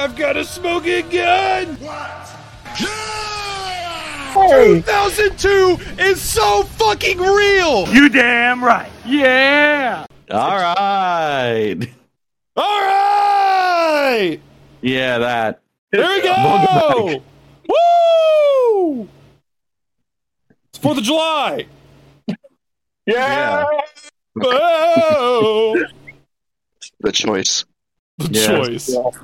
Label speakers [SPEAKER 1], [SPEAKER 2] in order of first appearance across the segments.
[SPEAKER 1] I've got a smoking gun!
[SPEAKER 2] What?
[SPEAKER 1] Hey!
[SPEAKER 3] 2002 is so fucking real.
[SPEAKER 1] You damn right! Yeah!
[SPEAKER 4] All right.
[SPEAKER 1] All right!
[SPEAKER 4] Yeah, that.
[SPEAKER 1] Here we
[SPEAKER 4] Welcome
[SPEAKER 1] go! Woo! It's 4th of July!
[SPEAKER 4] Yeah.
[SPEAKER 1] Oh!
[SPEAKER 5] The choice.
[SPEAKER 1] The
[SPEAKER 4] Yeah.
[SPEAKER 1] choice. All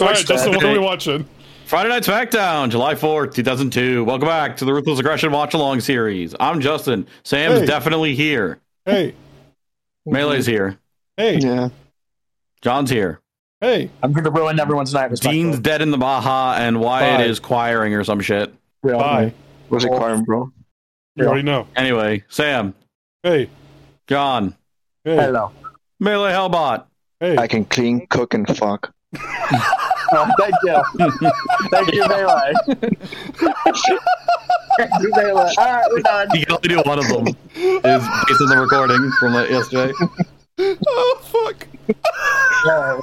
[SPEAKER 1] right, Justin, what are we watching?
[SPEAKER 4] Friday Night SmackDown, July 4th, 2002. Welcome back to the Ruthless Aggression Watch Along series. I'm Justin. Sam's
[SPEAKER 1] Hey.
[SPEAKER 4] definitely here.
[SPEAKER 1] Hey,
[SPEAKER 4] Melee's here.
[SPEAKER 1] hey,
[SPEAKER 5] Yeah.
[SPEAKER 4] John's here.
[SPEAKER 1] hey.
[SPEAKER 6] I'm going to ruin everyone's night.
[SPEAKER 4] Dean's dead in the Baja, and Wyatt
[SPEAKER 1] Bye.
[SPEAKER 4] is choiring or some shit.
[SPEAKER 6] real.
[SPEAKER 1] Bye.
[SPEAKER 5] Was it Quorum, bro?
[SPEAKER 1] You already know.
[SPEAKER 4] Anyway, Sam,
[SPEAKER 1] Hey,
[SPEAKER 4] John,
[SPEAKER 1] hey,
[SPEAKER 6] Hello.
[SPEAKER 4] Melee Hellbot.
[SPEAKER 5] I
[SPEAKER 1] hey.
[SPEAKER 5] can clean, cook, and fuck.
[SPEAKER 6] Oh, thank you. thank you, Melee. thank you, Melee. All right, we're done.
[SPEAKER 4] You can only do one of them. Is based on the recording from like, yesterday.
[SPEAKER 1] Oh, fuck.
[SPEAKER 6] Yeah.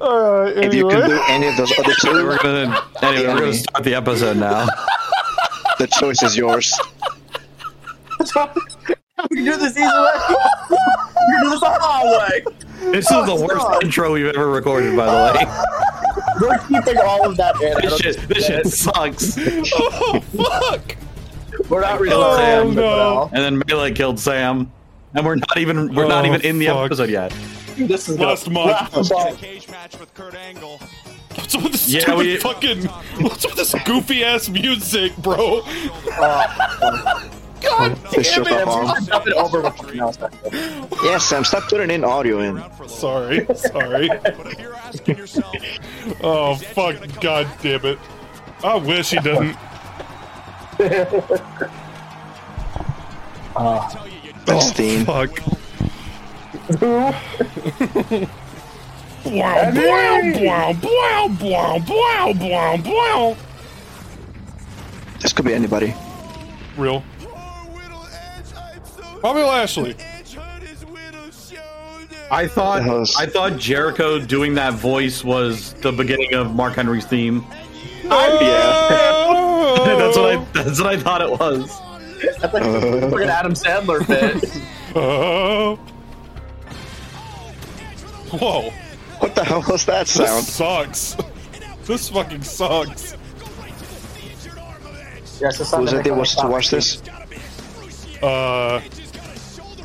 [SPEAKER 1] All right,
[SPEAKER 5] If you can
[SPEAKER 1] anyway.
[SPEAKER 5] do any of those other
[SPEAKER 4] So
[SPEAKER 5] two,
[SPEAKER 4] we're gonna anyway. We're gonna start the episode now.
[SPEAKER 5] the choice is yours.
[SPEAKER 6] We can do this easy way. we can do this the hard way.
[SPEAKER 4] This is the worst intro we've ever recorded, by the way.
[SPEAKER 6] We're keeping all of that in. I
[SPEAKER 4] This
[SPEAKER 6] don't
[SPEAKER 4] shit, this shit sucks. And
[SPEAKER 1] Oh, fuck!
[SPEAKER 6] We're not really
[SPEAKER 4] Oh,
[SPEAKER 6] saying
[SPEAKER 1] no.
[SPEAKER 4] then Melee killed Sam, and we're not even we're not
[SPEAKER 1] Oh,
[SPEAKER 4] even in the
[SPEAKER 1] fuck.
[SPEAKER 4] episode yet.
[SPEAKER 6] This is
[SPEAKER 1] Last
[SPEAKER 6] the-
[SPEAKER 1] month.
[SPEAKER 6] Last
[SPEAKER 2] In a
[SPEAKER 6] month.
[SPEAKER 2] cage match with Kurt Angle.
[SPEAKER 1] What's with this
[SPEAKER 4] Yeah,
[SPEAKER 1] stupid
[SPEAKER 4] we-
[SPEAKER 1] fucking? What's with this goofy ass music, bro? God
[SPEAKER 5] This shook
[SPEAKER 1] damn it!
[SPEAKER 5] up arm.
[SPEAKER 6] Let's Stop it over with fucking else.
[SPEAKER 5] Yeah, Sam, stop putting in audio in.
[SPEAKER 2] Around for a little
[SPEAKER 1] Sorry, sorry.
[SPEAKER 2] while. But if you're asking yourself,
[SPEAKER 1] Oh fuck! God damn it! I wish he didn't.
[SPEAKER 2] I tell you, you
[SPEAKER 5] That's Dean.
[SPEAKER 1] Fuck! Wow!
[SPEAKER 6] Eddie!
[SPEAKER 1] Wow! Wow! Wow! Wow! Wow! Wow!
[SPEAKER 5] This could be anybody.
[SPEAKER 1] Real.
[SPEAKER 2] Oh, Whittle Edge, I'm so
[SPEAKER 1] Bobby Lashley.
[SPEAKER 2] Edge hurt his Whittle's shoulder.
[SPEAKER 4] I thought
[SPEAKER 5] That was-
[SPEAKER 4] I thought Jericho doing that voice was the beginning of Mark Henry's theme.
[SPEAKER 1] yeah.
[SPEAKER 4] that's what I that's what I thought it was.
[SPEAKER 6] That's like a fucking Adam Sandler bit.
[SPEAKER 1] Oh. Whoa!
[SPEAKER 5] What the hell was that
[SPEAKER 1] This
[SPEAKER 5] sound?
[SPEAKER 1] sucks. This fucking sucks.
[SPEAKER 6] Yes, it's
[SPEAKER 5] Who was
[SPEAKER 6] something
[SPEAKER 5] it that was to
[SPEAKER 6] kinda
[SPEAKER 5] watch this?
[SPEAKER 1] Uh,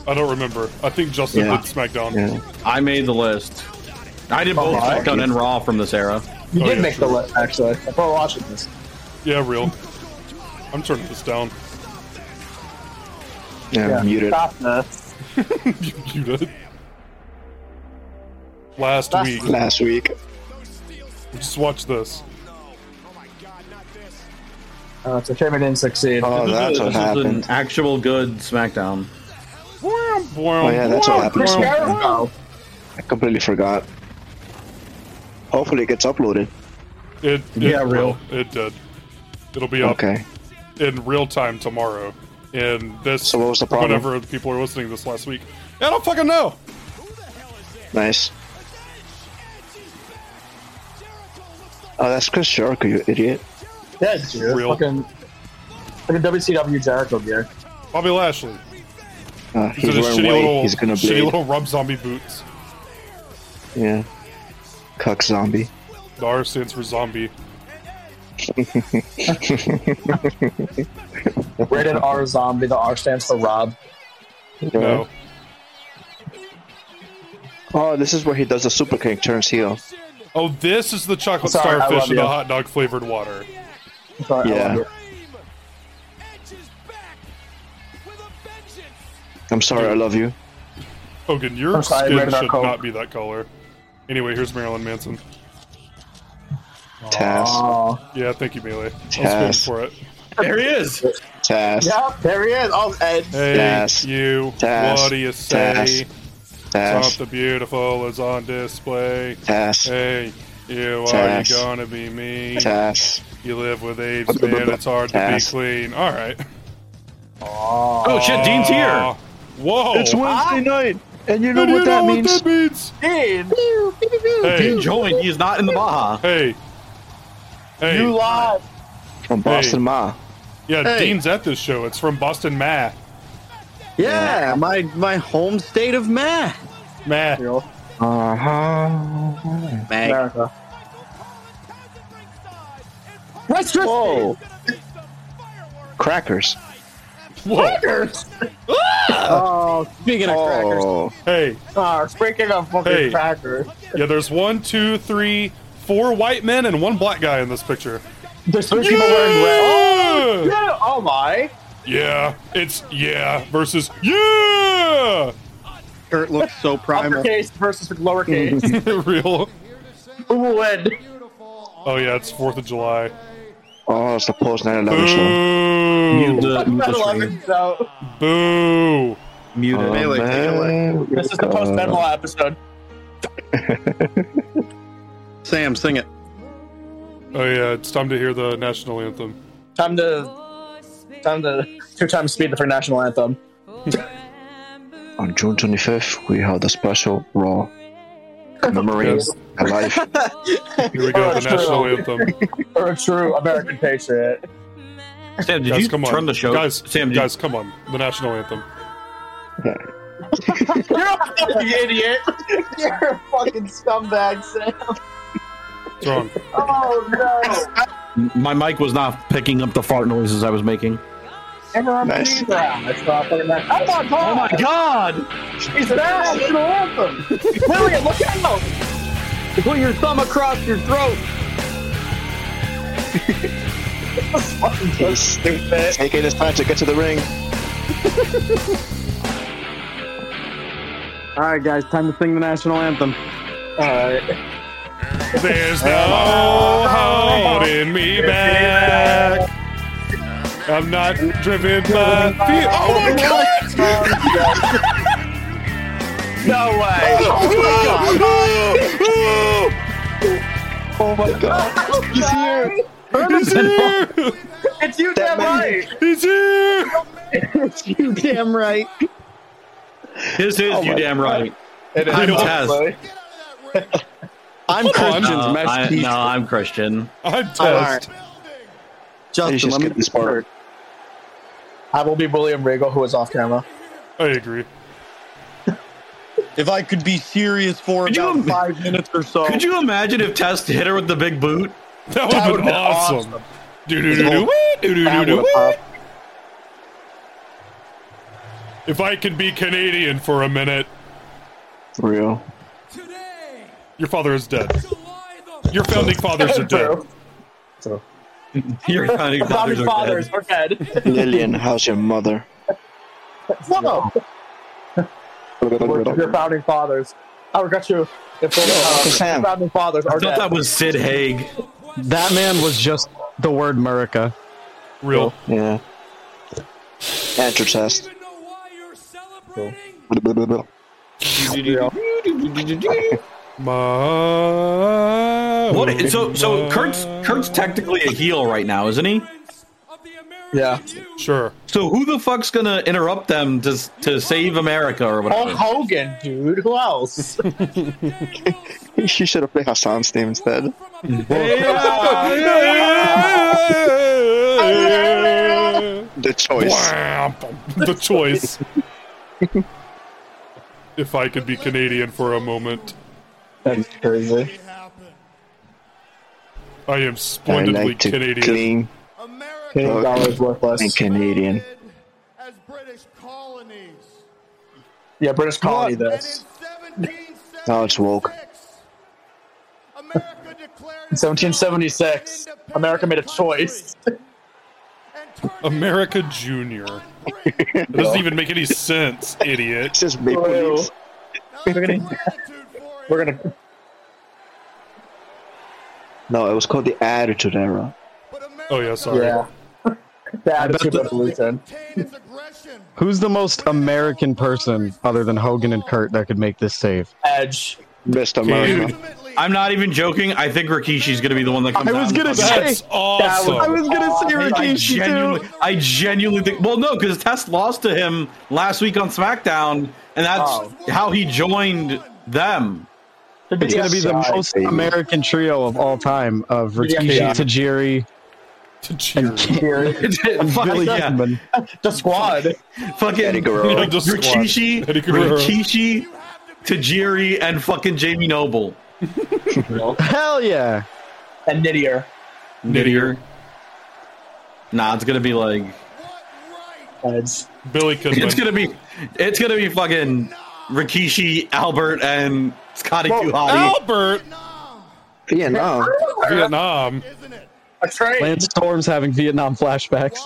[SPEAKER 1] I don't remember. I think Justin
[SPEAKER 5] Yeah.
[SPEAKER 1] did SmackDown.
[SPEAKER 5] Yeah.
[SPEAKER 4] I made the list. I did both
[SPEAKER 6] Oh,
[SPEAKER 4] SmackDown and Raw from this era.
[SPEAKER 6] You
[SPEAKER 1] Oh,
[SPEAKER 6] did
[SPEAKER 1] yeah,
[SPEAKER 6] make the list, actually. Before watching this.
[SPEAKER 1] Yeah, real. I'm turning this down.
[SPEAKER 5] Yeah, muted.
[SPEAKER 6] Stop this.
[SPEAKER 1] you, you did. Last
[SPEAKER 6] Last-
[SPEAKER 1] week,
[SPEAKER 5] Last week.
[SPEAKER 1] just watch this.
[SPEAKER 6] Oh, it's a shame I didn't succeed.
[SPEAKER 5] Oh, that's what
[SPEAKER 4] this is an
[SPEAKER 5] happened.
[SPEAKER 4] actual good SmackDown.
[SPEAKER 1] Oh
[SPEAKER 5] Oh, yeah, that's what happened.
[SPEAKER 6] Chris Jericho.
[SPEAKER 5] I completely forgot. Hopefully it gets uploaded.
[SPEAKER 1] It, it
[SPEAKER 4] Yeah, real.
[SPEAKER 1] will. It did. It'll be up
[SPEAKER 5] Okay.
[SPEAKER 1] in real time tomorrow. And this,
[SPEAKER 5] So what was the problem?
[SPEAKER 1] whenever people are listening to this last week, I don't fucking know.
[SPEAKER 5] Nice. Oh, that's Chris Jericho, you idiot.
[SPEAKER 6] Yeah, dude.
[SPEAKER 1] Real.
[SPEAKER 6] Fucking, fucking WCW Jericho gear.
[SPEAKER 1] Bobby Lashley.
[SPEAKER 5] Uh,
[SPEAKER 1] He's, in
[SPEAKER 5] he's
[SPEAKER 1] his
[SPEAKER 5] wearing
[SPEAKER 1] shitty
[SPEAKER 5] white.
[SPEAKER 1] little,
[SPEAKER 5] he's gonna
[SPEAKER 1] shitty
[SPEAKER 5] bleed.
[SPEAKER 1] little rub zombie boots.
[SPEAKER 5] Yeah. Cuck zombie.
[SPEAKER 1] The R stands for zombie.
[SPEAKER 6] Rated R Zombie. The R stands for Rob.
[SPEAKER 1] No.
[SPEAKER 5] Oh, this is where he does the super kick, turns heel.
[SPEAKER 1] Oh, this is the chocolate
[SPEAKER 6] Sorry, I
[SPEAKER 1] starfish
[SPEAKER 6] love
[SPEAKER 1] in the
[SPEAKER 6] you.
[SPEAKER 1] hot dog flavored water.
[SPEAKER 6] Sorry, I
[SPEAKER 5] Yeah.
[SPEAKER 6] love it.
[SPEAKER 5] I'm sorry, I love you.
[SPEAKER 1] Hogan, your
[SPEAKER 6] I'm sorry,
[SPEAKER 1] skin
[SPEAKER 6] rated R
[SPEAKER 1] should
[SPEAKER 6] Coke.
[SPEAKER 1] not be that color. Anyway, here's Marilyn Manson.
[SPEAKER 5] Taz.
[SPEAKER 6] Oh.
[SPEAKER 1] Yeah, thank you, Melee. I was
[SPEAKER 5] Yes.
[SPEAKER 1] waiting for it.
[SPEAKER 4] There he is.
[SPEAKER 5] Taz.
[SPEAKER 6] Yeah, there he is. Oh, Edge.
[SPEAKER 1] Hey,
[SPEAKER 5] Yes.
[SPEAKER 1] you.
[SPEAKER 5] Taz.
[SPEAKER 1] What do you say?
[SPEAKER 5] Taz. Taz.
[SPEAKER 1] Something beautiful is on display.
[SPEAKER 5] Taz.
[SPEAKER 1] Hey, you. Are
[SPEAKER 5] Taz.
[SPEAKER 1] you gonna be me?
[SPEAKER 5] Taz.
[SPEAKER 1] You live with AIDS,
[SPEAKER 5] Blah, blah,
[SPEAKER 1] man.
[SPEAKER 5] blah.
[SPEAKER 1] It's hard
[SPEAKER 5] Taz.
[SPEAKER 1] to be clean. All right.
[SPEAKER 4] Oh shit, Dean's here.
[SPEAKER 1] Whoa.
[SPEAKER 5] Oh. Wednesday night. And Ah! you know
[SPEAKER 1] And
[SPEAKER 5] what
[SPEAKER 1] you
[SPEAKER 5] that
[SPEAKER 1] know
[SPEAKER 5] means?
[SPEAKER 1] what that means?
[SPEAKER 6] Dean,
[SPEAKER 1] Hey,
[SPEAKER 4] He joined. He's not in the Baja.
[SPEAKER 1] hey, hey.
[SPEAKER 6] you lied.
[SPEAKER 5] From Boston,
[SPEAKER 1] Hey.
[SPEAKER 5] Ma.
[SPEAKER 1] yeah,
[SPEAKER 7] Hey.
[SPEAKER 1] Dean's at this show. It's from Boston, Ma.
[SPEAKER 7] Yeah, my my home state of Maine.
[SPEAKER 1] Ma.
[SPEAKER 6] You know,
[SPEAKER 5] Uh huh.
[SPEAKER 7] Mag.
[SPEAKER 6] America.
[SPEAKER 5] Whoa. Crackers.
[SPEAKER 1] Whoa.
[SPEAKER 6] Crackers.
[SPEAKER 7] Oh, speaking of crackers,
[SPEAKER 5] Oh.
[SPEAKER 1] Hey,
[SPEAKER 6] Ah, speaking of fucking
[SPEAKER 1] Hey.
[SPEAKER 6] crackers,
[SPEAKER 1] yeah, there's one, two, three, four white men and one black guy in this picture.
[SPEAKER 6] there's three people wearing red.
[SPEAKER 1] Yeah!
[SPEAKER 6] Yeah, oh my.
[SPEAKER 1] Yeah, it's yeah versus yeah.
[SPEAKER 7] Kurt looks so primal.
[SPEAKER 6] Uppercase versus lowercase.
[SPEAKER 1] Real.
[SPEAKER 6] Who will win?
[SPEAKER 1] Oh yeah, it's Fourth of July.
[SPEAKER 5] Oh, it's the post 9 11 show.
[SPEAKER 1] Boo!
[SPEAKER 4] Mute the, mute the
[SPEAKER 6] 9/11,
[SPEAKER 4] stream.
[SPEAKER 6] so,
[SPEAKER 1] Boo!
[SPEAKER 4] Mute it.
[SPEAKER 7] Melee, take it away.
[SPEAKER 5] Oh, man.
[SPEAKER 6] this is the post
[SPEAKER 5] Uh,
[SPEAKER 6] Benoit episode.
[SPEAKER 7] Sam, sing it.
[SPEAKER 1] Oh yeah, it's time to hear the national anthem.
[SPEAKER 6] Time to time to two times speed for national anthem.
[SPEAKER 5] Uh, On June 25th, we had a special Raw commemorating
[SPEAKER 1] Yes.
[SPEAKER 5] a life.
[SPEAKER 1] Here we go, the national anthem.
[SPEAKER 6] Or a true American patriot.
[SPEAKER 4] Sam, did
[SPEAKER 1] guys,
[SPEAKER 4] you
[SPEAKER 1] come
[SPEAKER 4] turn
[SPEAKER 1] on.
[SPEAKER 4] the show?
[SPEAKER 1] Guys,
[SPEAKER 4] Sam, did
[SPEAKER 1] guys, come on. The national anthem.
[SPEAKER 6] You're a fucking idiot. You're a fucking scumbag, Sam.
[SPEAKER 1] It's wrong.
[SPEAKER 6] Oh no.
[SPEAKER 4] my mic was not picking up the fart noises I was making.
[SPEAKER 6] Everyone
[SPEAKER 5] Nice.
[SPEAKER 6] please round. It's not fucking nice. Oh my god. Oh my god.
[SPEAKER 4] God!
[SPEAKER 6] He's an national anthem. Lillian, look out.
[SPEAKER 7] Put your thumb across your throat.
[SPEAKER 6] This is fucking so
[SPEAKER 5] He's
[SPEAKER 6] stupid.
[SPEAKER 5] taking his time to get to the ring.
[SPEAKER 7] All right, guys, time to sing the national anthem.
[SPEAKER 6] Alright.
[SPEAKER 1] There's no holding me back. I'm not driven by fear. Oh my god!
[SPEAKER 6] No way.
[SPEAKER 5] Oh my god. He's here.
[SPEAKER 1] He's here!
[SPEAKER 6] It's you, damn right.
[SPEAKER 1] He's here!
[SPEAKER 7] you damn right.
[SPEAKER 4] This is you damn right.
[SPEAKER 6] It
[SPEAKER 4] I'm
[SPEAKER 6] you,
[SPEAKER 4] Taz.
[SPEAKER 6] Lily.
[SPEAKER 7] I'm Christian's
[SPEAKER 4] Uh, I,
[SPEAKER 7] message.
[SPEAKER 4] no, I'm Christian.
[SPEAKER 1] I'm test.
[SPEAKER 5] You
[SPEAKER 7] Justin,
[SPEAKER 5] just
[SPEAKER 7] let me
[SPEAKER 5] get this part.
[SPEAKER 6] I will be William Regal, who is off camera.
[SPEAKER 1] I agree.
[SPEAKER 7] If I could be serious for
[SPEAKER 4] Could you
[SPEAKER 7] about
[SPEAKER 4] im-
[SPEAKER 7] five minutes or so.
[SPEAKER 4] Could you imagine if Test hit her with the big boot?
[SPEAKER 1] That would have been awesome. Do do do do do do do. If I can be Canadian for a minute,
[SPEAKER 5] Real.
[SPEAKER 1] your father is dead. Your founding uh, fathers are dead.
[SPEAKER 6] True.
[SPEAKER 4] Your founding fathers
[SPEAKER 6] Bobby's
[SPEAKER 4] are
[SPEAKER 6] fathers
[SPEAKER 4] dead.
[SPEAKER 6] are dead.
[SPEAKER 5] Lillian, how's your mother?
[SPEAKER 6] Whoa. Your founding fathers. I regret you. If the uh,
[SPEAKER 5] Sam.
[SPEAKER 6] your founding fathers
[SPEAKER 4] I
[SPEAKER 6] are
[SPEAKER 4] thought
[SPEAKER 6] dead.
[SPEAKER 4] that was Sid Haig.
[SPEAKER 7] That man was just the word Murica.
[SPEAKER 1] Real.
[SPEAKER 5] Yeah. Answer test.
[SPEAKER 1] My
[SPEAKER 4] What? So, so Kurt's Kurt's technically a heel right
[SPEAKER 2] Oh,
[SPEAKER 4] now, isn't he?
[SPEAKER 6] Yeah.
[SPEAKER 1] Sure.
[SPEAKER 4] So who the fuck's gonna interrupt them to to save America or
[SPEAKER 6] Hulk
[SPEAKER 4] whatever?
[SPEAKER 6] Hogan, dude. Who else?
[SPEAKER 5] She should have played Hassan's name instead.
[SPEAKER 8] Oh,
[SPEAKER 5] The choice.
[SPEAKER 1] the choice. if I could be Canadian for a moment,
[SPEAKER 6] That's crazy.
[SPEAKER 1] I am
[SPEAKER 5] I
[SPEAKER 1] splendidly
[SPEAKER 5] like to
[SPEAKER 1] Canadian.
[SPEAKER 5] clean
[SPEAKER 6] Million dollars
[SPEAKER 5] and
[SPEAKER 6] worthless.
[SPEAKER 5] Canadian.
[SPEAKER 8] As British colonies.
[SPEAKER 6] Yeah, British colony.
[SPEAKER 8] And in
[SPEAKER 6] This.
[SPEAKER 8] 1776,
[SPEAKER 5] Now it's woke.
[SPEAKER 8] America declared
[SPEAKER 6] In 1776, America made a choice.
[SPEAKER 1] America Junior. It doesn't even make any sense, idiot.
[SPEAKER 5] It's just Maple
[SPEAKER 6] Well,
[SPEAKER 5] Leafs.
[SPEAKER 8] We're
[SPEAKER 6] gonna- We're gonna.
[SPEAKER 5] No, it was called the Attitude Era.
[SPEAKER 1] Oh yeah, sorry.
[SPEAKER 6] Yeah. The Attitude Revolution.
[SPEAKER 9] Who's the most American person other than Hogan and Kurt that could make this save?
[SPEAKER 6] Edge.
[SPEAKER 5] Best America.
[SPEAKER 4] I'm not even joking. I think Rikishi's gonna be the one that comes.
[SPEAKER 9] I was
[SPEAKER 4] out
[SPEAKER 9] gonna
[SPEAKER 4] and-
[SPEAKER 9] say-
[SPEAKER 1] That's awesome.
[SPEAKER 9] I was gonna
[SPEAKER 6] Oh,
[SPEAKER 9] say
[SPEAKER 4] I
[SPEAKER 9] Rikishi
[SPEAKER 4] genuinely,
[SPEAKER 9] too.
[SPEAKER 4] I genuinely think. Well, no, because Test lost to him last week on SmackDown, and that's
[SPEAKER 6] Oh.
[SPEAKER 4] how he joined them.
[SPEAKER 9] It's going to be the most American trio of all time of Rikishi,
[SPEAKER 6] Yeah.
[SPEAKER 9] Tajiri, and
[SPEAKER 6] American.
[SPEAKER 4] Fuck
[SPEAKER 9] Billy
[SPEAKER 4] yeah.
[SPEAKER 9] Gunman.
[SPEAKER 6] the squad.
[SPEAKER 4] Fucking
[SPEAKER 7] Eddie Guerrero.
[SPEAKER 1] Yeah, just squad.
[SPEAKER 4] Rikishi,
[SPEAKER 1] Eddie Guerrero.
[SPEAKER 4] Rikishi, Tajiri, and fucking Jamie Noble.
[SPEAKER 9] Hell yeah.
[SPEAKER 6] And Nidier.
[SPEAKER 4] Nidier. Nah, it's gonna be like
[SPEAKER 6] Heads.
[SPEAKER 1] Billy Kidman.
[SPEAKER 4] it's gonna be it's gonna be fucking Rikishi, Albert, and Scotty well,
[SPEAKER 1] Albert
[SPEAKER 7] Vietnam.
[SPEAKER 1] Vietnam.
[SPEAKER 6] That's right.
[SPEAKER 9] Lance Storm's having Vietnam flashbacks.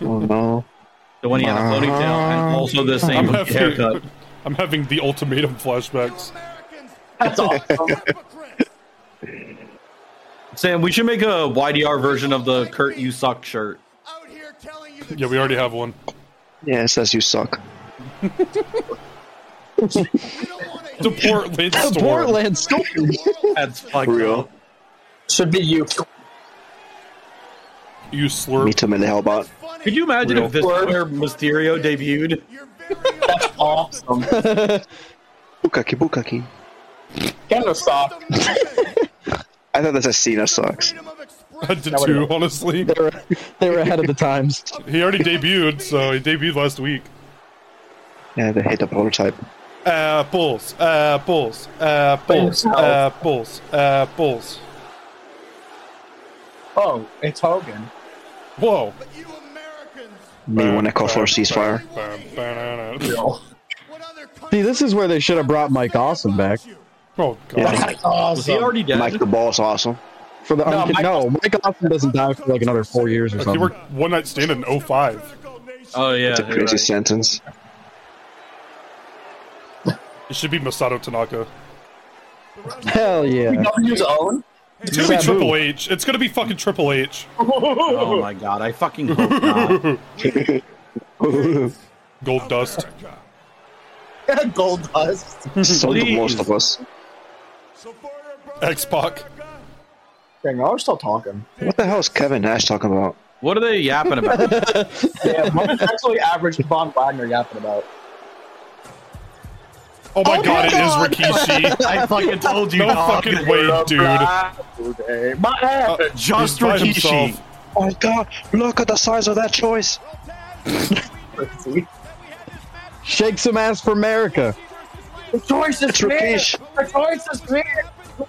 [SPEAKER 7] Oh no.
[SPEAKER 4] the one he had a ponytail, and also the same
[SPEAKER 1] I'm happy.
[SPEAKER 4] haircut.
[SPEAKER 1] I'm having the ultimatum flashbacks.
[SPEAKER 6] That's awesome.
[SPEAKER 4] Sam, we should make a YDR version of the Kurt You Suck shirt.
[SPEAKER 1] Yeah, we already have one.
[SPEAKER 7] Yeah, it says you suck.
[SPEAKER 1] Deport Lance Storm.
[SPEAKER 9] Poor Lance Storm.
[SPEAKER 4] That's fucked
[SPEAKER 7] Real.
[SPEAKER 4] up.
[SPEAKER 6] Should be you.
[SPEAKER 1] You slurp.
[SPEAKER 7] Meet him in the hellbot.
[SPEAKER 4] Could you imagine
[SPEAKER 7] Real.
[SPEAKER 4] if this is where Mysterio debuted?
[SPEAKER 6] That's awesome.
[SPEAKER 7] Bukaki Bukaki.
[SPEAKER 6] Kind of soft.
[SPEAKER 7] I thought that's a Cena sucks.
[SPEAKER 1] I did too, honestly.
[SPEAKER 9] They were, they were ahead of the times.
[SPEAKER 1] He already debuted, so he debuted last week.
[SPEAKER 7] Yeah, they hate the prototype.
[SPEAKER 1] Uh, Apples, apples, apples,
[SPEAKER 6] Yourself.
[SPEAKER 1] apples, apples.
[SPEAKER 6] Oh, it's Hogan.
[SPEAKER 1] Whoa.
[SPEAKER 8] You Americans,
[SPEAKER 7] May want to call for a ceasefire.
[SPEAKER 1] ceasefire.
[SPEAKER 6] Oh,
[SPEAKER 8] what other country
[SPEAKER 9] See, this is where they should have brought Mike Awesome back
[SPEAKER 1] Oh, God.
[SPEAKER 7] Yeah.
[SPEAKER 6] that's awesome.
[SPEAKER 4] Was he already dead?
[SPEAKER 7] Mike the Ball's awesome.
[SPEAKER 9] for the. No,
[SPEAKER 6] No, Mike-
[SPEAKER 9] Mike Awesome doesn't die for like another four years or
[SPEAKER 1] He
[SPEAKER 9] something.
[SPEAKER 1] worked one night stand in 05.
[SPEAKER 4] oh yeah.
[SPEAKER 7] It's a
[SPEAKER 4] you're
[SPEAKER 7] crazy
[SPEAKER 4] right.
[SPEAKER 7] sentence.
[SPEAKER 1] It should be Masato Tanaka.
[SPEAKER 9] Hell yeah.
[SPEAKER 6] W's own?
[SPEAKER 1] It's gonna be
[SPEAKER 9] Sabu.
[SPEAKER 1] Triple H. It's gonna be fucking Triple H.
[SPEAKER 4] Oh my god, I fucking hope not.
[SPEAKER 1] Gold Dust.
[SPEAKER 6] Gold dust.
[SPEAKER 7] Some of
[SPEAKER 4] Please.
[SPEAKER 7] most of us.
[SPEAKER 1] X Pac.
[SPEAKER 6] Dang, I was Oh, still talking.
[SPEAKER 7] What the hell is Kevin Nash talking about?
[SPEAKER 4] What are they yapping about?
[SPEAKER 6] Yeah, what is actually average Von Wagner yapping about?
[SPEAKER 1] Oh my god, it is Rikishi.
[SPEAKER 4] I fucking told you,
[SPEAKER 1] No
[SPEAKER 4] dog.
[SPEAKER 1] fucking way, dude. Uh,
[SPEAKER 6] Today, my average.
[SPEAKER 4] Just
[SPEAKER 1] He's by
[SPEAKER 4] Rikishi.
[SPEAKER 1] himself.
[SPEAKER 7] Oh my god, look at the size of that choice.
[SPEAKER 9] Shake some ass for America.
[SPEAKER 6] The choice is
[SPEAKER 7] It's Rakesh.
[SPEAKER 6] The choice is clear.
[SPEAKER 7] The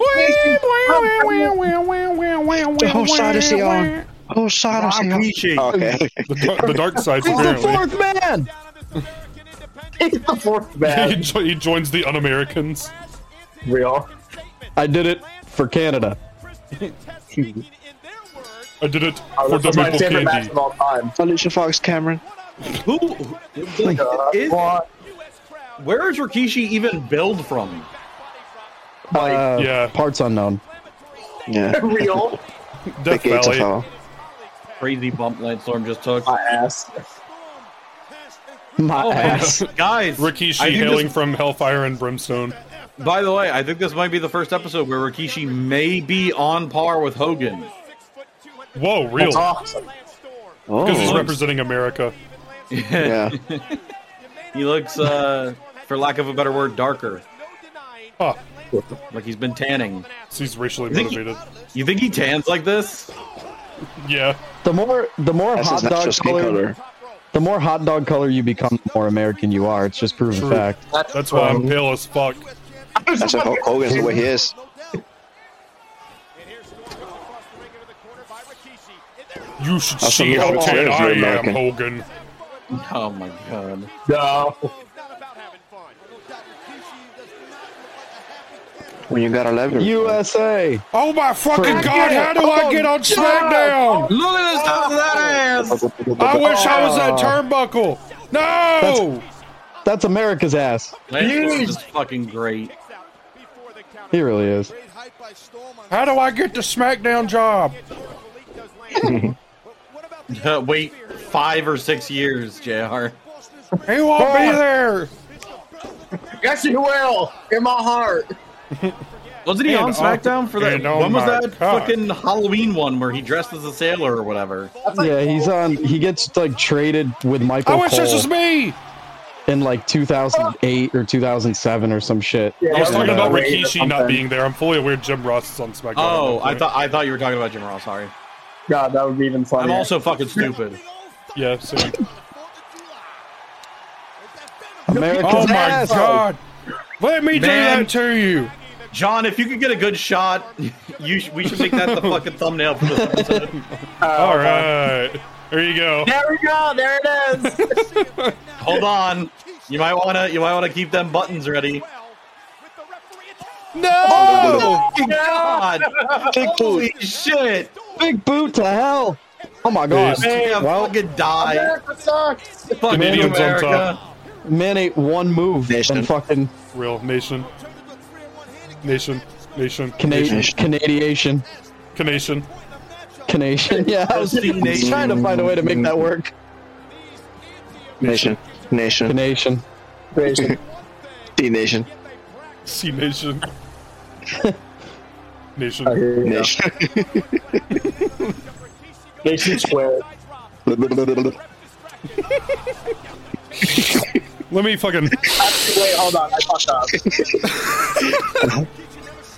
[SPEAKER 7] whole side is here. Whole side is here. Oh, Okay.
[SPEAKER 1] The, dark- the dark side's
[SPEAKER 9] He's the
[SPEAKER 1] apparently.
[SPEAKER 9] fourth man.
[SPEAKER 6] He's the fourth
[SPEAKER 1] He,
[SPEAKER 6] man.
[SPEAKER 1] jo- he joins the un-Americans.
[SPEAKER 6] Real.
[SPEAKER 9] I did it for Canada.
[SPEAKER 1] I did it
[SPEAKER 6] Oh,
[SPEAKER 1] for
[SPEAKER 6] this
[SPEAKER 1] the
[SPEAKER 6] is my
[SPEAKER 1] maple
[SPEAKER 6] favorite match
[SPEAKER 1] candy.
[SPEAKER 6] of all time.
[SPEAKER 7] Alicia Fox Cameron.
[SPEAKER 4] Who? Is-
[SPEAKER 6] What?
[SPEAKER 4] where is Rikishi even billed from?
[SPEAKER 9] Uh,
[SPEAKER 1] Yeah.
[SPEAKER 9] Parts unknown.
[SPEAKER 7] Yeah.
[SPEAKER 6] Real.
[SPEAKER 7] The
[SPEAKER 1] Death
[SPEAKER 7] gates are
[SPEAKER 1] Valley.
[SPEAKER 7] fell.
[SPEAKER 4] Crazy bump Lance Storm just took.
[SPEAKER 6] My ass.
[SPEAKER 9] My
[SPEAKER 4] Oh, man.
[SPEAKER 9] ass.
[SPEAKER 4] guys, I
[SPEAKER 1] Rikishi
[SPEAKER 4] think
[SPEAKER 1] hailing
[SPEAKER 4] This,
[SPEAKER 1] from Hellfire and Brimstone.
[SPEAKER 4] by the way, I think this might be the first episode where Rikishi may be on par with Hogan.
[SPEAKER 1] Whoa, real.
[SPEAKER 6] That's
[SPEAKER 1] Because
[SPEAKER 6] awesome.
[SPEAKER 1] he's
[SPEAKER 7] Oh,
[SPEAKER 1] representing America.
[SPEAKER 7] yeah.
[SPEAKER 4] He looks, uh, for lack of a better word, darker.
[SPEAKER 1] Huh.
[SPEAKER 4] Like he's been tanning.
[SPEAKER 1] So he's racially
[SPEAKER 4] Think he-
[SPEAKER 1] motivated.
[SPEAKER 4] You think he tans like this?
[SPEAKER 1] Yeah.
[SPEAKER 9] The more the more
[SPEAKER 7] That's
[SPEAKER 9] hot
[SPEAKER 7] his natural
[SPEAKER 9] dog
[SPEAKER 7] skin
[SPEAKER 9] color,
[SPEAKER 7] color.
[SPEAKER 9] the more hot dog color you become, the more American you are. It's just proven
[SPEAKER 1] True.
[SPEAKER 9] fact.
[SPEAKER 1] That's why I'm pale as fuck.
[SPEAKER 7] That's what Hulk Hogan's the way he is.
[SPEAKER 1] You should
[SPEAKER 7] That's
[SPEAKER 1] see
[SPEAKER 7] a
[SPEAKER 1] how
[SPEAKER 7] lot of
[SPEAKER 1] tan
[SPEAKER 7] players
[SPEAKER 1] I
[SPEAKER 7] are
[SPEAKER 1] am,
[SPEAKER 7] American.
[SPEAKER 1] Hogan.
[SPEAKER 4] Oh my god.
[SPEAKER 6] No.
[SPEAKER 7] When you got a lever.
[SPEAKER 9] USA.
[SPEAKER 1] Oh my fucking
[SPEAKER 9] Crack God, it. how do I Oh, get
[SPEAKER 1] on SmackDown?
[SPEAKER 4] Look at this top of that ass!
[SPEAKER 1] I wish I was that turnbuckle. No!
[SPEAKER 9] That's America's ass.
[SPEAKER 4] Lance Storm is fucking great.
[SPEAKER 9] He really is.
[SPEAKER 1] How do I get the SmackDown job?
[SPEAKER 4] Wait five or six years, JR.
[SPEAKER 1] He won't
[SPEAKER 6] be
[SPEAKER 1] there.
[SPEAKER 6] Yes, you will. In my heart.
[SPEAKER 4] Wasn't he
[SPEAKER 1] And
[SPEAKER 4] on
[SPEAKER 1] oh-
[SPEAKER 4] SmackDown for that?
[SPEAKER 1] and oh
[SPEAKER 4] when was
[SPEAKER 1] my
[SPEAKER 4] that
[SPEAKER 1] God.
[SPEAKER 4] fucking Halloween one where he dressed as a sailor or whatever?
[SPEAKER 9] Yeah, he's on. He gets like traded with Michael Cole.
[SPEAKER 1] me.
[SPEAKER 9] in like 2008 or 2007 or some shit.
[SPEAKER 6] Yeah,
[SPEAKER 1] I was
[SPEAKER 6] that
[SPEAKER 1] talking
[SPEAKER 9] was
[SPEAKER 1] about
[SPEAKER 6] a raid or
[SPEAKER 1] Rikishi not
[SPEAKER 6] something.
[SPEAKER 1] being there. I'm fully aware Jim Ross is on SmackDown. at
[SPEAKER 4] Oh,
[SPEAKER 1] that
[SPEAKER 4] I
[SPEAKER 1] point.
[SPEAKER 4] thought I thought you were talking about Jim Ross. Sorry,
[SPEAKER 6] God, that would be even funnier.
[SPEAKER 4] I'm also fucking stupid.
[SPEAKER 1] Yeah, so
[SPEAKER 9] America's
[SPEAKER 1] Oh my
[SPEAKER 9] ass.
[SPEAKER 1] god! Let me do
[SPEAKER 4] Man.
[SPEAKER 1] that to you!
[SPEAKER 4] John, if you could get a good shot, you sh- we should make that the fucking thumbnail for this episode.
[SPEAKER 1] Alright. There you go.
[SPEAKER 6] There we go. There it is.
[SPEAKER 4] Hold on, you might wanna you might wanna keep them buttons ready.
[SPEAKER 8] No!
[SPEAKER 4] God,
[SPEAKER 5] Big boot.
[SPEAKER 4] holy shit!
[SPEAKER 9] Big boot to hell. Oh my god.
[SPEAKER 1] Peace.
[SPEAKER 4] Hey, I
[SPEAKER 9] Well,
[SPEAKER 4] fucking die.
[SPEAKER 6] America sucks.
[SPEAKER 4] Fucking
[SPEAKER 1] Canadians on
[SPEAKER 4] America.
[SPEAKER 1] top.
[SPEAKER 9] man ate one move
[SPEAKER 5] Nation.
[SPEAKER 9] and fucking
[SPEAKER 1] Real nation. Nation. Nation.
[SPEAKER 9] Canadian,
[SPEAKER 5] Nation.
[SPEAKER 9] Canadian,
[SPEAKER 1] Canation.
[SPEAKER 9] Canadian. Yeah, I was
[SPEAKER 4] Nation.
[SPEAKER 9] trying to find a way to make that work.
[SPEAKER 5] Nation. Nation.
[SPEAKER 9] Canadian.
[SPEAKER 6] Crazy.
[SPEAKER 5] D Nation.
[SPEAKER 1] C nation. Nation.
[SPEAKER 6] Oh, here we go.
[SPEAKER 5] Nation.
[SPEAKER 6] Nation squared.
[SPEAKER 1] Let me fucking.
[SPEAKER 6] Wait, hold on. I fucked up.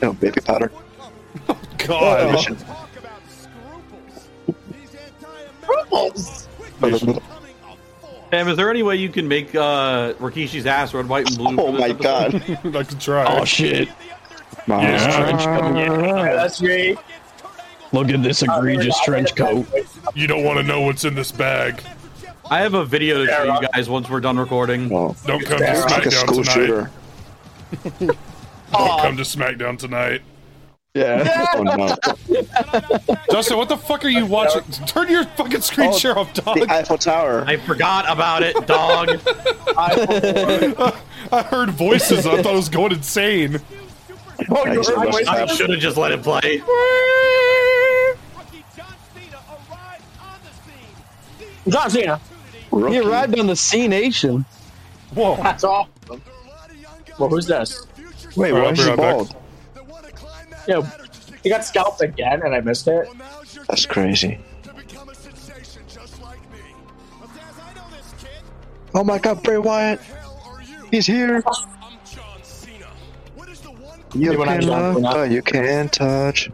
[SPEAKER 5] no, baby powder.
[SPEAKER 1] God.
[SPEAKER 5] Nation.
[SPEAKER 6] Scruples.
[SPEAKER 1] Nation.
[SPEAKER 4] Sam, is there any way you can make uh, Rikishi's ass red, white, and blue?
[SPEAKER 5] Oh
[SPEAKER 4] for this
[SPEAKER 5] my
[SPEAKER 4] episode?
[SPEAKER 5] god.
[SPEAKER 1] I could try.
[SPEAKER 9] Oh shit.
[SPEAKER 5] My
[SPEAKER 1] Yeah.
[SPEAKER 5] trench coat.
[SPEAKER 6] Yeah, that's great.
[SPEAKER 9] Look at this egregious trench coat.
[SPEAKER 1] You don't want to know what's in this bag.
[SPEAKER 4] I have a video to show you guys once we're done recording.
[SPEAKER 5] Oh,
[SPEAKER 1] Don't come to
[SPEAKER 5] it's like a
[SPEAKER 1] SmackDown
[SPEAKER 5] school
[SPEAKER 1] tonight.
[SPEAKER 5] shooter.
[SPEAKER 1] Don't come to SmackDown tonight.
[SPEAKER 9] Yeah.
[SPEAKER 5] Oh no.
[SPEAKER 1] Justin, what the fuck are you watching? Turn your fucking screen
[SPEAKER 5] Oh,
[SPEAKER 1] share off,
[SPEAKER 5] The
[SPEAKER 1] dog.
[SPEAKER 5] Eiffel Tower.
[SPEAKER 4] I forgot about it, dog.
[SPEAKER 1] I heard voices. I thought I was going insane.
[SPEAKER 6] Oh, you're
[SPEAKER 5] Actually,
[SPEAKER 6] right.
[SPEAKER 5] Rush
[SPEAKER 6] Wait,
[SPEAKER 4] I
[SPEAKER 5] Hour.
[SPEAKER 4] should have just let it play.
[SPEAKER 6] John Cena.
[SPEAKER 9] He
[SPEAKER 5] Rookie.
[SPEAKER 9] arrived on the C Nation.
[SPEAKER 1] Whoa.
[SPEAKER 6] That's awesome. Well, who's this?
[SPEAKER 5] Wait, why is
[SPEAKER 1] I'll be
[SPEAKER 5] he
[SPEAKER 1] right back.
[SPEAKER 5] bald?
[SPEAKER 6] Yeah, he got scalped again, and I missed it.
[SPEAKER 5] That's crazy. Oh my god, Bray Wyatt. He's here. You
[SPEAKER 6] Anyone
[SPEAKER 5] can,
[SPEAKER 6] I'm
[SPEAKER 5] love,
[SPEAKER 6] talking about?
[SPEAKER 5] but you can't touch.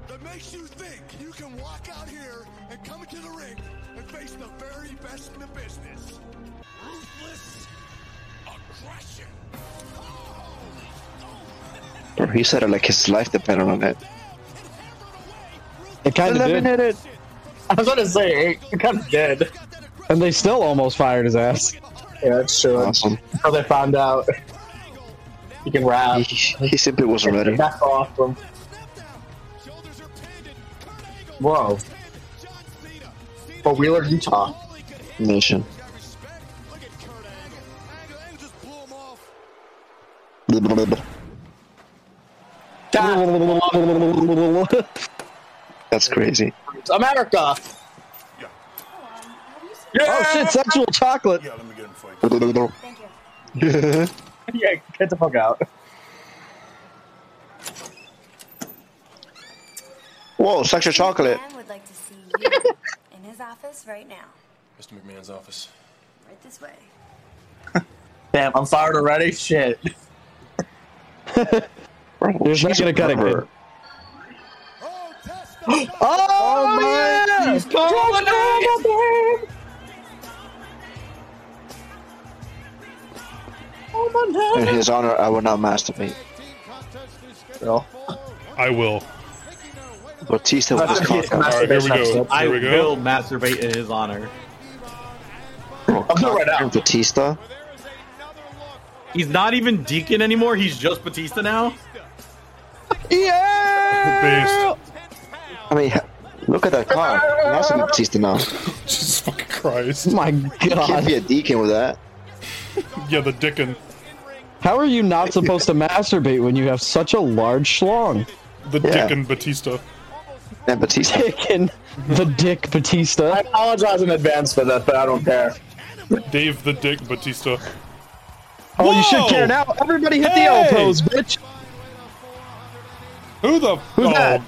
[SPEAKER 5] Bro, he said it like his life depended on it.
[SPEAKER 9] It kind of did.
[SPEAKER 5] Eliminated.
[SPEAKER 6] I was gonna say, he kind of did.
[SPEAKER 9] And they still almost fired his ass.
[SPEAKER 6] Yeah, that's true.
[SPEAKER 5] Awesome.
[SPEAKER 6] How they found out he can
[SPEAKER 5] He,
[SPEAKER 6] rap.
[SPEAKER 5] he simply wasn't ready.
[SPEAKER 6] That's awesome. Whoa. But Wheeler, Utah.
[SPEAKER 5] Nation. That's crazy.
[SPEAKER 6] America.
[SPEAKER 9] Oh shit, sexual chocolate.
[SPEAKER 6] Yeah, get the fuck out.
[SPEAKER 5] Whoa, sexual chocolate.
[SPEAKER 2] Dan would like to see you in his office right now.
[SPEAKER 10] Mr. McMahon's office.
[SPEAKER 2] Right this way.
[SPEAKER 6] Damn, I'm fired already. Shit.
[SPEAKER 5] Bro,
[SPEAKER 9] There's not
[SPEAKER 5] she's a
[SPEAKER 9] gonna cut it,
[SPEAKER 5] pervert.
[SPEAKER 9] Oh yeah!
[SPEAKER 5] In his honor, I will not masturbate.
[SPEAKER 6] Bill.
[SPEAKER 1] I will.
[SPEAKER 5] Batista with his cock out.
[SPEAKER 1] Alright, here we go.
[SPEAKER 4] I
[SPEAKER 1] Here we
[SPEAKER 4] will
[SPEAKER 1] go.
[SPEAKER 4] masturbate in his honor.
[SPEAKER 5] Bro,
[SPEAKER 6] I'm not right
[SPEAKER 5] cock
[SPEAKER 6] now.
[SPEAKER 5] and Batista.
[SPEAKER 4] He's not even Deacon anymore. He's just Batista now.
[SPEAKER 1] Based.
[SPEAKER 5] I mean, ha- look at that cock. That's a Batista now.
[SPEAKER 1] Jesus fucking Christ.
[SPEAKER 9] My
[SPEAKER 5] Can't
[SPEAKER 9] god.
[SPEAKER 5] be a deacon with that.
[SPEAKER 1] Yeah, the Dickin.
[SPEAKER 9] How are you not supposed to masturbate when you have such a large schlong?
[SPEAKER 1] The
[SPEAKER 5] Yeah.
[SPEAKER 1] Dickin Batista.
[SPEAKER 5] And Batista.
[SPEAKER 9] Taking the dick Batista.
[SPEAKER 6] I apologize in advance for that, but I don't care.
[SPEAKER 1] Dave the Dick Batista.
[SPEAKER 9] Oh, you
[SPEAKER 1] Whoa!
[SPEAKER 9] should care now. Everybody hit the
[SPEAKER 1] Hey!
[SPEAKER 9] L pose, bitch.
[SPEAKER 1] Who the
[SPEAKER 9] Who's
[SPEAKER 1] oh,
[SPEAKER 9] that?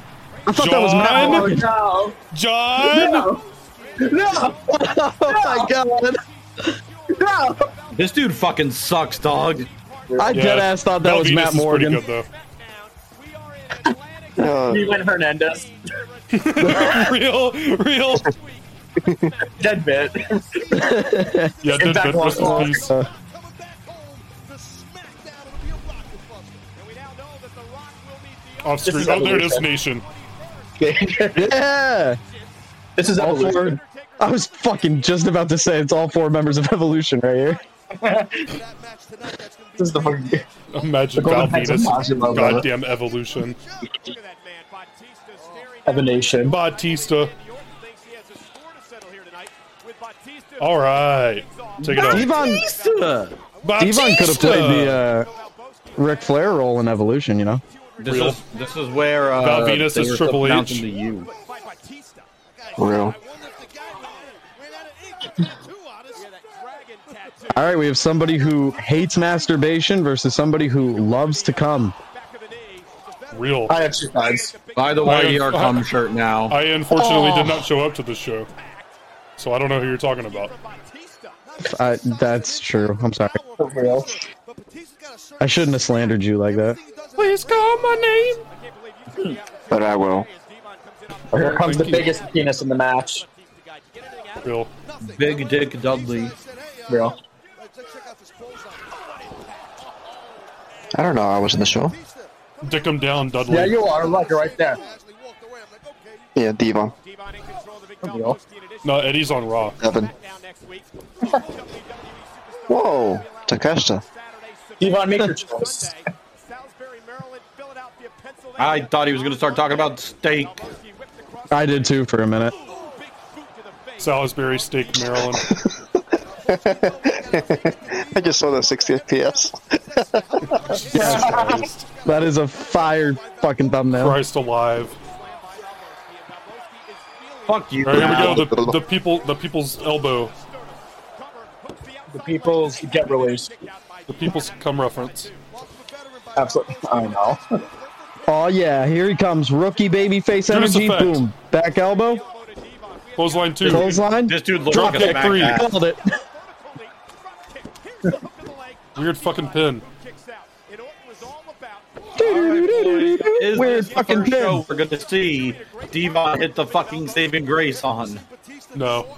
[SPEAKER 9] I thought that was Matt
[SPEAKER 1] John?
[SPEAKER 9] Morgan.
[SPEAKER 6] Oh, No.
[SPEAKER 1] John?
[SPEAKER 9] Oh my god.
[SPEAKER 6] No.
[SPEAKER 4] This dude fucking sucks, dog.
[SPEAKER 9] I
[SPEAKER 1] Yeah,
[SPEAKER 9] dead ass thought that was
[SPEAKER 1] Valdivis
[SPEAKER 9] Matt
[SPEAKER 1] is pretty
[SPEAKER 9] Morgan.
[SPEAKER 1] good, though.
[SPEAKER 6] Uh,
[SPEAKER 7] We went Hernandez.
[SPEAKER 1] real, real.
[SPEAKER 7] Dead bit.
[SPEAKER 1] Yeah,
[SPEAKER 7] In
[SPEAKER 1] did
[SPEAKER 7] fact,
[SPEAKER 1] good. Rest in
[SPEAKER 7] Walmart.
[SPEAKER 1] peace.
[SPEAKER 8] Coming back home, the smackdown will be a rocket buster. And we now know that the Rock will need the
[SPEAKER 1] Off
[SPEAKER 7] This
[SPEAKER 1] screen.
[SPEAKER 7] is
[SPEAKER 1] Oh, there it is,
[SPEAKER 7] evolution.
[SPEAKER 1] Nation.
[SPEAKER 9] Yeah,
[SPEAKER 7] This is
[SPEAKER 9] all
[SPEAKER 7] evolution.
[SPEAKER 9] four. I was fucking just about to say it's all four members of Evolution right here.
[SPEAKER 8] for that match tonight. That's going to be
[SPEAKER 6] This is the fucking.
[SPEAKER 1] Imagine
[SPEAKER 6] Golden
[SPEAKER 1] Val
[SPEAKER 6] Knights of
[SPEAKER 1] Venus.
[SPEAKER 6] Majima, brother.
[SPEAKER 1] Goddamn evolution.
[SPEAKER 8] Look at that man, Batista staring
[SPEAKER 7] Have a nation.
[SPEAKER 1] Batista.
[SPEAKER 8] Orton thinks he has a score to settle here tonight with Batista.
[SPEAKER 7] Oh.
[SPEAKER 1] All right. Take it out.
[SPEAKER 9] Devon, Devon could have played the uh, Ric Flair role in Evolution. You know,
[SPEAKER 4] This
[SPEAKER 1] Real.
[SPEAKER 4] is this is where uh,
[SPEAKER 1] Val Venus
[SPEAKER 4] they
[SPEAKER 1] is
[SPEAKER 4] were
[SPEAKER 1] Triple H.
[SPEAKER 4] pronouncing The U.
[SPEAKER 6] Real.
[SPEAKER 9] all right, we have somebody who hates masturbation versus somebody who loves to come.
[SPEAKER 1] Real.
[SPEAKER 6] I exercise.
[SPEAKER 4] By the
[SPEAKER 1] I-
[SPEAKER 4] way, our cum shirt now.
[SPEAKER 1] I unfortunately did not show up to this show, so I don't know who you're talking about.
[SPEAKER 9] I, that's true. I'm sorry.
[SPEAKER 6] For real.
[SPEAKER 9] I shouldn't have slandered you like that.
[SPEAKER 1] Please call my name.
[SPEAKER 7] But I will.
[SPEAKER 6] Here comes the biggest penis in the match.
[SPEAKER 1] Real.
[SPEAKER 4] Big Dick Dudley.
[SPEAKER 6] Real.
[SPEAKER 7] I don't know. I was in the show.
[SPEAKER 1] Dick him down, Dudley.
[SPEAKER 6] Yeah, you are. Look, you're right there.
[SPEAKER 7] Yeah, Devon.
[SPEAKER 6] Real.
[SPEAKER 1] no, Eddie's on Raw.
[SPEAKER 7] Devon.
[SPEAKER 8] E
[SPEAKER 7] Whoa, Takeshita.
[SPEAKER 6] Devon, make your choice.
[SPEAKER 4] I thought he was going to start talking about steak.
[SPEAKER 9] I did too for a minute.
[SPEAKER 1] Salisbury steak, Maryland.
[SPEAKER 7] I just saw that 60 FPS.
[SPEAKER 1] Christ.
[SPEAKER 9] That is a fire fucking thumbnail.
[SPEAKER 1] Christ alive.
[SPEAKER 4] Fuck you.
[SPEAKER 1] All right, here
[SPEAKER 4] now.
[SPEAKER 1] we go. The, the people, the people's elbow,
[SPEAKER 6] The people's get released.
[SPEAKER 1] the people's cum reference.
[SPEAKER 6] Absolutely. I know.
[SPEAKER 9] Oh yeah, here he comes. Rookie baby face
[SPEAKER 1] Juice
[SPEAKER 9] energy.
[SPEAKER 1] effect.
[SPEAKER 9] Boom. Back elbow.
[SPEAKER 1] Clothesline two.
[SPEAKER 9] Clothesline.
[SPEAKER 4] This dude looks
[SPEAKER 1] Drop
[SPEAKER 4] like a
[SPEAKER 1] kick three.
[SPEAKER 4] smack
[SPEAKER 9] Called it.
[SPEAKER 1] Weird fucking pin.
[SPEAKER 4] Is
[SPEAKER 9] Weird
[SPEAKER 4] this the
[SPEAKER 9] fucking
[SPEAKER 4] first
[SPEAKER 9] pin.
[SPEAKER 4] show we're going to see Devon hit the fucking saving grace on?
[SPEAKER 1] No.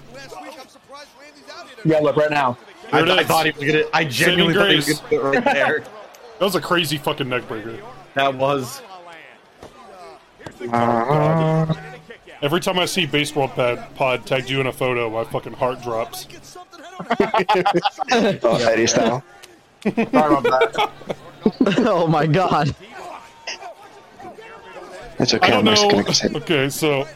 [SPEAKER 6] Yeah, look right now.
[SPEAKER 4] I,
[SPEAKER 1] There it
[SPEAKER 4] I
[SPEAKER 1] is.
[SPEAKER 4] thought he was going to. I genuinely thought he was
[SPEAKER 1] grace.
[SPEAKER 4] going to do it right there.
[SPEAKER 1] That was a crazy fucking neckbreaker.
[SPEAKER 4] That was.
[SPEAKER 7] Oh,
[SPEAKER 1] Every time I see Baseball Pad Pod tagged you in a photo, my fucking heart drops.
[SPEAKER 7] Oh, Eddie style.
[SPEAKER 6] Sorry about that.
[SPEAKER 9] oh my god.
[SPEAKER 7] It's
[SPEAKER 1] I
[SPEAKER 7] okay,
[SPEAKER 1] don't
[SPEAKER 7] I'm Mexican.
[SPEAKER 1] know.
[SPEAKER 7] I can say it.
[SPEAKER 1] Okay, so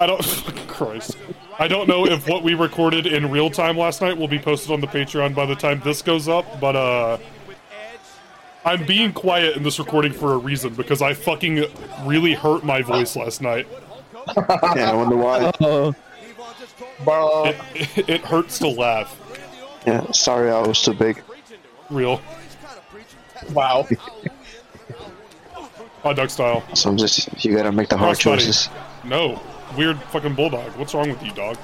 [SPEAKER 1] I don't. Christ. I don't know if what we recorded in real time last night will be posted on the Patreon by the time this goes up, but uh. I'm being quiet in this recording for a reason because I fucking really hurt my voice last night.
[SPEAKER 7] Yeah, I wonder why.
[SPEAKER 9] Oh,
[SPEAKER 6] Bro,
[SPEAKER 1] It, it hurts to laugh.
[SPEAKER 7] Yeah, sorry I was too big.
[SPEAKER 1] Real.
[SPEAKER 6] wow.
[SPEAKER 1] Hot dog style.
[SPEAKER 7] So I'm just, you gotta make the hard
[SPEAKER 1] Crossbody.
[SPEAKER 7] choices.
[SPEAKER 1] No. Weird fucking bulldog. What's wrong with you, dog?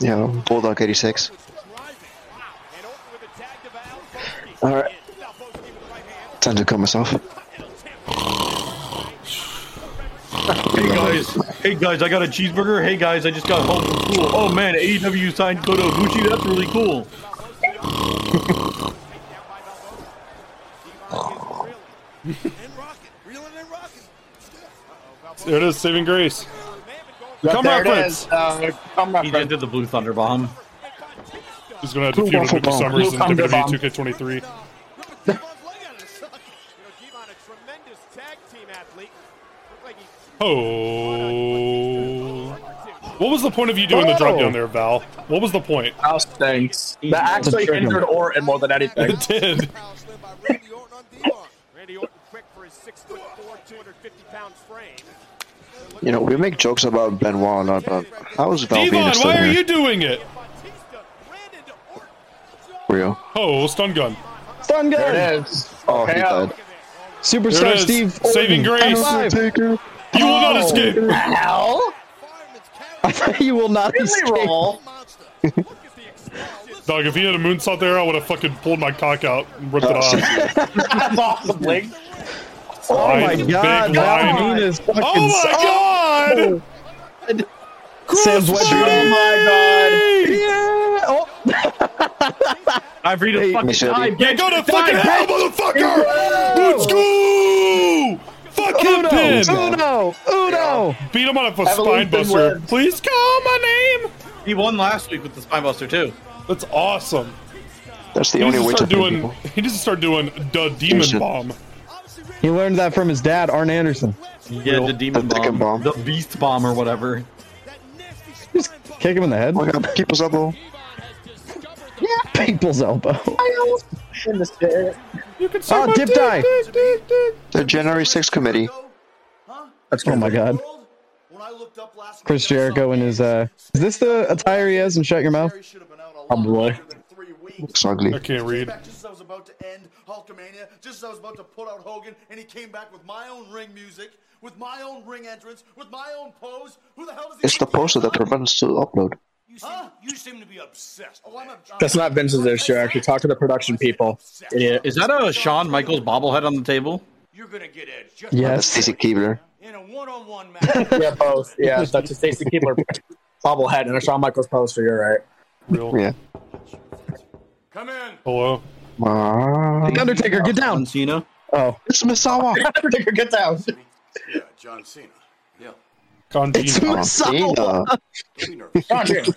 [SPEAKER 7] Yeah, Bulldog 86. Alright. Time to cut myself.
[SPEAKER 4] Hey guys, hey guys, I got a cheeseburger. Hey guys, I just got home from school. Oh man, AEW signed Kota Ibushi. That's really cool.
[SPEAKER 1] There it is, saving grace.
[SPEAKER 6] Come
[SPEAKER 1] Come
[SPEAKER 6] there it
[SPEAKER 1] reference.
[SPEAKER 6] is. Uh, come
[SPEAKER 4] He just
[SPEAKER 6] reference.
[SPEAKER 4] did the blue thunder bomb.
[SPEAKER 1] He's gonna have to feud with Luke for some
[SPEAKER 6] Blue
[SPEAKER 1] reason.
[SPEAKER 6] Thunder
[SPEAKER 1] WWE
[SPEAKER 6] Bomb.
[SPEAKER 1] 2K23. Oh. What was the point of you doing the drop down there, Val? What was the point?
[SPEAKER 6] House thanks. That actually
[SPEAKER 9] Trick him.
[SPEAKER 6] injured Orton more than anything.
[SPEAKER 1] It did.
[SPEAKER 7] You know, we make jokes about Benoit a lot, but how is Val
[SPEAKER 1] Devon,
[SPEAKER 7] Venus still
[SPEAKER 1] why are
[SPEAKER 7] here?
[SPEAKER 1] you doing it?
[SPEAKER 7] Real.
[SPEAKER 1] Oh, stun gun.
[SPEAKER 9] stun
[SPEAKER 6] There
[SPEAKER 9] gun.
[SPEAKER 6] it is.
[SPEAKER 7] Oh, he
[SPEAKER 6] Okay, uh,
[SPEAKER 7] died.
[SPEAKER 1] There it
[SPEAKER 9] Superstar
[SPEAKER 1] is.
[SPEAKER 9] Steve. Orton.
[SPEAKER 1] Saving grace.
[SPEAKER 9] I'm alive.
[SPEAKER 1] You will not escape.
[SPEAKER 6] Hell?
[SPEAKER 9] you will not
[SPEAKER 6] Really
[SPEAKER 9] escape.
[SPEAKER 6] roll?
[SPEAKER 1] Dog, if he had a moonsault there, I would have fucking pulled my cock out and ripped it
[SPEAKER 9] Oh,
[SPEAKER 1] off.
[SPEAKER 6] Possibly.
[SPEAKER 9] Oh my
[SPEAKER 1] Big
[SPEAKER 9] god,
[SPEAKER 1] line.
[SPEAKER 9] that penis fucking
[SPEAKER 1] Oh my god!
[SPEAKER 9] Sam's Oh, wet
[SPEAKER 6] Oh
[SPEAKER 9] dream.
[SPEAKER 6] my god.
[SPEAKER 4] Time for you to fucking
[SPEAKER 5] Michelle.
[SPEAKER 4] die,
[SPEAKER 1] Yeah,
[SPEAKER 4] bitch.
[SPEAKER 1] go to fucking hell, motherfucker! Let's go! Fuck
[SPEAKER 9] Uno!
[SPEAKER 1] Kingpin!
[SPEAKER 9] Uno! Uno!
[SPEAKER 1] Beat him on a spine
[SPEAKER 6] Evolution
[SPEAKER 1] buster.
[SPEAKER 6] wins.
[SPEAKER 1] Please call my name!
[SPEAKER 4] He won last week with the Spinebuster too.
[SPEAKER 1] That's awesome.
[SPEAKER 5] That's the
[SPEAKER 1] He needs
[SPEAKER 5] only
[SPEAKER 1] to
[SPEAKER 5] way to
[SPEAKER 1] start
[SPEAKER 5] kill
[SPEAKER 1] doing.
[SPEAKER 5] people.
[SPEAKER 1] He needs to start doing the demon
[SPEAKER 5] Jason.
[SPEAKER 1] bomb.
[SPEAKER 9] He learned that from his dad, Arn Anderson.
[SPEAKER 4] Yeah, the demon
[SPEAKER 5] The
[SPEAKER 4] bomb.
[SPEAKER 5] Deacon Bomb.
[SPEAKER 4] the beast bomb, or whatever.
[SPEAKER 9] Just kick him in the head.
[SPEAKER 5] Oh my god, people's elbow.
[SPEAKER 9] People's elbow.
[SPEAKER 6] In the spirit.
[SPEAKER 9] Oh, dip dive.
[SPEAKER 5] The January 6th committee.
[SPEAKER 9] Oh my god. Chris Jericho in his uh is this the attire he has in Shut Your Mouth?
[SPEAKER 7] Probably.
[SPEAKER 5] Looks ugly.
[SPEAKER 1] I can't read.
[SPEAKER 8] Just as I was about to end Hulkamania, just as I was about to put out Hogan, and he came back with my own ring music, with my own ring entrance, with my own pose. Who the hell is he?
[SPEAKER 5] It's the poster that prevents to upload.
[SPEAKER 8] Huh? You seem to be obsessed. Oh, I'm obsessed.
[SPEAKER 7] That's not Vince's issue, actually. Talk to the production people. Idiot.
[SPEAKER 4] Is that a Shawn Michaels bobblehead on the table?
[SPEAKER 8] You're gonna get Edge just
[SPEAKER 5] That's
[SPEAKER 9] Yes.
[SPEAKER 5] Stacy Keebler.
[SPEAKER 8] in a one-on-one match.
[SPEAKER 7] Yeah, both. Yeah, that's a Stacy Keebler bobblehead and a Shawn Michaels poster. You're right.
[SPEAKER 1] Real.
[SPEAKER 5] Yeah.
[SPEAKER 8] Come in.
[SPEAKER 1] Hello.
[SPEAKER 5] Ah,
[SPEAKER 9] The Undertaker, get
[SPEAKER 4] John
[SPEAKER 9] down.
[SPEAKER 4] Cena.
[SPEAKER 9] Oh.
[SPEAKER 5] it's Misawa.
[SPEAKER 6] Undertaker, get down.
[SPEAKER 8] Yeah, John Cena. Yeah.
[SPEAKER 9] It's
[SPEAKER 1] Condina.
[SPEAKER 9] Misawa.
[SPEAKER 5] Dana.
[SPEAKER 8] Don't be nervous.
[SPEAKER 7] John Cena.
[SPEAKER 8] Okay.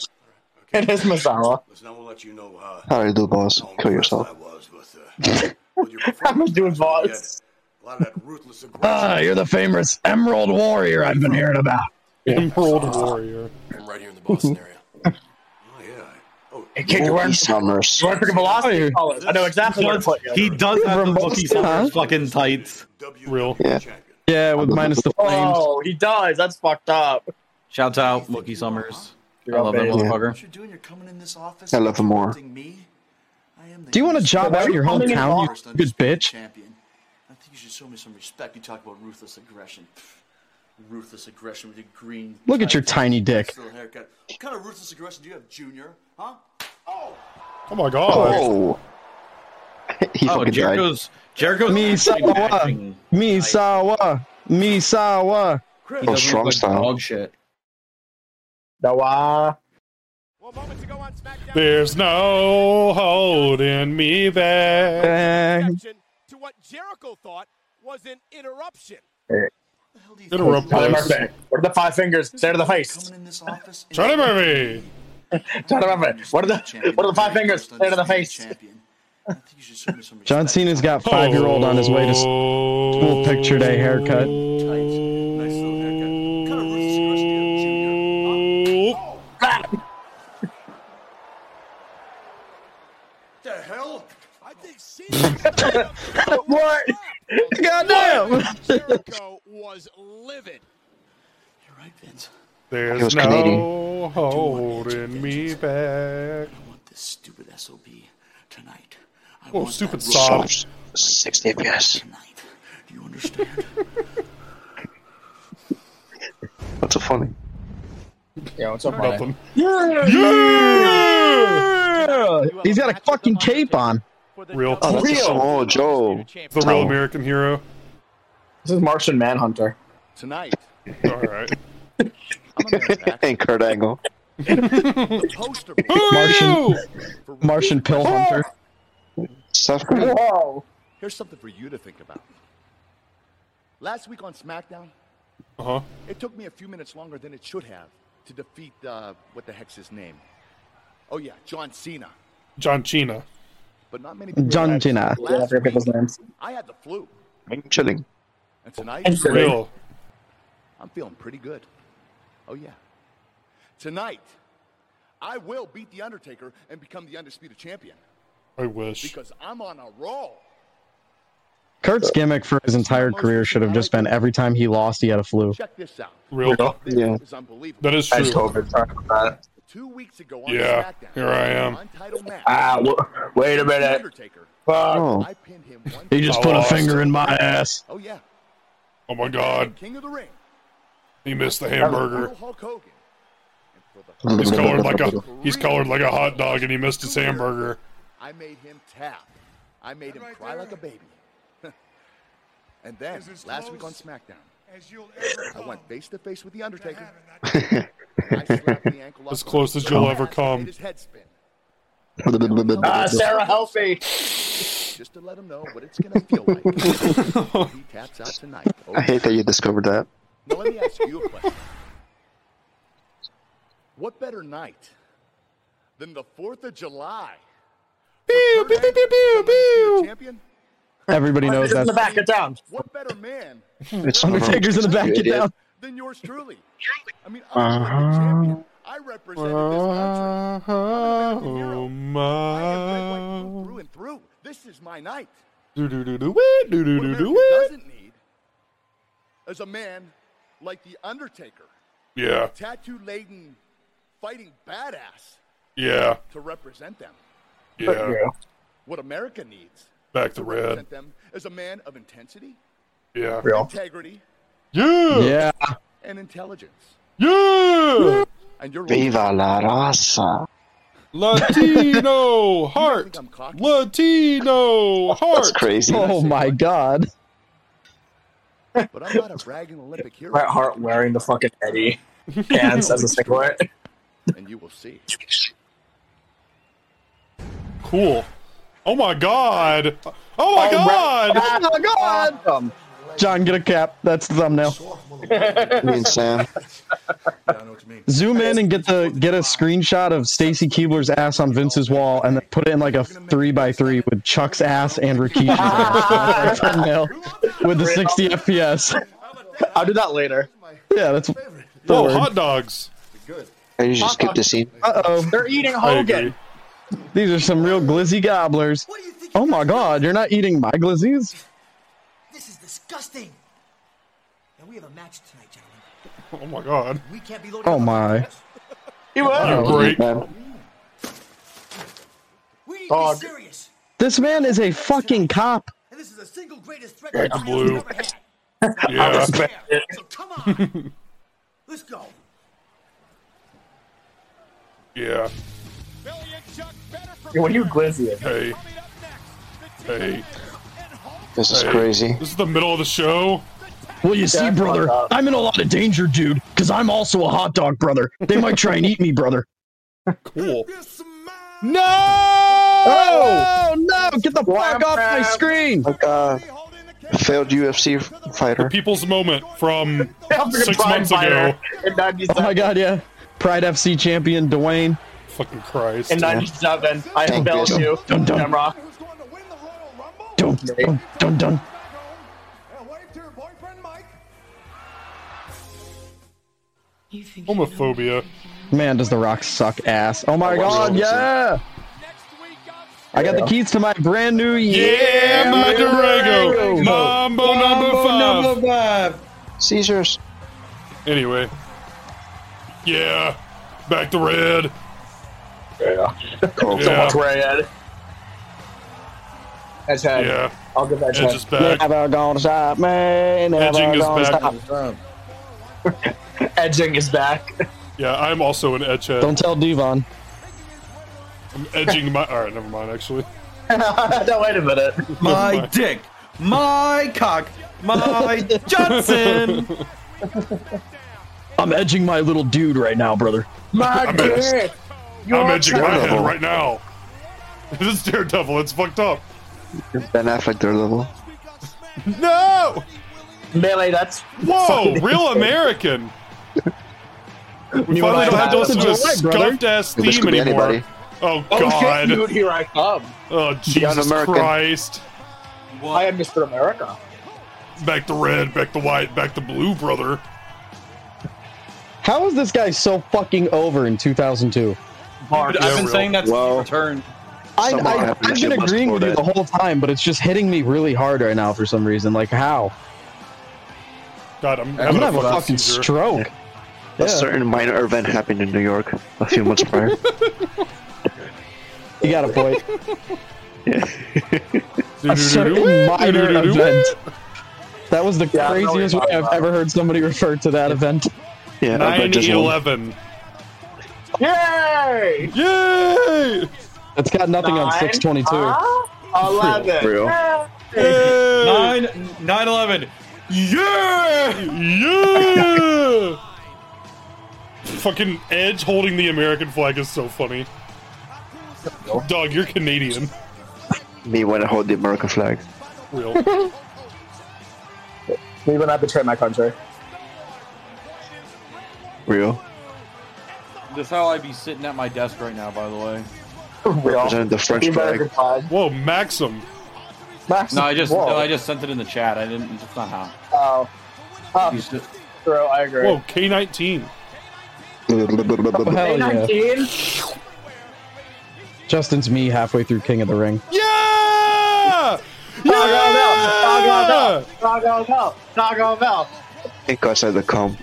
[SPEAKER 7] It is Masawa.
[SPEAKER 8] Listen, I will let you know uh,
[SPEAKER 5] How do you do, boss?
[SPEAKER 8] how
[SPEAKER 5] Kill
[SPEAKER 8] impressed
[SPEAKER 5] yourself.
[SPEAKER 8] I was with, uh, with your
[SPEAKER 7] I'm
[SPEAKER 8] performance.
[SPEAKER 7] just doing
[SPEAKER 8] You had
[SPEAKER 7] vods.
[SPEAKER 8] A lot of that ruthless aggression.
[SPEAKER 9] Ah, you're the famous Emerald Warrior I've been hearing about.
[SPEAKER 1] Emerald Warrior.
[SPEAKER 8] I'm right here in the Boston area. Oh yeah. Oh,
[SPEAKER 7] Hey, kid, you
[SPEAKER 5] Moody
[SPEAKER 7] weren't.
[SPEAKER 5] Summers.
[SPEAKER 7] You weren't freaking
[SPEAKER 9] Oh,
[SPEAKER 7] velocity colors. I know exactly where to put you.
[SPEAKER 4] He does have the
[SPEAKER 9] Remote
[SPEAKER 4] bookie
[SPEAKER 9] huh?
[SPEAKER 4] fucking tights.
[SPEAKER 8] W
[SPEAKER 1] Real.
[SPEAKER 5] Yeah.
[SPEAKER 8] champion.
[SPEAKER 9] Yeah, with minus the flames.
[SPEAKER 7] Oh, he does. That's fucked up.
[SPEAKER 4] Shouts out Mookie Summers.
[SPEAKER 7] You're
[SPEAKER 4] I love that
[SPEAKER 7] amazing.
[SPEAKER 4] motherfucker.
[SPEAKER 8] What you're doing? You're coming in this office.
[SPEAKER 5] I love him more.
[SPEAKER 8] insulting Me? I am the
[SPEAKER 9] Do you want to job out your
[SPEAKER 7] Coming in
[SPEAKER 9] hometown,
[SPEAKER 7] box.
[SPEAKER 9] you good bitch?
[SPEAKER 8] champion? I think you should show me some respect. You talk about ruthless aggression. Pff, Ruthless aggression with your green.
[SPEAKER 9] Look at your tiny dick.
[SPEAKER 8] little haircut. What kind of ruthless aggression do you have, Junior? Huh? Oh,
[SPEAKER 1] Oh my god.
[SPEAKER 5] Oh. he
[SPEAKER 4] Oh,
[SPEAKER 5] fucking died.
[SPEAKER 4] Jericho's Jericho's actually
[SPEAKER 9] Misawa.
[SPEAKER 5] uh,
[SPEAKER 4] matching.
[SPEAKER 9] Misawa. Misawa.
[SPEAKER 8] Chris.
[SPEAKER 4] He
[SPEAKER 5] Oh,
[SPEAKER 4] doesn't
[SPEAKER 5] strong
[SPEAKER 4] look
[SPEAKER 5] style.
[SPEAKER 4] Dog shit.
[SPEAKER 7] No, uh,
[SPEAKER 8] One moment to go on SmackDown.
[SPEAKER 1] There's no holding me back.
[SPEAKER 9] Bang.
[SPEAKER 8] Objection to what Jericho thought was an interruption.
[SPEAKER 1] Interrupt
[SPEAKER 7] Tyler
[SPEAKER 1] us.
[SPEAKER 7] Murphy. What are the five fingers? Stare to the face.
[SPEAKER 8] Coming in this office. and-
[SPEAKER 1] Charlie Murphy.
[SPEAKER 7] Tyler Murphy. What are the What are the five fingers? Stare to the face.
[SPEAKER 8] Champion. I think you should show me some respect.
[SPEAKER 9] John Cena's got five year old on his way to s-
[SPEAKER 1] school
[SPEAKER 9] picture day haircut.
[SPEAKER 8] Nice little haircut. Kind of ruthless aggression do you have, Junior? Huh? What the hell? I think Cena.
[SPEAKER 9] What? Goddamn.
[SPEAKER 8] Jericho was livid. You're right, Vince.
[SPEAKER 5] He
[SPEAKER 1] There's
[SPEAKER 5] was Canadian.
[SPEAKER 1] no holding me back.
[SPEAKER 8] I want this stupid SOB tonight. I
[SPEAKER 1] Oh,
[SPEAKER 8] want
[SPEAKER 1] stupid
[SPEAKER 8] that
[SPEAKER 1] sob.
[SPEAKER 5] Summers. 60 FPS.
[SPEAKER 8] tonight. Do you understand?
[SPEAKER 5] What's so funny?
[SPEAKER 7] Yeah, what's up, buddy?
[SPEAKER 1] Nothing.
[SPEAKER 9] He's got a fucking cape on.
[SPEAKER 1] Real.
[SPEAKER 5] Oh, that's a
[SPEAKER 9] Real.
[SPEAKER 5] Samoa Joe.
[SPEAKER 1] The real
[SPEAKER 5] Oh.
[SPEAKER 1] American hero.
[SPEAKER 7] This is Martian Manhunter.
[SPEAKER 6] Uh,
[SPEAKER 8] Tonight,
[SPEAKER 1] All right.
[SPEAKER 8] I'm a man back,
[SPEAKER 5] And Kurt Angle.
[SPEAKER 8] the poster boy
[SPEAKER 9] Martian
[SPEAKER 8] for Rude.
[SPEAKER 9] Martian pill hunter.
[SPEAKER 5] Seth Green.
[SPEAKER 7] Whoa.
[SPEAKER 8] Here's something for you to think about. Last week on SmackDown,
[SPEAKER 1] Uh huh.
[SPEAKER 8] it took me a few minutes longer than it should have to defeat uh, what the heck's his name? Oh yeah, John Cena.
[SPEAKER 1] John Cena.
[SPEAKER 8] But not many. people
[SPEAKER 9] John
[SPEAKER 8] realize
[SPEAKER 9] Cena.
[SPEAKER 8] last
[SPEAKER 7] Yeah, I forget people's
[SPEAKER 8] week,
[SPEAKER 7] names.
[SPEAKER 8] I had the flu,
[SPEAKER 5] I'm chilling.
[SPEAKER 8] and tonight
[SPEAKER 7] And Cena.
[SPEAKER 1] Real.
[SPEAKER 8] I'm feeling pretty good. Oh yeah. Tonight, I will beat the Undertaker and become the undisputed champion
[SPEAKER 1] I wish.
[SPEAKER 8] because I'm on a roll.
[SPEAKER 9] Kurt's gimmick for his entire career should have just been every time he lost, he had a flu.
[SPEAKER 8] Check this out.
[SPEAKER 1] Real.
[SPEAKER 8] This
[SPEAKER 5] Yeah.
[SPEAKER 8] is unbelievable.
[SPEAKER 1] That is
[SPEAKER 7] I just
[SPEAKER 1] true.
[SPEAKER 7] hope it's talking about it.
[SPEAKER 8] Two weeks ago on
[SPEAKER 1] Yeah,
[SPEAKER 8] SmackDown,
[SPEAKER 1] here I am.
[SPEAKER 8] untitled match,
[SPEAKER 7] Ah, w- wait a
[SPEAKER 8] The
[SPEAKER 7] minute.
[SPEAKER 8] Undertaker.
[SPEAKER 7] Fuck.
[SPEAKER 5] Oh.
[SPEAKER 8] I pinned him one.
[SPEAKER 9] He just
[SPEAKER 1] I
[SPEAKER 9] put a
[SPEAKER 1] lost.
[SPEAKER 9] finger in my ass.
[SPEAKER 8] Oh yeah,
[SPEAKER 1] Oh my god.
[SPEAKER 8] King of the Ring.
[SPEAKER 1] He missed the hamburger.
[SPEAKER 8] Hulk Hogan. And
[SPEAKER 1] He's colored like a he's colored like a hot dog, and he missed his hamburger.
[SPEAKER 8] I made him tap. I made him cry like a baby. and then
[SPEAKER 2] Is as
[SPEAKER 8] last week on
[SPEAKER 2] close
[SPEAKER 8] SmackDown,
[SPEAKER 2] as you'll ever
[SPEAKER 8] I went face to face with the Undertaker.
[SPEAKER 1] as close as you'll ever come.
[SPEAKER 6] Ah, Sarah, help me.
[SPEAKER 8] Just to let him know what it's gonna feel like. he taps out tonight.
[SPEAKER 5] I hate that you discovered that.
[SPEAKER 8] Now let me ask you a question. What better night than the Fourth of July? Pew, pew, pew, pew, pew, pew. Champion.
[SPEAKER 9] Everybody knows
[SPEAKER 6] in
[SPEAKER 9] that's
[SPEAKER 6] the back of town.
[SPEAKER 8] What better man?
[SPEAKER 9] It's Undertaker's in the back of town.
[SPEAKER 8] Than yours truly. I mean,
[SPEAKER 1] Uh-huh.
[SPEAKER 8] I represent
[SPEAKER 1] Oh
[SPEAKER 8] Uh-huh.
[SPEAKER 1] my.
[SPEAKER 8] through and through. This is my night.
[SPEAKER 1] Do do do do wee, do do do do wee.
[SPEAKER 8] Doesn't need as a man like the Undertaker,
[SPEAKER 1] Yeah,
[SPEAKER 8] tattoo laden, fighting badass
[SPEAKER 1] yeah,
[SPEAKER 8] to represent them.
[SPEAKER 1] yeah.
[SPEAKER 8] What America needs
[SPEAKER 1] Back to
[SPEAKER 8] to
[SPEAKER 1] red.
[SPEAKER 8] represent them is a man of intensity,
[SPEAKER 1] Yeah.
[SPEAKER 8] integrity,
[SPEAKER 1] Yeah.
[SPEAKER 8] and intelligence.
[SPEAKER 1] Yeah.
[SPEAKER 8] And you're
[SPEAKER 5] Viva la raza.
[SPEAKER 1] Latino heart. Latino heart.
[SPEAKER 5] That's crazy.
[SPEAKER 9] Oh my god.
[SPEAKER 8] But I'm not a bragging Olympic hero.
[SPEAKER 6] Bret Hart wearing the fucking Eddie pants as a singlet.
[SPEAKER 8] And you will see.
[SPEAKER 1] Cool. Oh my god. Oh my god.
[SPEAKER 9] Oh my god.
[SPEAKER 6] Um,
[SPEAKER 9] John, get a cap. That's the thumbnail.
[SPEAKER 5] Me and Sam.
[SPEAKER 8] Yeah, I know what you mean.
[SPEAKER 9] Zoom in and get the get a screenshot of Stacy Keebler's ass on Vince's wall, and then put it in like a three by three with Chuck's ass and Rikishi's ass. That's our thumbnail with the 60 FPS.
[SPEAKER 6] I'll do that later.
[SPEAKER 9] Yeah, that's.
[SPEAKER 1] Whoa, Oh, hot dogs.
[SPEAKER 5] Can you just skip the scene?
[SPEAKER 9] Uh oh.
[SPEAKER 6] They're eating
[SPEAKER 1] I agree.
[SPEAKER 6] Hogan.
[SPEAKER 9] These are some real glizzy gobblers. Oh my god, you're not eating my glizzies?
[SPEAKER 11] This is disgusting. And we have a match tonight, gentlemen.
[SPEAKER 1] Oh my god.
[SPEAKER 11] We can't be loading.
[SPEAKER 9] Oh
[SPEAKER 11] up on
[SPEAKER 9] my.
[SPEAKER 11] match.
[SPEAKER 6] He will.
[SPEAKER 1] You break.
[SPEAKER 11] We need
[SPEAKER 6] Dog.
[SPEAKER 11] to be serious.
[SPEAKER 9] This man is a fucking cop.
[SPEAKER 11] And this is the single greatest threat
[SPEAKER 1] Red
[SPEAKER 11] that China's
[SPEAKER 1] blue.
[SPEAKER 11] ever had.
[SPEAKER 1] Yeah.
[SPEAKER 11] So come on. Let's go.
[SPEAKER 1] Yeah.
[SPEAKER 2] Billy and Chuck better for
[SPEAKER 6] When you glizzy it.
[SPEAKER 1] Hey.
[SPEAKER 2] coming up next. The
[SPEAKER 1] Hey.
[SPEAKER 5] This is
[SPEAKER 1] Hey.
[SPEAKER 5] crazy.
[SPEAKER 1] This is the middle of the show.
[SPEAKER 9] Well, you see, brother, I'm in a lot of danger, dude, because I'm also a hot dog, brother. They might try and eat me, brother.
[SPEAKER 1] Cool.
[SPEAKER 9] No! Oh, no! Get the fuck off my screen!
[SPEAKER 5] Like uh, failed UFC fighter.
[SPEAKER 1] People's moment from
[SPEAKER 6] African
[SPEAKER 1] six
[SPEAKER 6] Pride
[SPEAKER 1] months
[SPEAKER 6] fighter
[SPEAKER 1] ago.
[SPEAKER 6] In
[SPEAKER 9] Oh
[SPEAKER 6] 97.
[SPEAKER 9] my god, yeah. Pride FC champion Dwayne.
[SPEAKER 1] Fucking Christ.
[SPEAKER 6] In 97. I
[SPEAKER 5] Thank
[SPEAKER 6] unveiled
[SPEAKER 5] you.
[SPEAKER 6] you,
[SPEAKER 9] Dun, dun.
[SPEAKER 6] Shamrock.
[SPEAKER 2] Who's going to win the Royal Rumble?
[SPEAKER 9] Dun, dun, dun, dun.
[SPEAKER 2] Back home and wave to your boyfriend Mike.
[SPEAKER 1] Homophobia.
[SPEAKER 9] Man, does The Rock suck ass. Oh my god, yeah!
[SPEAKER 2] Next week on
[SPEAKER 9] I got the keys to my brand new year.
[SPEAKER 1] Yeah, my Durango. Mambo number five.
[SPEAKER 4] uh,
[SPEAKER 5] Caesars.
[SPEAKER 1] Anyway. Yeah. Back to red.
[SPEAKER 6] Yeah.
[SPEAKER 5] Cool.
[SPEAKER 6] So
[SPEAKER 1] Yeah.
[SPEAKER 6] much red. That's head.
[SPEAKER 1] Yeah.
[SPEAKER 6] I'll give that
[SPEAKER 1] Edge
[SPEAKER 6] check.
[SPEAKER 1] is back.
[SPEAKER 9] Never gonna stop me. Never
[SPEAKER 1] Edging is
[SPEAKER 9] gonna
[SPEAKER 1] back.
[SPEAKER 9] stop.
[SPEAKER 6] Edging is back.
[SPEAKER 1] Yeah, I'm also an edge head.
[SPEAKER 9] Don't tell Devon.
[SPEAKER 1] I'm edging my. Alright, never mind, actually.
[SPEAKER 6] no, wait a minute.
[SPEAKER 1] my.
[SPEAKER 4] My dick, my cock, my Johnson.
[SPEAKER 9] I'm edging my little dude right now, brother.
[SPEAKER 6] My dick.
[SPEAKER 1] I'm edging my head
[SPEAKER 5] Daredevil.
[SPEAKER 1] right now. This is Daredevil. It's fucked up.
[SPEAKER 5] Ben Affleck, their level.
[SPEAKER 1] No!
[SPEAKER 6] Melee, that's.
[SPEAKER 1] Whoa! Real American. We finally don't have to listen to a
[SPEAKER 9] That's right, brother.
[SPEAKER 1] scuffed ass
[SPEAKER 5] This
[SPEAKER 1] theme
[SPEAKER 5] could be
[SPEAKER 1] anymore.
[SPEAKER 5] anybody.
[SPEAKER 1] Oh,
[SPEAKER 6] Oh shit, dude,
[SPEAKER 1] God.
[SPEAKER 6] here I come.
[SPEAKER 1] Oh, Jesus
[SPEAKER 5] American.
[SPEAKER 1] Christ.
[SPEAKER 6] I am Mr. America.
[SPEAKER 1] Back to red, back to white, back to blue, brother.
[SPEAKER 9] How is this guy so fucking over in 2002?
[SPEAKER 4] Dude, I've been saying that since
[SPEAKER 5] Well-
[SPEAKER 4] he returned.
[SPEAKER 9] I,
[SPEAKER 5] Somehow
[SPEAKER 9] I,
[SPEAKER 5] happened
[SPEAKER 9] I've
[SPEAKER 5] shit
[SPEAKER 9] been
[SPEAKER 5] must
[SPEAKER 9] agreeing
[SPEAKER 5] go
[SPEAKER 9] with you
[SPEAKER 5] dead.
[SPEAKER 9] the whole time, but it's just hitting me really hard right now for some reason. Like, how?
[SPEAKER 1] God, I'm,
[SPEAKER 9] I'm
[SPEAKER 1] having
[SPEAKER 9] gonna have a fucking
[SPEAKER 1] seizure.
[SPEAKER 9] stroke.
[SPEAKER 5] A
[SPEAKER 9] Yeah,
[SPEAKER 5] certain minor event happened in New York a few months prior.
[SPEAKER 9] you got a point. A certain
[SPEAKER 1] Do-do-do-do-do.
[SPEAKER 9] minor
[SPEAKER 1] Do-do-do-do.
[SPEAKER 9] event. That was the
[SPEAKER 6] Yeah, I know what
[SPEAKER 9] craziest
[SPEAKER 6] you're
[SPEAKER 9] way
[SPEAKER 6] talking
[SPEAKER 9] I've
[SPEAKER 6] about.
[SPEAKER 9] ever heard somebody refer to that event.
[SPEAKER 5] Yeah, I bet
[SPEAKER 1] Nine
[SPEAKER 5] just one.
[SPEAKER 1] eleven.
[SPEAKER 6] Yay!
[SPEAKER 1] Yay!
[SPEAKER 9] It's got nothing on 622.
[SPEAKER 6] Eleven.
[SPEAKER 9] Real.
[SPEAKER 4] Nine, nine, eleven.
[SPEAKER 1] Yeah! Yeah! Fucking Edge holding the American flag is so funny. Dog, you're Canadian.
[SPEAKER 5] Me when I hold the American flag.
[SPEAKER 1] Real.
[SPEAKER 6] Me when I betray my country.
[SPEAKER 5] Real.
[SPEAKER 4] This how I be sitting at my desk right now, by the way.
[SPEAKER 5] Represent the French flag.
[SPEAKER 1] Whoa, Maxim.
[SPEAKER 6] Max,
[SPEAKER 4] No, I just
[SPEAKER 6] whoa.
[SPEAKER 4] no, I just sent it in the chat. I didn't. That's not how.
[SPEAKER 6] Oh. Oh,
[SPEAKER 4] You should-
[SPEAKER 6] bro, I agree.
[SPEAKER 1] Whoa, K19.
[SPEAKER 9] Hell yeah.
[SPEAKER 6] 19?
[SPEAKER 9] Justin's me halfway through King of the Ring.
[SPEAKER 1] Yeah!
[SPEAKER 6] Taco Bell! Taco
[SPEAKER 1] Yeah!
[SPEAKER 6] Bell! Taco Bell! Taco Bell!
[SPEAKER 5] Think outside the com.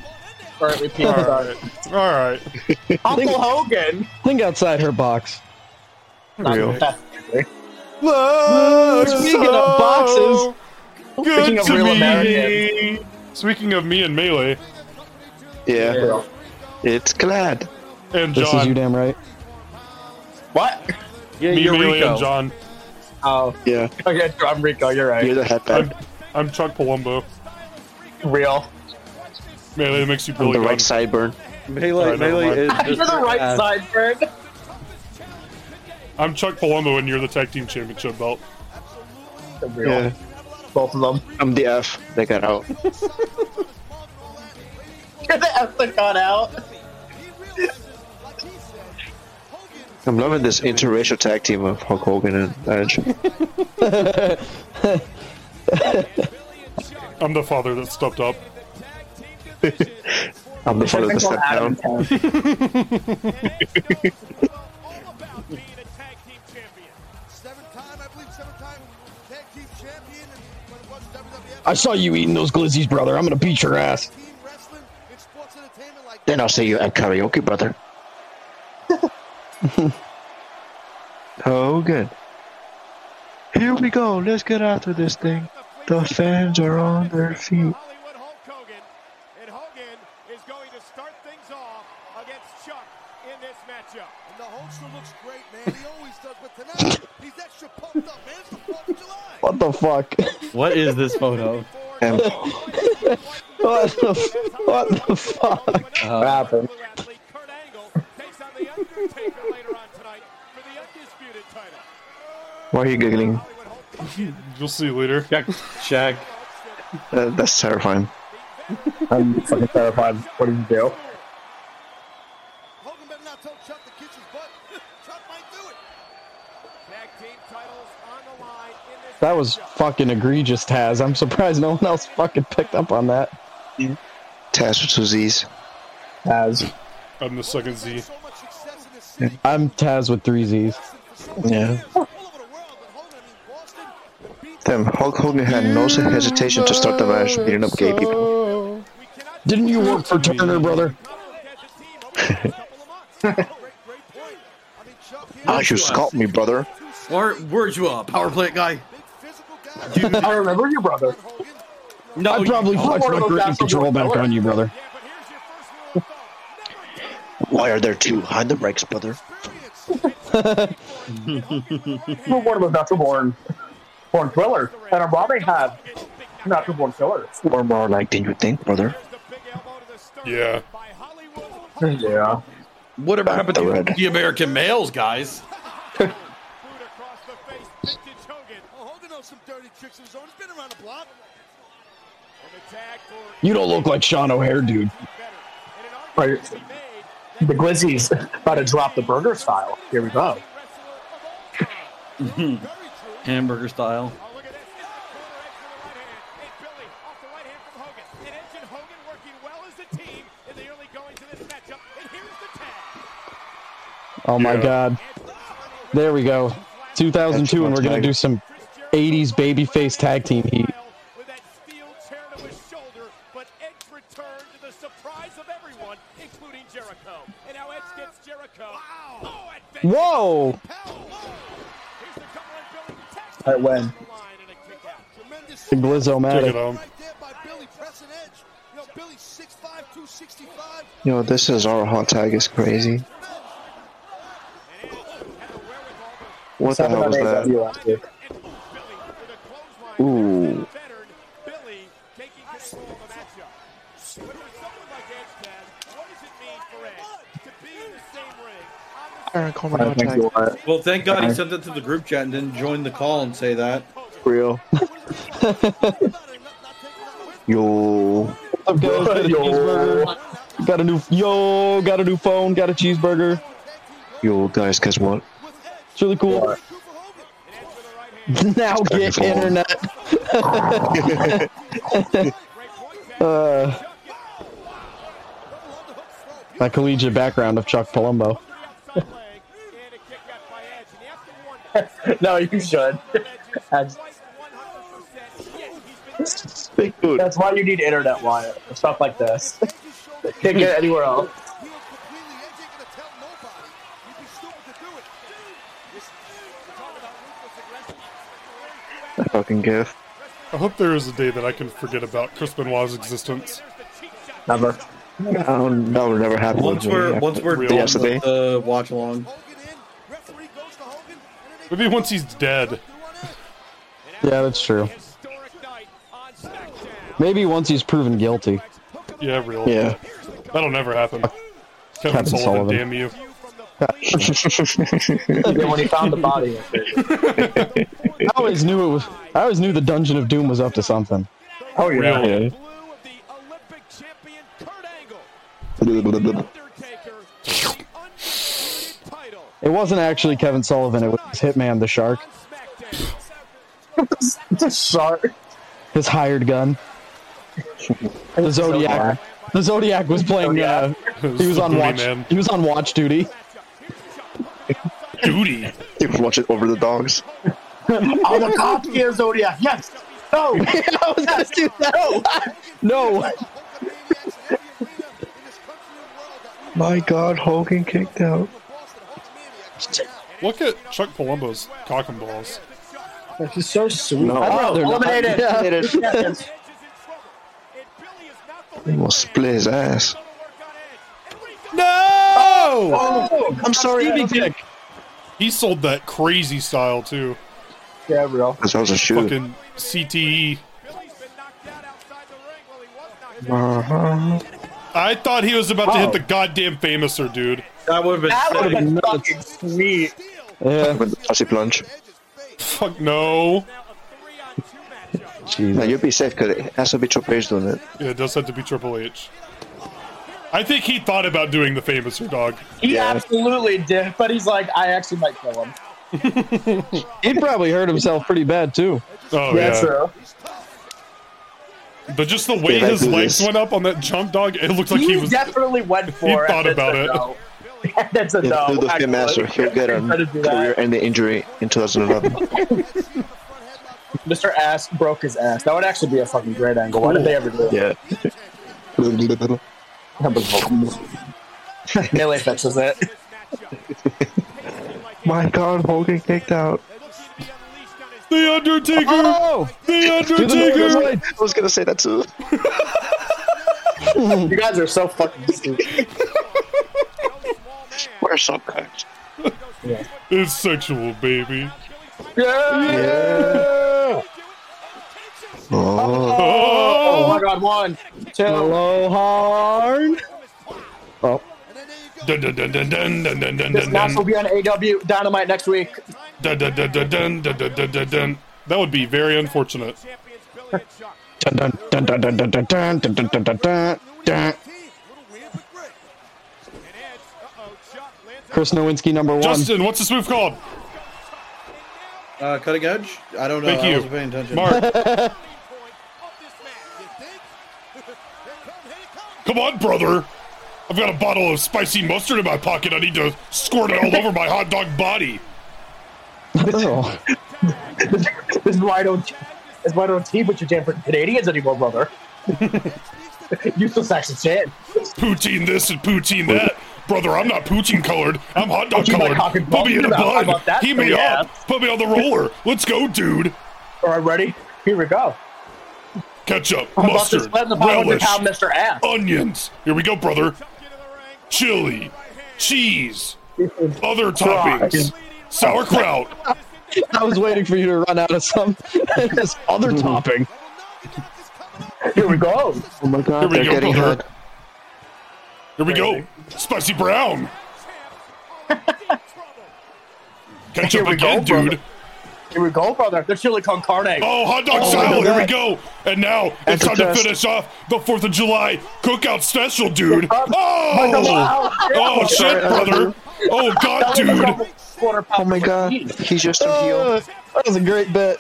[SPEAKER 6] Alright, repeat that.
[SPEAKER 1] Alright.
[SPEAKER 6] Uncle Hogan!
[SPEAKER 9] Think outside her box.
[SPEAKER 5] Real.
[SPEAKER 9] Oh, Speaking of boxes,
[SPEAKER 1] Good
[SPEAKER 6] Speaking of
[SPEAKER 1] to
[SPEAKER 6] real
[SPEAKER 1] be.
[SPEAKER 6] Americans.
[SPEAKER 1] Speaking of me and Melee
[SPEAKER 5] Yeah. It's glad.
[SPEAKER 1] and
[SPEAKER 9] this is you
[SPEAKER 1] John.
[SPEAKER 9] damn right.
[SPEAKER 6] What?
[SPEAKER 4] Yeah,
[SPEAKER 1] me, Melee,
[SPEAKER 4] Eureka.
[SPEAKER 1] and John.
[SPEAKER 6] Oh,
[SPEAKER 5] Yeah.
[SPEAKER 6] okay, I'm Rico, you're right.
[SPEAKER 5] You're the headband.
[SPEAKER 1] I'm, I'm Chuck Palumbo.
[SPEAKER 6] Real.
[SPEAKER 1] Melee makes you
[SPEAKER 5] I'm
[SPEAKER 1] Billy
[SPEAKER 5] the
[SPEAKER 1] Gunn.
[SPEAKER 5] right sideburn.
[SPEAKER 3] Melee,
[SPEAKER 1] Alright, never
[SPEAKER 3] melee
[SPEAKER 1] mind.
[SPEAKER 3] is
[SPEAKER 6] You're
[SPEAKER 3] just
[SPEAKER 6] the right
[SPEAKER 3] ass.
[SPEAKER 6] side, Fred.
[SPEAKER 1] I'm Chuck Palumbo, and you're the tag team championship belt.
[SPEAKER 6] Real.
[SPEAKER 5] Yeah.
[SPEAKER 6] Both of them.
[SPEAKER 5] I'm the F. They got out.
[SPEAKER 6] You're the F that got out.
[SPEAKER 5] I'm loving this interracial tag team of Hulk Hogan and Edge.
[SPEAKER 1] I'm the father that stepped up.
[SPEAKER 5] I'm the father that
[SPEAKER 6] Technical
[SPEAKER 5] stepped
[SPEAKER 6] Adam
[SPEAKER 5] down.
[SPEAKER 6] Town.
[SPEAKER 2] All about being a tag team champion.
[SPEAKER 8] Seventh time, I believe, seventh time tag team champion. And when it was WWF
[SPEAKER 9] I saw you eating those glizzies, brother. I'm gonna beat your ass.
[SPEAKER 8] team wrestling in sports entertainment, like
[SPEAKER 5] Then I'll say you at karaoke, brother. oh, good. Here we go. Let's get after this thing. The fans are on their feet.
[SPEAKER 2] Hollywood Hulk Hogan, and Hogan is going to start things off against Chuck in this matchup.
[SPEAKER 8] And the Hulkster looks great, man. He always does, but tonight he's extra pumped up, man. It's the Fourth of July.
[SPEAKER 9] What the fuck?
[SPEAKER 3] What is this photo?
[SPEAKER 5] And
[SPEAKER 9] What the, f- what the fuck?
[SPEAKER 3] Uh,
[SPEAKER 6] happened?
[SPEAKER 2] Blue athlete Kurt Angle takes on the Undertaker later on tonight for the undisputed title.
[SPEAKER 5] why are you giggling?
[SPEAKER 2] Hollywood Hulk
[SPEAKER 1] You'll see later.
[SPEAKER 4] Check, check.
[SPEAKER 5] That, Uh, that's terrifying.
[SPEAKER 6] I'm fucking terrified. What did you do?
[SPEAKER 8] Hogan better not tell Chuck to kiss his butt. Chuck might do it.
[SPEAKER 2] tag team titles on the line in this
[SPEAKER 9] That was fucking egregious, Taz. I'm surprised no one else fucking picked up on that.
[SPEAKER 5] Taz with two Z's.
[SPEAKER 6] As
[SPEAKER 1] I'm the second Z.
[SPEAKER 8] So much success in this city.
[SPEAKER 9] I'm Taz with three Z's.
[SPEAKER 5] Yeah.
[SPEAKER 8] All over the world, but Hogan, I mean, Boston, the beat
[SPEAKER 5] Damn, Hulk Hogan had no hesitation to start the match beating up gay people.
[SPEAKER 9] Didn't you work for Turner, brother?
[SPEAKER 5] Ah, you scalped me, brother.
[SPEAKER 3] Or word you
[SPEAKER 4] uh,
[SPEAKER 3] up, power plant guy.
[SPEAKER 6] I remember your brother.
[SPEAKER 9] Oh,
[SPEAKER 3] No,
[SPEAKER 9] I probably
[SPEAKER 3] you-
[SPEAKER 9] fucked my grip and control back on you, brother.
[SPEAKER 5] Why are there two? Hide the brakes, brother.
[SPEAKER 6] We're one of the natural born, born killer, and I'm Robbie had natural born killer.
[SPEAKER 5] Or more like than you think, brother.
[SPEAKER 1] Yeah.
[SPEAKER 6] Yeah.
[SPEAKER 3] What about
[SPEAKER 5] the red.
[SPEAKER 3] the American males, guys?
[SPEAKER 8] Oh, Hogan knows some dirty tricks of his own. He's been around the block.
[SPEAKER 9] You don't look like Sean O'Hare, dude.
[SPEAKER 6] Right. The Glizzy's about to drop the burger style. Here we go.
[SPEAKER 3] Hamburger style.
[SPEAKER 9] Oh my
[SPEAKER 1] Yeah.
[SPEAKER 9] god. There we go. 2002, and we're gonna do some 80s babyface tag team heat.
[SPEAKER 2] With that steel chair to his shoulder, but Edge returned to the surprise of everyone, including Jericho. And now Edge gets Jericho. Wow! Oh, and big
[SPEAKER 9] Whoa!
[SPEAKER 2] power. Here's the cover on Billy. Tax
[SPEAKER 6] I win.
[SPEAKER 2] the line and a kick out.
[SPEAKER 8] Tremendous
[SPEAKER 1] Take it
[SPEAKER 9] Glizzomatic.
[SPEAKER 1] on.
[SPEAKER 8] right there by Billy pressing edge. You know, Billy 6'5", 265.
[SPEAKER 5] Yo, this is our hot tag is crazy.
[SPEAKER 8] Revenge.
[SPEAKER 9] What the hell was that? Ooh.
[SPEAKER 7] Aaron Coleman, no tag.
[SPEAKER 4] Well, thank God he sent it to the group chat and didn't join the call and say that.
[SPEAKER 9] Real. yo. What's up, guys? Got a cheeseburger. Got a new yo. Got a new phone. Got a cheeseburger.
[SPEAKER 5] Yo, guys, guess what?
[SPEAKER 9] It's really cool.
[SPEAKER 5] What?
[SPEAKER 9] now
[SPEAKER 5] It's
[SPEAKER 9] get
[SPEAKER 5] got a new
[SPEAKER 9] internet. uh, my collegiate background of Chuck Palumbo.
[SPEAKER 6] no, you should. That's, That's why you need internet wire. Stuff like this. Can't get anywhere else.
[SPEAKER 1] That fucking gif. I hope there is a day that I can forget about Chris Benoit's existence.
[SPEAKER 5] Never. Oh, that would never happen.
[SPEAKER 4] Once we're once we're done
[SPEAKER 5] yesterday.
[SPEAKER 4] with the watch along,
[SPEAKER 1] Maybe once he's dead.
[SPEAKER 9] Yeah, that's true. Maybe once he's proven guilty.
[SPEAKER 1] Yeah, real.
[SPEAKER 9] Yeah.
[SPEAKER 1] That'll never happen. Kevin,
[SPEAKER 9] Kevin
[SPEAKER 1] Sullivan,
[SPEAKER 9] Sullivan.
[SPEAKER 1] damn you.
[SPEAKER 6] Yeah, when he found the body.
[SPEAKER 9] I always knew it was. I always knew the Dungeon of Doom was up to something.
[SPEAKER 6] Oh
[SPEAKER 1] yeah.
[SPEAKER 9] yeah. It wasn't actually Kevin Sullivan. It was Hitman the Shark,
[SPEAKER 5] the shark.
[SPEAKER 9] his hired gun. The Zodiac. The Zodiac was playing. Uh, he was on
[SPEAKER 5] Duty
[SPEAKER 9] watch.
[SPEAKER 5] man.
[SPEAKER 9] He was on watch duty.
[SPEAKER 1] Duty.
[SPEAKER 5] You can watch it over the dogs.
[SPEAKER 6] oh, the cop here, Zodiac. Yes. No.
[SPEAKER 9] I was gonna do that. No.
[SPEAKER 5] My God, Hogan kicked out.
[SPEAKER 1] Look at Chuck Palumbo's cock and balls.
[SPEAKER 12] This is so sweet.
[SPEAKER 5] No.
[SPEAKER 6] Oh, eliminate it.
[SPEAKER 5] Yeah.
[SPEAKER 6] Eliminate it.
[SPEAKER 5] He almost split his ass.
[SPEAKER 9] No!
[SPEAKER 6] Oh!
[SPEAKER 5] Oh, I'm sorry. I don't think-
[SPEAKER 1] He sold that crazy style too.
[SPEAKER 6] Yeah, real.
[SPEAKER 5] That was a shoot.
[SPEAKER 1] Fucking E. CTE.
[SPEAKER 5] Uh-huh.
[SPEAKER 1] I thought he was about to
[SPEAKER 5] Oh.
[SPEAKER 1] hit the goddamn famouser, dude.
[SPEAKER 4] That would have been.
[SPEAKER 6] That would have been
[SPEAKER 9] Nuts.
[SPEAKER 6] fucking sweet.
[SPEAKER 9] Yeah.
[SPEAKER 5] With the pussy plunge.
[SPEAKER 1] Fuck no.
[SPEAKER 5] No, you'll be safe because it has to be Triple H doing it.
[SPEAKER 1] Yeah, it does have to be Triple H. I think he thought about doing the famouser, dog.
[SPEAKER 6] He absolutely did, but he's like, I actually might kill him.
[SPEAKER 9] He probably hurt himself pretty bad too.
[SPEAKER 1] Oh yeah.
[SPEAKER 6] yeah, true.
[SPEAKER 1] But just the way
[SPEAKER 9] Yeah, I
[SPEAKER 1] his
[SPEAKER 9] do
[SPEAKER 1] legs
[SPEAKER 9] this.
[SPEAKER 1] went up on that jump, dog, it looked like
[SPEAKER 6] he,
[SPEAKER 1] he was.
[SPEAKER 6] definitely went for it.
[SPEAKER 1] thought
[SPEAKER 6] That's
[SPEAKER 1] about
[SPEAKER 6] a
[SPEAKER 1] it.
[SPEAKER 6] No. That's a
[SPEAKER 5] He'll
[SPEAKER 6] no.
[SPEAKER 5] do the Finn Master. He'll get a
[SPEAKER 6] Try to do that.
[SPEAKER 5] career-ending injury in 2011.
[SPEAKER 6] Mr. Ass broke his ass. That would actually be a fucking great angle. Why did they ever do it?
[SPEAKER 5] yeah.
[SPEAKER 6] Melee fixes it.
[SPEAKER 5] My God, Hogan kicked out.
[SPEAKER 1] The Undertaker.
[SPEAKER 9] Oh!
[SPEAKER 1] The
[SPEAKER 5] Do the Northern
[SPEAKER 1] Undertaker.
[SPEAKER 5] Light. I was gonna say that too.
[SPEAKER 6] You guys are so fucking stupid.
[SPEAKER 5] We're so good.
[SPEAKER 1] It's sexual, baby.
[SPEAKER 5] Yeah. Oh.
[SPEAKER 6] Oh, my god, one, two.
[SPEAKER 9] Hello, Harn. Oh,
[SPEAKER 1] Dun dun dun dun dun dun dun dun
[SPEAKER 6] This
[SPEAKER 1] dun
[SPEAKER 6] match will
[SPEAKER 1] dun
[SPEAKER 6] be on AW Dynamite next week.
[SPEAKER 1] dun dun dun dun dun dun dun dun dun dun. That would be very unfortunate.
[SPEAKER 9] Dun, dun, dun, dun, dun, dun, dun, dun, dun, dun, dun, dun, dun. Chris Nowinski number one.
[SPEAKER 1] Justin, what's this move called?
[SPEAKER 4] uh, cutting edge. I don't know.
[SPEAKER 1] Thank
[SPEAKER 4] I
[SPEAKER 1] you.
[SPEAKER 4] wasn't paying attention.
[SPEAKER 1] Mark. Come on, brother. I've got a bottle of spicy mustard in my pocket. I need to squirt it all over my hot dog body.
[SPEAKER 9] Oh.
[SPEAKER 6] This is why I don't. This is why I don't team with your damn Canadians anymore, brother. Useless accent shit.
[SPEAKER 1] Poutine this and poutine that. Brother, I'm not poutine colored. I'm hot dog
[SPEAKER 6] Poutine my
[SPEAKER 1] colored.
[SPEAKER 6] cock and
[SPEAKER 1] Put me in a
[SPEAKER 6] balls. How
[SPEAKER 1] bun.
[SPEAKER 6] about that
[SPEAKER 1] Heat me
[SPEAKER 6] for your ass?
[SPEAKER 1] up. Put me on the roller. Let's go, dude.
[SPEAKER 6] All right, ready? Here we go.
[SPEAKER 1] Ketchup,
[SPEAKER 6] I'm about to
[SPEAKER 1] mustard,
[SPEAKER 6] split the 500
[SPEAKER 1] relish,
[SPEAKER 6] pound Mr. Ass.
[SPEAKER 1] onions. Here we go, brother. Chili, cheese, other toppings. Sauerkraut.
[SPEAKER 9] I was waiting for you to run out of some this other topping.
[SPEAKER 6] Here we go.
[SPEAKER 5] Oh my god,
[SPEAKER 1] Here we
[SPEAKER 5] they're
[SPEAKER 1] go,
[SPEAKER 5] getting
[SPEAKER 1] brother.
[SPEAKER 5] hurt.
[SPEAKER 1] Here we go. Spicy brown. Catch
[SPEAKER 6] Here
[SPEAKER 1] up
[SPEAKER 6] we go,
[SPEAKER 1] again,
[SPEAKER 6] brother.
[SPEAKER 1] dude.
[SPEAKER 6] Here we go, brother. They're chili con carne.
[SPEAKER 1] Oh, hot dog
[SPEAKER 6] Oh,
[SPEAKER 1] salad.
[SPEAKER 6] look
[SPEAKER 1] Here
[SPEAKER 6] at
[SPEAKER 1] we
[SPEAKER 6] that.
[SPEAKER 1] go. And now it's
[SPEAKER 5] That's
[SPEAKER 1] time
[SPEAKER 5] a
[SPEAKER 1] to
[SPEAKER 5] test.
[SPEAKER 1] finish off the 4th of July cookout special, dude. Oh,
[SPEAKER 6] wow.
[SPEAKER 1] oh shit, brother. Oh, God, dude.
[SPEAKER 5] Oh my god, he's just a
[SPEAKER 6] Oh.
[SPEAKER 5] heel.
[SPEAKER 9] That was a great bet.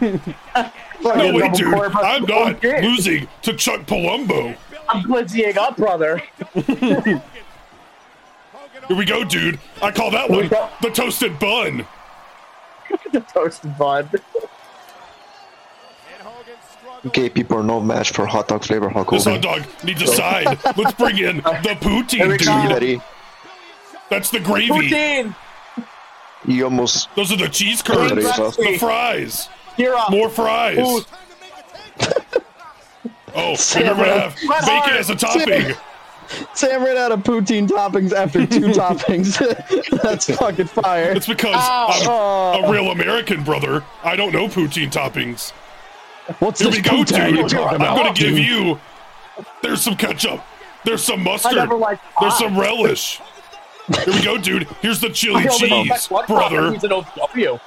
[SPEAKER 1] No way,
[SPEAKER 6] double
[SPEAKER 1] dude.
[SPEAKER 6] quarter pounder.
[SPEAKER 1] I'm not
[SPEAKER 6] Okay.
[SPEAKER 1] losing to Chuck Palumbo.
[SPEAKER 6] I'm glitzying up, brother.
[SPEAKER 1] Here we go, dude. I call that
[SPEAKER 6] Here we
[SPEAKER 1] one
[SPEAKER 6] go.
[SPEAKER 1] the toasted bun.
[SPEAKER 6] the toasted bun.
[SPEAKER 5] Gay people are no match for hot dog flavor Hulk
[SPEAKER 1] This hot
[SPEAKER 5] Hogan.
[SPEAKER 1] dog needs a side. Let's bring in the poutine, dude.
[SPEAKER 5] Eddie,
[SPEAKER 1] That's the gravy.
[SPEAKER 5] you almost
[SPEAKER 1] Those are the cheese curds.
[SPEAKER 5] Poutine is awesome.
[SPEAKER 1] The fries.
[SPEAKER 6] Here up.
[SPEAKER 1] More fries.
[SPEAKER 6] Ooh.
[SPEAKER 1] Oh, we never have bacon as a topping.
[SPEAKER 9] Sam ran out of poutine toppings after two toppings. That's fucking fire.
[SPEAKER 1] It's because
[SPEAKER 9] Ow.
[SPEAKER 6] Oh.
[SPEAKER 1] I'm a real American, brother. I don't know poutine toppings.
[SPEAKER 9] What's
[SPEAKER 1] Here
[SPEAKER 9] this
[SPEAKER 1] we go,
[SPEAKER 9] poutine
[SPEAKER 1] dude.
[SPEAKER 9] you're talking
[SPEAKER 1] I'm
[SPEAKER 9] about?
[SPEAKER 1] gonna give
[SPEAKER 9] dude?
[SPEAKER 1] you. There's some ketchup. There's some mustard.
[SPEAKER 6] never liked
[SPEAKER 1] There's
[SPEAKER 6] pie.
[SPEAKER 1] some relish. Here we go, dude. Here's the
[SPEAKER 6] I
[SPEAKER 1] chili
[SPEAKER 6] don't think
[SPEAKER 1] cheese,
[SPEAKER 6] that's one problem.
[SPEAKER 1] brother.
[SPEAKER 6] He's an OVW.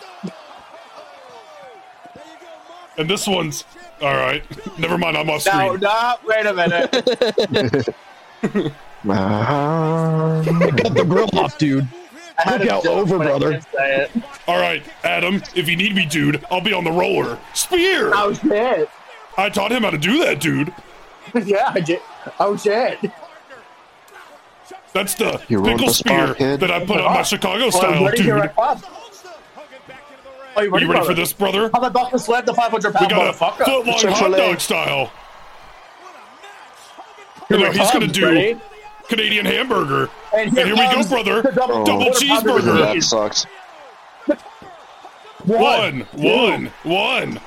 [SPEAKER 1] And this one's all right. Never mind. I'm off
[SPEAKER 6] No,
[SPEAKER 1] screen.
[SPEAKER 6] no, wait a minute.
[SPEAKER 5] Ah,
[SPEAKER 9] Cut the grill off, dude.
[SPEAKER 6] I had
[SPEAKER 9] Look
[SPEAKER 6] a
[SPEAKER 9] out
[SPEAKER 6] joke,
[SPEAKER 9] over,
[SPEAKER 6] but I
[SPEAKER 9] brother.
[SPEAKER 6] can't say it.
[SPEAKER 1] All right, Adam. If you need me, dude, I'll be on the roller. Spear.
[SPEAKER 6] Oh shit!
[SPEAKER 1] I taught him how to do that, dude.
[SPEAKER 6] Yeah, I did. Oh shit!
[SPEAKER 1] That's the
[SPEAKER 5] You ruined
[SPEAKER 1] pickle
[SPEAKER 5] the
[SPEAKER 1] spear
[SPEAKER 5] spot, kid.
[SPEAKER 1] that I put on my Chicago
[SPEAKER 6] I'm
[SPEAKER 1] style,
[SPEAKER 6] ready
[SPEAKER 1] dude.
[SPEAKER 6] here at five. Are
[SPEAKER 1] Are
[SPEAKER 6] you ready,
[SPEAKER 1] you ready
[SPEAKER 6] brother?
[SPEAKER 1] for this, brother?
[SPEAKER 6] How the doctor slapped the 500
[SPEAKER 1] We
[SPEAKER 6] pound
[SPEAKER 1] got a
[SPEAKER 6] motherfucker.
[SPEAKER 1] foot long
[SPEAKER 5] Chick-fil-A.
[SPEAKER 1] hot dog style. And now
[SPEAKER 6] it
[SPEAKER 1] he's gonna
[SPEAKER 6] comes,
[SPEAKER 1] do
[SPEAKER 6] ready?
[SPEAKER 1] Canadian hamburger.
[SPEAKER 6] And
[SPEAKER 1] And
[SPEAKER 6] here
[SPEAKER 1] here, we
[SPEAKER 6] comes
[SPEAKER 1] go, brother.
[SPEAKER 6] the double-
[SPEAKER 1] double,
[SPEAKER 5] Oh.
[SPEAKER 1] cheeseburger.
[SPEAKER 5] that sucks.
[SPEAKER 1] One, one, one.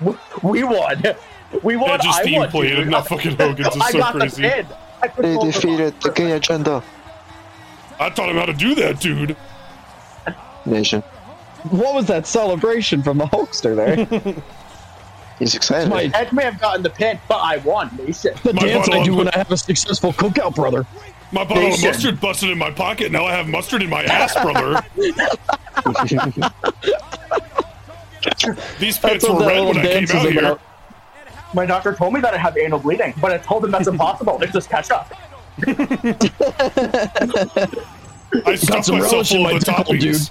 [SPEAKER 6] We- We won. We won.
[SPEAKER 1] Edge's
[SPEAKER 6] I
[SPEAKER 1] theme
[SPEAKER 6] won.
[SPEAKER 1] play,
[SPEAKER 6] dude.
[SPEAKER 1] not fucking Hogan's, is
[SPEAKER 6] I
[SPEAKER 1] so
[SPEAKER 6] got
[SPEAKER 1] crazy.
[SPEAKER 6] the pin. I
[SPEAKER 5] They
[SPEAKER 6] controlled the
[SPEAKER 5] defeated the gay agenda.
[SPEAKER 1] I taught him how to do that, dude.
[SPEAKER 5] Nation.
[SPEAKER 9] What was that celebration from the Hulkster there?
[SPEAKER 5] He's excited.
[SPEAKER 9] My-
[SPEAKER 6] Ed may have gotten the pin, but I won. Nation.
[SPEAKER 9] The
[SPEAKER 1] My
[SPEAKER 9] dance I
[SPEAKER 1] bottle-
[SPEAKER 9] do when I have a successful cookout, brother.
[SPEAKER 1] My bottle
[SPEAKER 6] Nation.
[SPEAKER 1] of mustard busted in my pocket. Now I have mustard in my ass, brother. These pants
[SPEAKER 9] That's
[SPEAKER 1] were
[SPEAKER 9] what that
[SPEAKER 1] red
[SPEAKER 9] little
[SPEAKER 1] when I came
[SPEAKER 9] dance
[SPEAKER 1] out
[SPEAKER 9] is
[SPEAKER 1] here.
[SPEAKER 9] about.
[SPEAKER 6] My doctor told me that I have anal bleeding, but I told him that's impossible. It's just ketchup.
[SPEAKER 1] I stuffed
[SPEAKER 9] some
[SPEAKER 1] myself
[SPEAKER 9] relish in
[SPEAKER 1] full
[SPEAKER 9] my
[SPEAKER 1] of the
[SPEAKER 9] temple, dude.
[SPEAKER 1] toppings.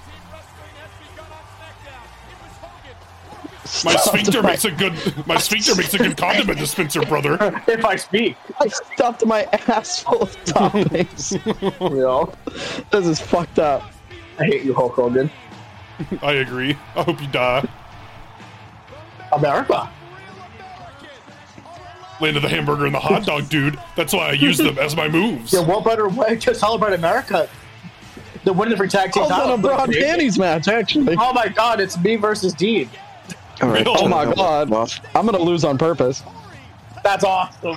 [SPEAKER 1] My sphincter makes a good my sphincter makes a good condiment dispenser, brother.
[SPEAKER 6] If I speak,
[SPEAKER 9] I stuffed my ass full of toppings.
[SPEAKER 6] you know,
[SPEAKER 9] this is fucked up.
[SPEAKER 6] I hate you, Hulk Hogan.
[SPEAKER 1] I agree. I hope you die.
[SPEAKER 6] America.
[SPEAKER 1] Land of the hamburger and the hot dog, dude. That's why I use them as my moves.
[SPEAKER 6] Yeah, what better way to celebrate America than winning for tag
[SPEAKER 1] Oh,
[SPEAKER 6] team
[SPEAKER 9] I was on a
[SPEAKER 6] title?
[SPEAKER 9] broad panties match, actually.
[SPEAKER 6] Oh my god, it's me versus Dean.
[SPEAKER 5] All right,
[SPEAKER 1] Oh
[SPEAKER 5] turn
[SPEAKER 9] my
[SPEAKER 5] that
[SPEAKER 9] God.
[SPEAKER 5] one off.
[SPEAKER 9] I'm gonna lose on purpose.
[SPEAKER 6] That's awesome.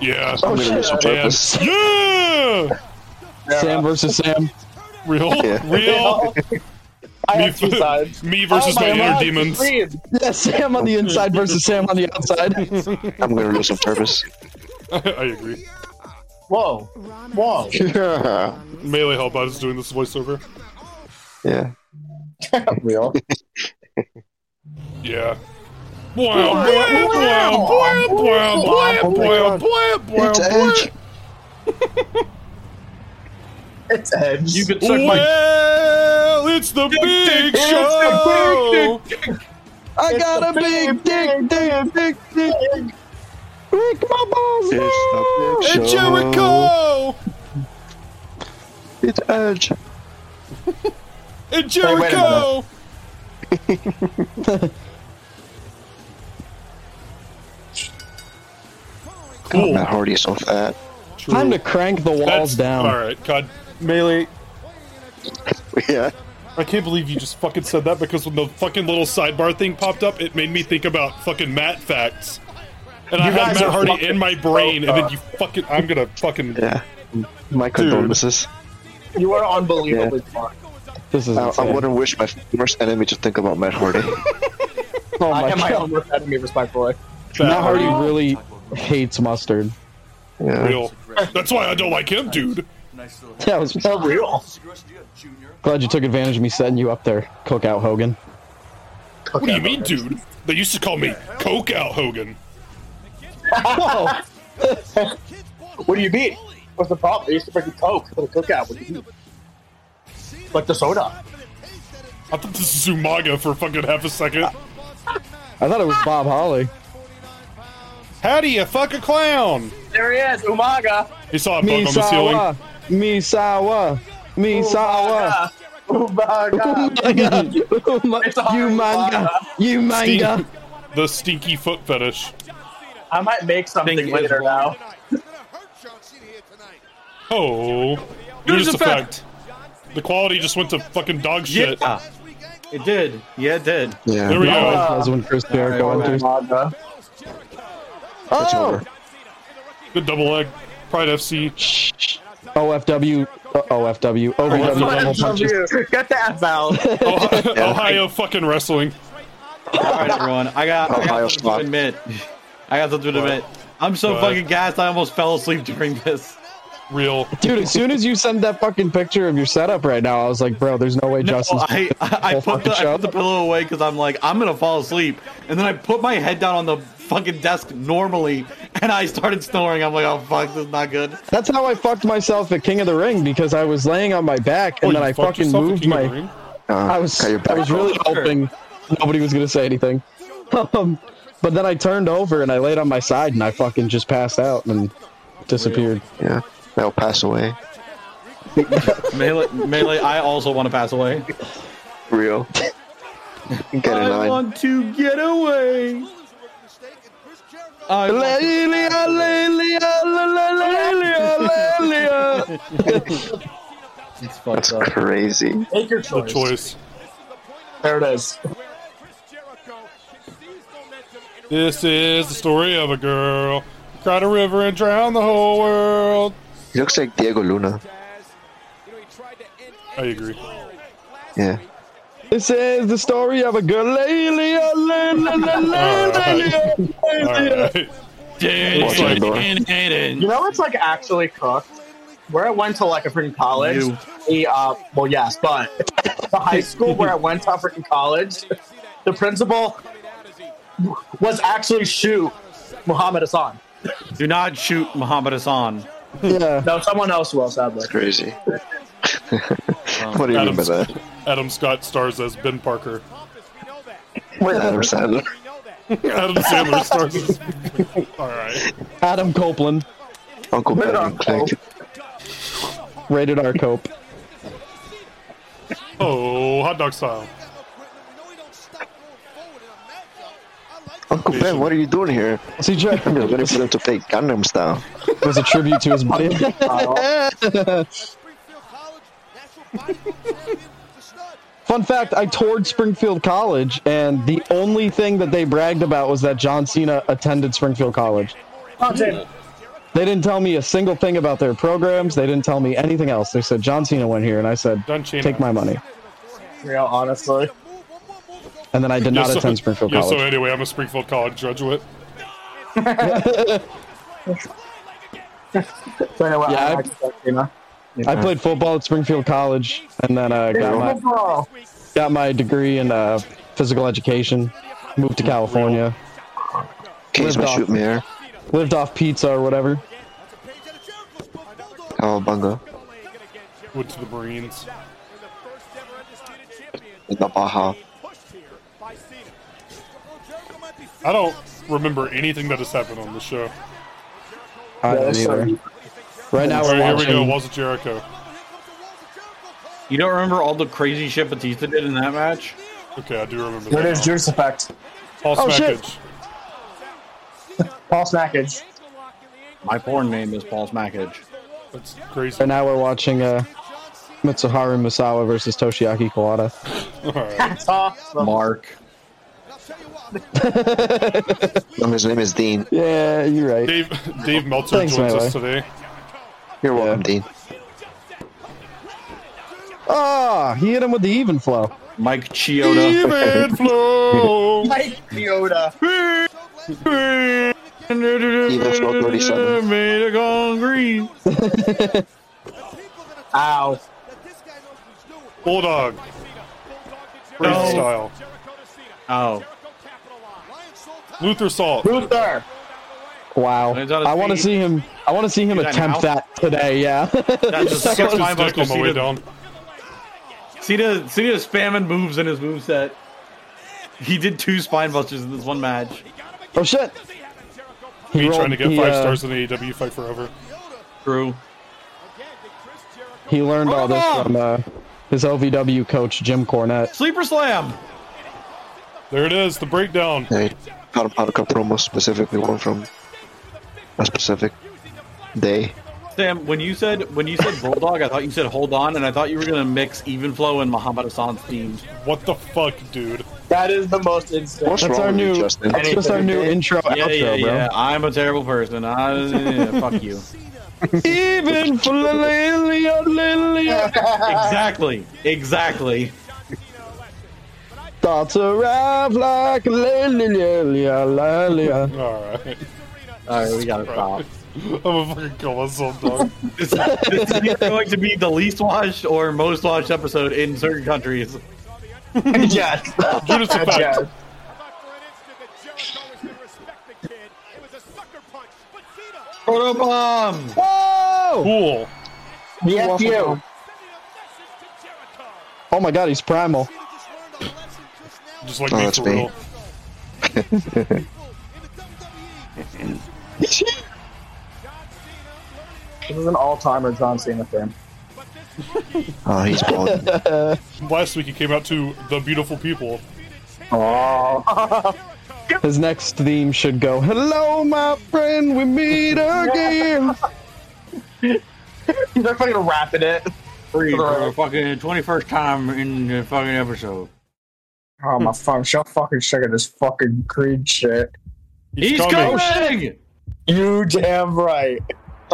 [SPEAKER 1] Yeah.
[SPEAKER 5] I'm gonna do some
[SPEAKER 1] And
[SPEAKER 5] purpose.
[SPEAKER 1] yeah!
[SPEAKER 9] Sam versus Sam.
[SPEAKER 1] Real,
[SPEAKER 5] Yeah.
[SPEAKER 1] real.
[SPEAKER 6] I
[SPEAKER 1] Me,
[SPEAKER 6] have two sides.
[SPEAKER 1] me Oh, versus
[SPEAKER 6] Oh
[SPEAKER 1] my, inner
[SPEAKER 6] God,
[SPEAKER 1] demons.
[SPEAKER 6] Scream.
[SPEAKER 9] Yeah, Sam on the inside versus Sam on the outside.
[SPEAKER 5] I'm gonna do some purpose.
[SPEAKER 1] I agree.
[SPEAKER 6] Whoa. Whoa.
[SPEAKER 5] Yeah.
[SPEAKER 1] Melee help. I was doing this voiceover.
[SPEAKER 5] yeah.
[SPEAKER 6] Real.
[SPEAKER 1] Yeah. Wow! Wow! Wow! Wow!
[SPEAKER 5] Oh my
[SPEAKER 1] Wow! Wow!
[SPEAKER 5] God.
[SPEAKER 1] Wow!
[SPEAKER 5] it's
[SPEAKER 1] Wow!
[SPEAKER 5] Edge.
[SPEAKER 6] It's Edge.
[SPEAKER 4] You could suck my.
[SPEAKER 1] Well, it's the big show.
[SPEAKER 9] I got a big dick, dick, dick, dick. Break my balls now.
[SPEAKER 5] It's the big
[SPEAKER 1] And
[SPEAKER 5] show.
[SPEAKER 1] Jericho.
[SPEAKER 5] It's Edge.
[SPEAKER 1] And
[SPEAKER 6] a minute.
[SPEAKER 1] Jericho.
[SPEAKER 5] God,
[SPEAKER 1] Cool.
[SPEAKER 5] Matt Hardy is so fat.
[SPEAKER 9] Time to crank the
[SPEAKER 1] That's
[SPEAKER 9] walls down.
[SPEAKER 1] all right. God, melee.
[SPEAKER 5] Yeah.
[SPEAKER 1] I can't believe you just fucking said that because when the fucking little sidebar thing popped up, it made me think about fucking Matt facts. And I
[SPEAKER 6] You
[SPEAKER 1] had
[SPEAKER 6] guys
[SPEAKER 1] Matt
[SPEAKER 6] are
[SPEAKER 1] Hardy
[SPEAKER 6] fucking
[SPEAKER 1] in my brain, and then you fucking. I'm gonna fucking.
[SPEAKER 5] Yeah. My condolences.
[SPEAKER 6] You are unbelievably smart.
[SPEAKER 13] This is I, I wouldn't wish my worst enemy to think about Matt Hardy.
[SPEAKER 9] Oh
[SPEAKER 6] I
[SPEAKER 9] my
[SPEAKER 6] am my
[SPEAKER 9] God.
[SPEAKER 6] own worst enemy, respectfully.
[SPEAKER 9] Matt Hardy really hates mustard.
[SPEAKER 13] Yeah.
[SPEAKER 1] Real. That's why I don't like him, dude.
[SPEAKER 9] Yeah, it was
[SPEAKER 6] real.
[SPEAKER 9] Glad you took advantage of me setting you up there, Cookout Hogan.
[SPEAKER 1] What do you mean, dude? They used to call me Coke Out Hogan.
[SPEAKER 6] Whoa. what do you mean? What's the problem? They used to bring you Coke for the cookout. What do you mean? Like the soda.
[SPEAKER 1] I thought this was Umaga for fucking half a second.
[SPEAKER 9] I thought it was Bob Holly.
[SPEAKER 1] How do you fuck a clown?
[SPEAKER 6] There he is, Umaga.
[SPEAKER 1] He saw a bug on the ceiling.
[SPEAKER 9] Misawa, Misawa, Misawa. Oh Umaga. Umanga, you manga, you manga.
[SPEAKER 1] Stink- the stinky foot fetish.
[SPEAKER 6] I might make something
[SPEAKER 1] Think
[SPEAKER 6] later now.
[SPEAKER 1] Oh,
[SPEAKER 4] Here's
[SPEAKER 1] here's
[SPEAKER 4] the
[SPEAKER 1] the fact. The quality just went to fucking dog shit.
[SPEAKER 4] Yeah. It did. Yeah, it did.
[SPEAKER 9] Yeah.
[SPEAKER 1] There we go.
[SPEAKER 9] That's when Chris Jericho enters. Oh,
[SPEAKER 1] Good double leg. Pride FC.
[SPEAKER 9] OFW, uh, OFW, OVW, double punches.
[SPEAKER 6] Get that out.
[SPEAKER 1] Ohio, Oh, Ohio fucking wrestling.
[SPEAKER 4] All right, everyone. I got, I got something to admit. I got something to admit. I'm so
[SPEAKER 1] What?
[SPEAKER 4] fucking gassed. I almost fell asleep during this.
[SPEAKER 1] Real.
[SPEAKER 9] Dude, as soon as you send that fucking picture of your setup right now, I was like, bro, there's no way Justin's.
[SPEAKER 4] I, I, I, put the, I put the pillow away because I'm like, I'm gonna fall asleep, and then I put my head down on the fucking desk normally, and I started snoring. I'm like, oh fuck, this is not good.
[SPEAKER 9] That's how I fucked myself at King of the Ring because I was laying on my back and
[SPEAKER 4] Oh,
[SPEAKER 9] then
[SPEAKER 4] you
[SPEAKER 9] I
[SPEAKER 4] fucked
[SPEAKER 9] fucking
[SPEAKER 4] yourself at
[SPEAKER 9] moved
[SPEAKER 4] King of
[SPEAKER 9] my.
[SPEAKER 4] the Ring?
[SPEAKER 5] Uh,
[SPEAKER 9] I was
[SPEAKER 13] got your
[SPEAKER 9] I was
[SPEAKER 13] back.
[SPEAKER 9] really hoping nobody was gonna say anything, um, but then I turned over and I laid on my side and I fucking just passed out and disappeared.
[SPEAKER 13] Yeah, that'll pass away.
[SPEAKER 4] melee, melee. I also want to pass away.
[SPEAKER 13] Real. Get a
[SPEAKER 4] I
[SPEAKER 13] nine.
[SPEAKER 4] want to get away. I want to-
[SPEAKER 13] That's crazy.
[SPEAKER 6] Take your
[SPEAKER 1] The choice.
[SPEAKER 6] There it is.
[SPEAKER 1] This is the story of a girl. Cried a river and drowned the whole world.
[SPEAKER 13] He looks like Diego Luna.
[SPEAKER 1] I agree.
[SPEAKER 13] Yeah.
[SPEAKER 9] This is the story of a girl.
[SPEAKER 4] Uh,
[SPEAKER 6] It's
[SPEAKER 1] like-
[SPEAKER 6] you know it's like actually cooked? Where I went to like a freaking college,
[SPEAKER 4] You.
[SPEAKER 6] the uh well yes, but the high school where I went to freaking college, the principal was actually shoot Muhammad Hassan.
[SPEAKER 4] Do not shoot Muhammad Hassan.
[SPEAKER 9] Yeah.
[SPEAKER 6] No, someone else will sadly.
[SPEAKER 13] Crazy. what do you mean by that?
[SPEAKER 1] Adam Scott stars as Ben Parker.
[SPEAKER 13] Wait, Adam Sandler.
[SPEAKER 1] Adam Sandler stars as. Alright.
[SPEAKER 9] Adam Copeland,
[SPEAKER 13] Uncle Ben and Clank.
[SPEAKER 9] rated R Cope.
[SPEAKER 1] Oh, hot dog style.
[SPEAKER 13] Uncle Ben, what are you doing here?
[SPEAKER 9] See, Jack-
[SPEAKER 13] I'm just waiting for them to play Gundam style.
[SPEAKER 9] It was a tribute to his buddy. Fun fact, I toured Springfield College, and the only thing that they bragged about was that John Cena attended Springfield College.
[SPEAKER 6] Oh,
[SPEAKER 9] They didn't tell me a single thing about their programs. They didn't tell me anything else. They said, John Cena went here, and I said,
[SPEAKER 1] John Cena.
[SPEAKER 9] take my money.
[SPEAKER 6] Real honestly.
[SPEAKER 9] And then I did
[SPEAKER 1] Yeah,
[SPEAKER 9] not
[SPEAKER 1] so-
[SPEAKER 9] attend Springfield
[SPEAKER 1] yeah,
[SPEAKER 9] College.
[SPEAKER 1] so anyway, I'm a Springfield College graduate.
[SPEAKER 6] So anyway,
[SPEAKER 9] Yeah,
[SPEAKER 6] I
[SPEAKER 9] I-
[SPEAKER 6] like that, you know.
[SPEAKER 9] I played football at Springfield College, and then uh, got my
[SPEAKER 6] Overall,
[SPEAKER 9] got my degree in uh, physical education. Moved to California.
[SPEAKER 13] Case
[SPEAKER 9] Lived
[SPEAKER 13] my
[SPEAKER 9] off-
[SPEAKER 13] shoot me air.
[SPEAKER 9] Lived off pizza or whatever.
[SPEAKER 13] Cowabunga.
[SPEAKER 1] Went to the Marines.
[SPEAKER 13] In the Baja.
[SPEAKER 1] I don't remember anything that has happened on the show.
[SPEAKER 9] I don't either. Right now
[SPEAKER 1] All
[SPEAKER 9] we're
[SPEAKER 1] right, here we go.
[SPEAKER 9] watching.
[SPEAKER 1] Walls of Jericho.
[SPEAKER 4] You don't remember all the crazy shit Batista did in that match?
[SPEAKER 1] Okay, I do remember
[SPEAKER 6] there it
[SPEAKER 1] that.
[SPEAKER 6] is, Juice Effect.
[SPEAKER 1] Paul
[SPEAKER 9] Oh, shit.
[SPEAKER 1] Smackage.
[SPEAKER 6] Paul Snackage.
[SPEAKER 4] My porn name is Paul Smackage.
[SPEAKER 1] That's crazy.
[SPEAKER 9] Right now we're watching uh, Mitsuharu Misawa versus Toshiaki Kawada.
[SPEAKER 1] All right.
[SPEAKER 4] Mark.
[SPEAKER 13] No, his name is Dean.
[SPEAKER 9] Yeah, you're right.
[SPEAKER 1] Dave Dave Meltzer
[SPEAKER 9] Thanks,
[SPEAKER 1] joins
[SPEAKER 9] Melee.
[SPEAKER 1] us today.
[SPEAKER 13] You're welcome, Dean.
[SPEAKER 9] Ah, he hit him with the even flow.
[SPEAKER 4] Mike Chioda.
[SPEAKER 9] Even
[SPEAKER 4] flow.
[SPEAKER 6] Mike Yoda.
[SPEAKER 4] even
[SPEAKER 5] flow 37.
[SPEAKER 4] Made it gone green.
[SPEAKER 6] Ow.
[SPEAKER 1] Bulldog. Freestyle.
[SPEAKER 4] Oh.
[SPEAKER 1] Luther Salt.
[SPEAKER 6] Luther.
[SPEAKER 9] Wow.
[SPEAKER 4] Lands on his
[SPEAKER 9] I want to
[SPEAKER 4] feet.
[SPEAKER 9] see him. I want to see him
[SPEAKER 4] Is that
[SPEAKER 9] attempt
[SPEAKER 4] now?
[SPEAKER 9] that today. Yeah.
[SPEAKER 4] That just sucks my
[SPEAKER 1] Stick on
[SPEAKER 4] muscles.
[SPEAKER 1] my way down.
[SPEAKER 4] Cena, Cena spamming moves in his moveset. He did two spine busters in this one match.
[SPEAKER 9] oh shit.
[SPEAKER 1] Me
[SPEAKER 9] rolled-
[SPEAKER 1] trying to get
[SPEAKER 9] he,
[SPEAKER 1] five
[SPEAKER 9] uh,
[SPEAKER 1] stars in AEW fight forever.
[SPEAKER 4] True.
[SPEAKER 9] He learned all this
[SPEAKER 4] Hold
[SPEAKER 9] from uh, his OVW coach Jim Cornette.
[SPEAKER 4] Sleeper slam.
[SPEAKER 1] There it is, the breakdown.
[SPEAKER 5] They got him out of promo specifically one from a specific day.
[SPEAKER 4] Sam, when you said when you said bulldog, I thought you said hold on, and I thought you were gonna mix even flow and Muhammad Hassan's themes.
[SPEAKER 1] What the fuck, dude?
[SPEAKER 6] That is the most insane.
[SPEAKER 5] What's
[SPEAKER 9] That's
[SPEAKER 5] wrong
[SPEAKER 9] our
[SPEAKER 5] with
[SPEAKER 9] new.
[SPEAKER 5] you, Justin?
[SPEAKER 9] That's just our new
[SPEAKER 6] Anything.
[SPEAKER 9] intro
[SPEAKER 4] Yeah,
[SPEAKER 9] outro,
[SPEAKER 4] yeah,
[SPEAKER 9] bro.
[SPEAKER 4] yeah. I'm a terrible person. I, yeah, fuck you.
[SPEAKER 9] Even for Lilio, Lilio.
[SPEAKER 4] Exactly. Exactly.
[SPEAKER 9] Thoughts arrive like Lilio, Lilio.
[SPEAKER 1] Alright.
[SPEAKER 4] All right, we gotta stop.
[SPEAKER 1] I'm gonna fucking kill myself, dog.
[SPEAKER 4] This, this is either going to be the least watched or most watched episode in certain countries.
[SPEAKER 6] yes.
[SPEAKER 1] Dude, it's a fact.
[SPEAKER 6] yes.
[SPEAKER 4] Photo bomb.
[SPEAKER 9] Whoa!
[SPEAKER 1] Cool.
[SPEAKER 6] Yes, you.
[SPEAKER 9] Oh my god, he's primal.
[SPEAKER 1] Just like
[SPEAKER 5] Oh,
[SPEAKER 1] me
[SPEAKER 5] that's
[SPEAKER 1] for
[SPEAKER 5] me.
[SPEAKER 1] real.
[SPEAKER 6] This is an all-timer John Cena fan.
[SPEAKER 13] Ah,
[SPEAKER 5] Oh, he's bald.
[SPEAKER 1] Last week he came out to The Beautiful People.
[SPEAKER 6] Oh.
[SPEAKER 9] His next theme should go, "Hello, my friend, we meet again."
[SPEAKER 6] They're fucking rapping it.
[SPEAKER 4] Free for the fucking 21st time in the fucking episode.
[SPEAKER 8] Oh my fuck! Y'all fucking sick of this fucking Creed shit.
[SPEAKER 1] He's,
[SPEAKER 4] He's
[SPEAKER 1] coming.
[SPEAKER 4] coming!
[SPEAKER 6] You damn right.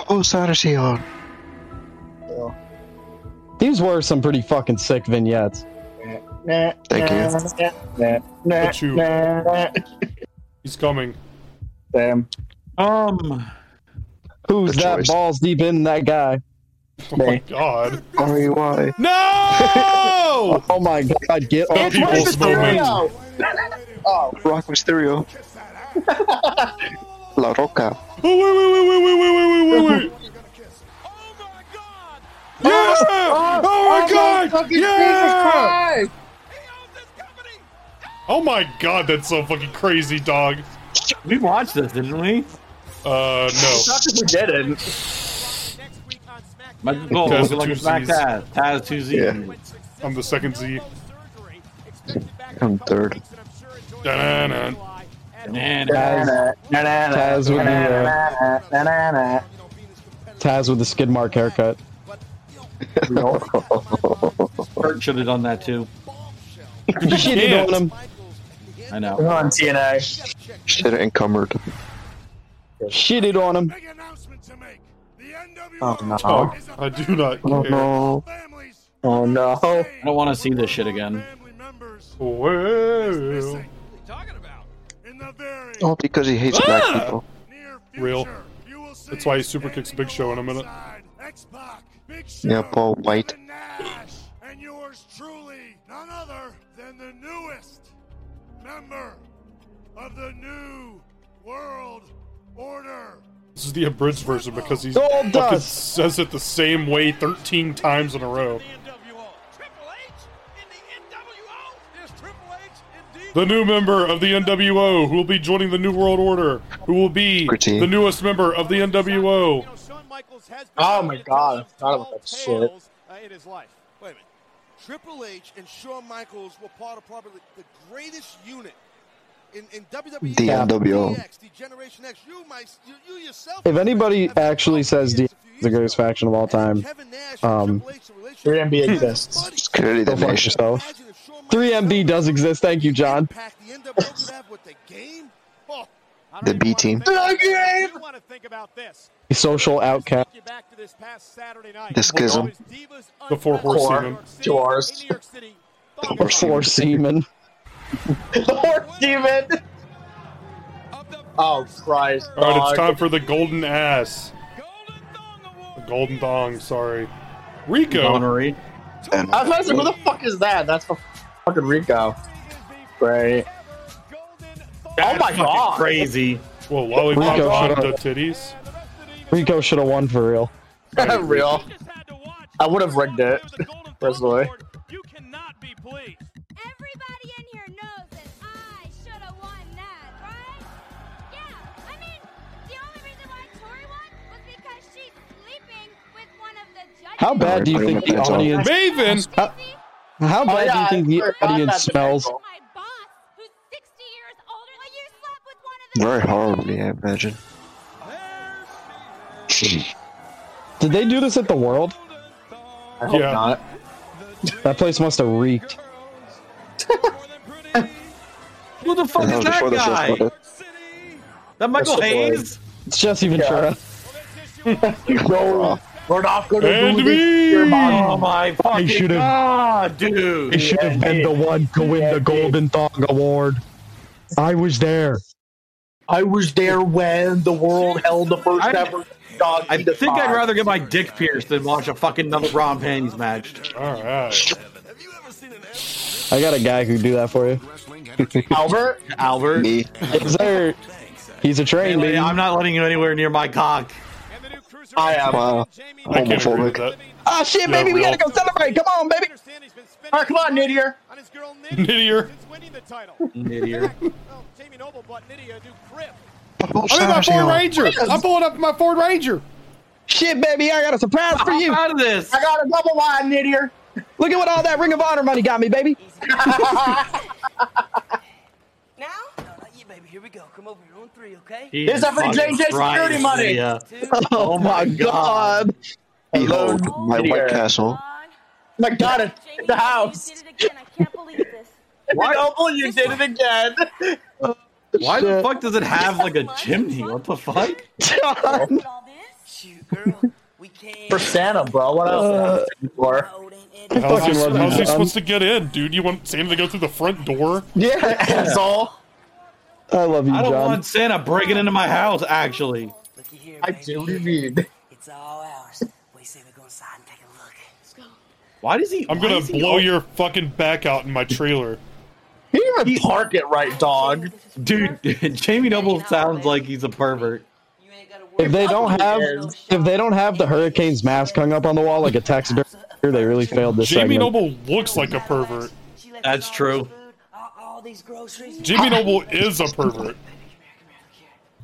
[SPEAKER 5] Oh, Sadashi on.
[SPEAKER 9] These were some pretty fucking sick vignettes.
[SPEAKER 5] Thank you.
[SPEAKER 8] Nah, nah,
[SPEAKER 1] But you-
[SPEAKER 8] nah, nah.
[SPEAKER 1] He's coming.
[SPEAKER 8] Damn.
[SPEAKER 4] Um,
[SPEAKER 9] Who's
[SPEAKER 5] Good
[SPEAKER 9] that
[SPEAKER 5] choice.
[SPEAKER 9] balls deep in that guy?
[SPEAKER 1] Oh my god.
[SPEAKER 5] R E Y.
[SPEAKER 1] No!
[SPEAKER 9] Oh my god, get
[SPEAKER 1] The
[SPEAKER 9] off my
[SPEAKER 1] people's
[SPEAKER 9] screen.
[SPEAKER 1] moment.
[SPEAKER 5] Rock Mysterio. La Roca.
[SPEAKER 1] Oh, wait, wait, wait, wait, wait, wait, wait, wait, wait, wait. Yeah! Oh, my god! Yeah! Oh my god, that's so fucking crazy, dog.
[SPEAKER 4] we watched this, didn't we?
[SPEAKER 1] Uh, no.
[SPEAKER 6] Not that we didn't.
[SPEAKER 4] Magic Gold,
[SPEAKER 1] Taz
[SPEAKER 4] looking like a
[SPEAKER 1] two
[SPEAKER 4] smack
[SPEAKER 1] Zs.
[SPEAKER 4] Taz. Taz 2 Z.
[SPEAKER 5] Yeah.
[SPEAKER 1] I'm the second Z.
[SPEAKER 5] I'm third.
[SPEAKER 1] Dun-dun-dun.
[SPEAKER 9] Taz, Taz with the uh,
[SPEAKER 8] Nah,
[SPEAKER 9] Taz with the skid mark haircut.
[SPEAKER 4] Kurt should have done that too.
[SPEAKER 9] Shitty
[SPEAKER 1] can't.
[SPEAKER 9] on him.
[SPEAKER 4] I know.
[SPEAKER 8] Come on, TNA.
[SPEAKER 5] Shit encumbered.
[SPEAKER 9] Shitted on him.
[SPEAKER 8] Oh no.
[SPEAKER 1] Oh, I do not
[SPEAKER 5] Oh
[SPEAKER 1] care.
[SPEAKER 5] no.
[SPEAKER 8] Oh no.
[SPEAKER 4] I don't want to see this shit again.
[SPEAKER 1] Well,
[SPEAKER 5] All because he hates
[SPEAKER 9] Ah!
[SPEAKER 5] black people.
[SPEAKER 1] real. That's why he super kicks Big Show in a minute.
[SPEAKER 5] Yeah, Paul White.
[SPEAKER 1] This is the abridged version because he
[SPEAKER 9] Gold
[SPEAKER 1] fucking
[SPEAKER 9] dust.
[SPEAKER 1] says it the same way 13 times in a row. oh, The new member of the NWO who will be joining the New World Order, who will be
[SPEAKER 5] Gritty.
[SPEAKER 1] the newest member of the NWO.
[SPEAKER 6] Oh my God, I forgot about that shit.
[SPEAKER 12] uh,
[SPEAKER 14] In his life. Wait a minute.
[SPEAKER 12] Triple H and Shawn Michaels were part of probably the greatest unit in, in WWE.
[SPEAKER 5] DNWO.
[SPEAKER 12] DX, the Generation X. You, my, you, you yourself.
[SPEAKER 9] If anybody actually says DX is the greatest faction of all time,
[SPEAKER 12] Kevin Nash
[SPEAKER 9] um,
[SPEAKER 12] and Triple H, the relationship
[SPEAKER 8] 3MB exists.
[SPEAKER 5] It's clearly the
[SPEAKER 9] go fuck
[SPEAKER 5] nation.
[SPEAKER 9] yourself.
[SPEAKER 12] Imagine if Shawn Michaels-
[SPEAKER 9] 3MB does exist. Thank you, John.
[SPEAKER 12] Impact the NWO could have with the game. Oh,
[SPEAKER 5] The B team.
[SPEAKER 14] I don't even wanna think- I don't even wanna think about this.
[SPEAKER 9] social outcast.
[SPEAKER 5] The schism.
[SPEAKER 1] The four horse
[SPEAKER 5] Core.
[SPEAKER 1] semen.
[SPEAKER 5] Doors.
[SPEAKER 9] Or four semen.
[SPEAKER 6] the horse demon. Oh Christ!
[SPEAKER 1] All right, it's
[SPEAKER 6] dog.
[SPEAKER 1] time for the golden ass. The golden thong. Sorry, Rico.
[SPEAKER 4] Honorary.
[SPEAKER 6] I was about to say, who the fuck is that? That's for fucking Rico. Great. oh my god!
[SPEAKER 4] Crazy.
[SPEAKER 1] Well, lollipop
[SPEAKER 9] Rico, shut
[SPEAKER 1] on
[SPEAKER 9] up.
[SPEAKER 1] the titties.
[SPEAKER 9] Rico should have won for real.
[SPEAKER 6] Real. I would have rigged it. Personally.
[SPEAKER 9] How bad do you think the audience?
[SPEAKER 1] Maven.
[SPEAKER 9] How, how
[SPEAKER 6] Oh,
[SPEAKER 9] bad do
[SPEAKER 6] yeah,
[SPEAKER 9] you think
[SPEAKER 6] I
[SPEAKER 9] the
[SPEAKER 6] forgot
[SPEAKER 9] audience
[SPEAKER 6] that's the
[SPEAKER 9] smells?
[SPEAKER 6] people.
[SPEAKER 5] Very horribly, I imagine.
[SPEAKER 9] Did they do this at the World?
[SPEAKER 6] I hope
[SPEAKER 1] Yeah.
[SPEAKER 6] not.
[SPEAKER 9] That place must have reeked.
[SPEAKER 4] Who the fuck
[SPEAKER 5] And that
[SPEAKER 4] is
[SPEAKER 5] was
[SPEAKER 4] that
[SPEAKER 5] before the show
[SPEAKER 4] guy?
[SPEAKER 5] started.
[SPEAKER 4] That Michael
[SPEAKER 6] That's the boy.
[SPEAKER 4] Hayes?
[SPEAKER 9] It's Jesse Ventura.
[SPEAKER 6] Go, Rodolph, go to
[SPEAKER 1] And
[SPEAKER 6] do
[SPEAKER 1] me!
[SPEAKER 6] this, your mom.
[SPEAKER 4] Oh my
[SPEAKER 9] They
[SPEAKER 4] fucking
[SPEAKER 9] should've-
[SPEAKER 4] god, dude!
[SPEAKER 9] He should have been the one to win the Golden Thong Award. I was there.
[SPEAKER 6] I was there when the world held the first
[SPEAKER 4] I-
[SPEAKER 6] ever dog.
[SPEAKER 4] I think I'd rather get my dick pierced than watch a fucking Raw and Panties match.
[SPEAKER 1] All right.
[SPEAKER 9] I got a guy who could do that for you.
[SPEAKER 6] Albert.
[SPEAKER 4] Albert.
[SPEAKER 5] Me.
[SPEAKER 9] Yes, sir. He's a train,
[SPEAKER 4] Anyway,
[SPEAKER 9] baby.
[SPEAKER 4] I'm not letting you anywhere near my cock.
[SPEAKER 6] I am. Oh
[SPEAKER 5] Wow.
[SPEAKER 1] I can't agree with
[SPEAKER 5] Homophobic.
[SPEAKER 1] that.
[SPEAKER 9] Ah, shit,
[SPEAKER 1] Yeah,
[SPEAKER 9] baby, we
[SPEAKER 1] real.
[SPEAKER 9] gotta go celebrate. Come on, baby.
[SPEAKER 6] All right, Ah, come on, Nidier.
[SPEAKER 15] On his girl
[SPEAKER 1] Nidier.
[SPEAKER 15] Nidia since winning the title.
[SPEAKER 4] Idiot.
[SPEAKER 15] Well, Jamie Noble bought Nidia a new crib.
[SPEAKER 1] I'm in my Ford Ranger. I'm pulling up in my Ford Ranger.
[SPEAKER 9] Shit, baby, I got a surprise for
[SPEAKER 4] I'm
[SPEAKER 9] you.
[SPEAKER 4] out of this.
[SPEAKER 6] I got a double line, Nidier.
[SPEAKER 9] Look at what all that Ring of Honor money got me, baby.
[SPEAKER 2] Now?
[SPEAKER 12] No, not you, baby. Here we go. Come over here on three, okay?
[SPEAKER 6] Here's that for
[SPEAKER 4] Jesus
[SPEAKER 6] JJ
[SPEAKER 4] fucking
[SPEAKER 6] security
[SPEAKER 4] Christ,
[SPEAKER 6] money.
[SPEAKER 4] yeah.
[SPEAKER 12] Two.
[SPEAKER 9] Oh my god.
[SPEAKER 5] Behold
[SPEAKER 2] Hello,
[SPEAKER 5] my
[SPEAKER 6] dear.
[SPEAKER 5] White Castle.
[SPEAKER 6] My God, it's
[SPEAKER 2] Uh, Jamie,
[SPEAKER 6] the house.
[SPEAKER 2] You did it again. I can't believe this.
[SPEAKER 6] Why Noble, you did it again.
[SPEAKER 4] Why the
[SPEAKER 9] Shit.
[SPEAKER 4] fuck does it have like a chimney? What the fuck?
[SPEAKER 2] Look at all this.
[SPEAKER 12] Shoot, girl. We can't.
[SPEAKER 6] For Santa, bro. What else? am I for?
[SPEAKER 2] Oh, it ain't it.
[SPEAKER 1] How's he,
[SPEAKER 9] fucking love you,
[SPEAKER 1] how's he
[SPEAKER 9] John.
[SPEAKER 1] supposed to get in, dude? You want Santa to go through the front door?
[SPEAKER 6] Uh,
[SPEAKER 9] Yeah.
[SPEAKER 6] Asshole.
[SPEAKER 9] I love you,
[SPEAKER 4] I don't
[SPEAKER 9] John.
[SPEAKER 4] want Santa breaking into my house, actually.
[SPEAKER 12] Looky here,
[SPEAKER 6] I
[SPEAKER 12] baby.
[SPEAKER 6] do need.
[SPEAKER 12] It's all ours. We say we go inside and take a look.
[SPEAKER 4] Why does he?
[SPEAKER 1] I'm
[SPEAKER 4] why
[SPEAKER 1] gonna
[SPEAKER 4] does he
[SPEAKER 1] blow
[SPEAKER 4] al-
[SPEAKER 1] your fucking back out in my trailer.
[SPEAKER 6] He didn't even park it right, dog.
[SPEAKER 4] Dude, Jamie Noble sounds like he's a pervert.
[SPEAKER 12] You ain't gotta worry
[SPEAKER 9] If they don't have if they don't have the Hurricane's mask hung up on the wall like a taxidermist, they really failed this
[SPEAKER 1] Jamie
[SPEAKER 9] segment.
[SPEAKER 1] Noble looks like a pervert.
[SPEAKER 12] She left
[SPEAKER 4] That's
[SPEAKER 12] us all
[SPEAKER 4] true.
[SPEAKER 12] this food, all- all these groceries.
[SPEAKER 1] Jamie
[SPEAKER 9] Ah.
[SPEAKER 1] Noble is a pervert.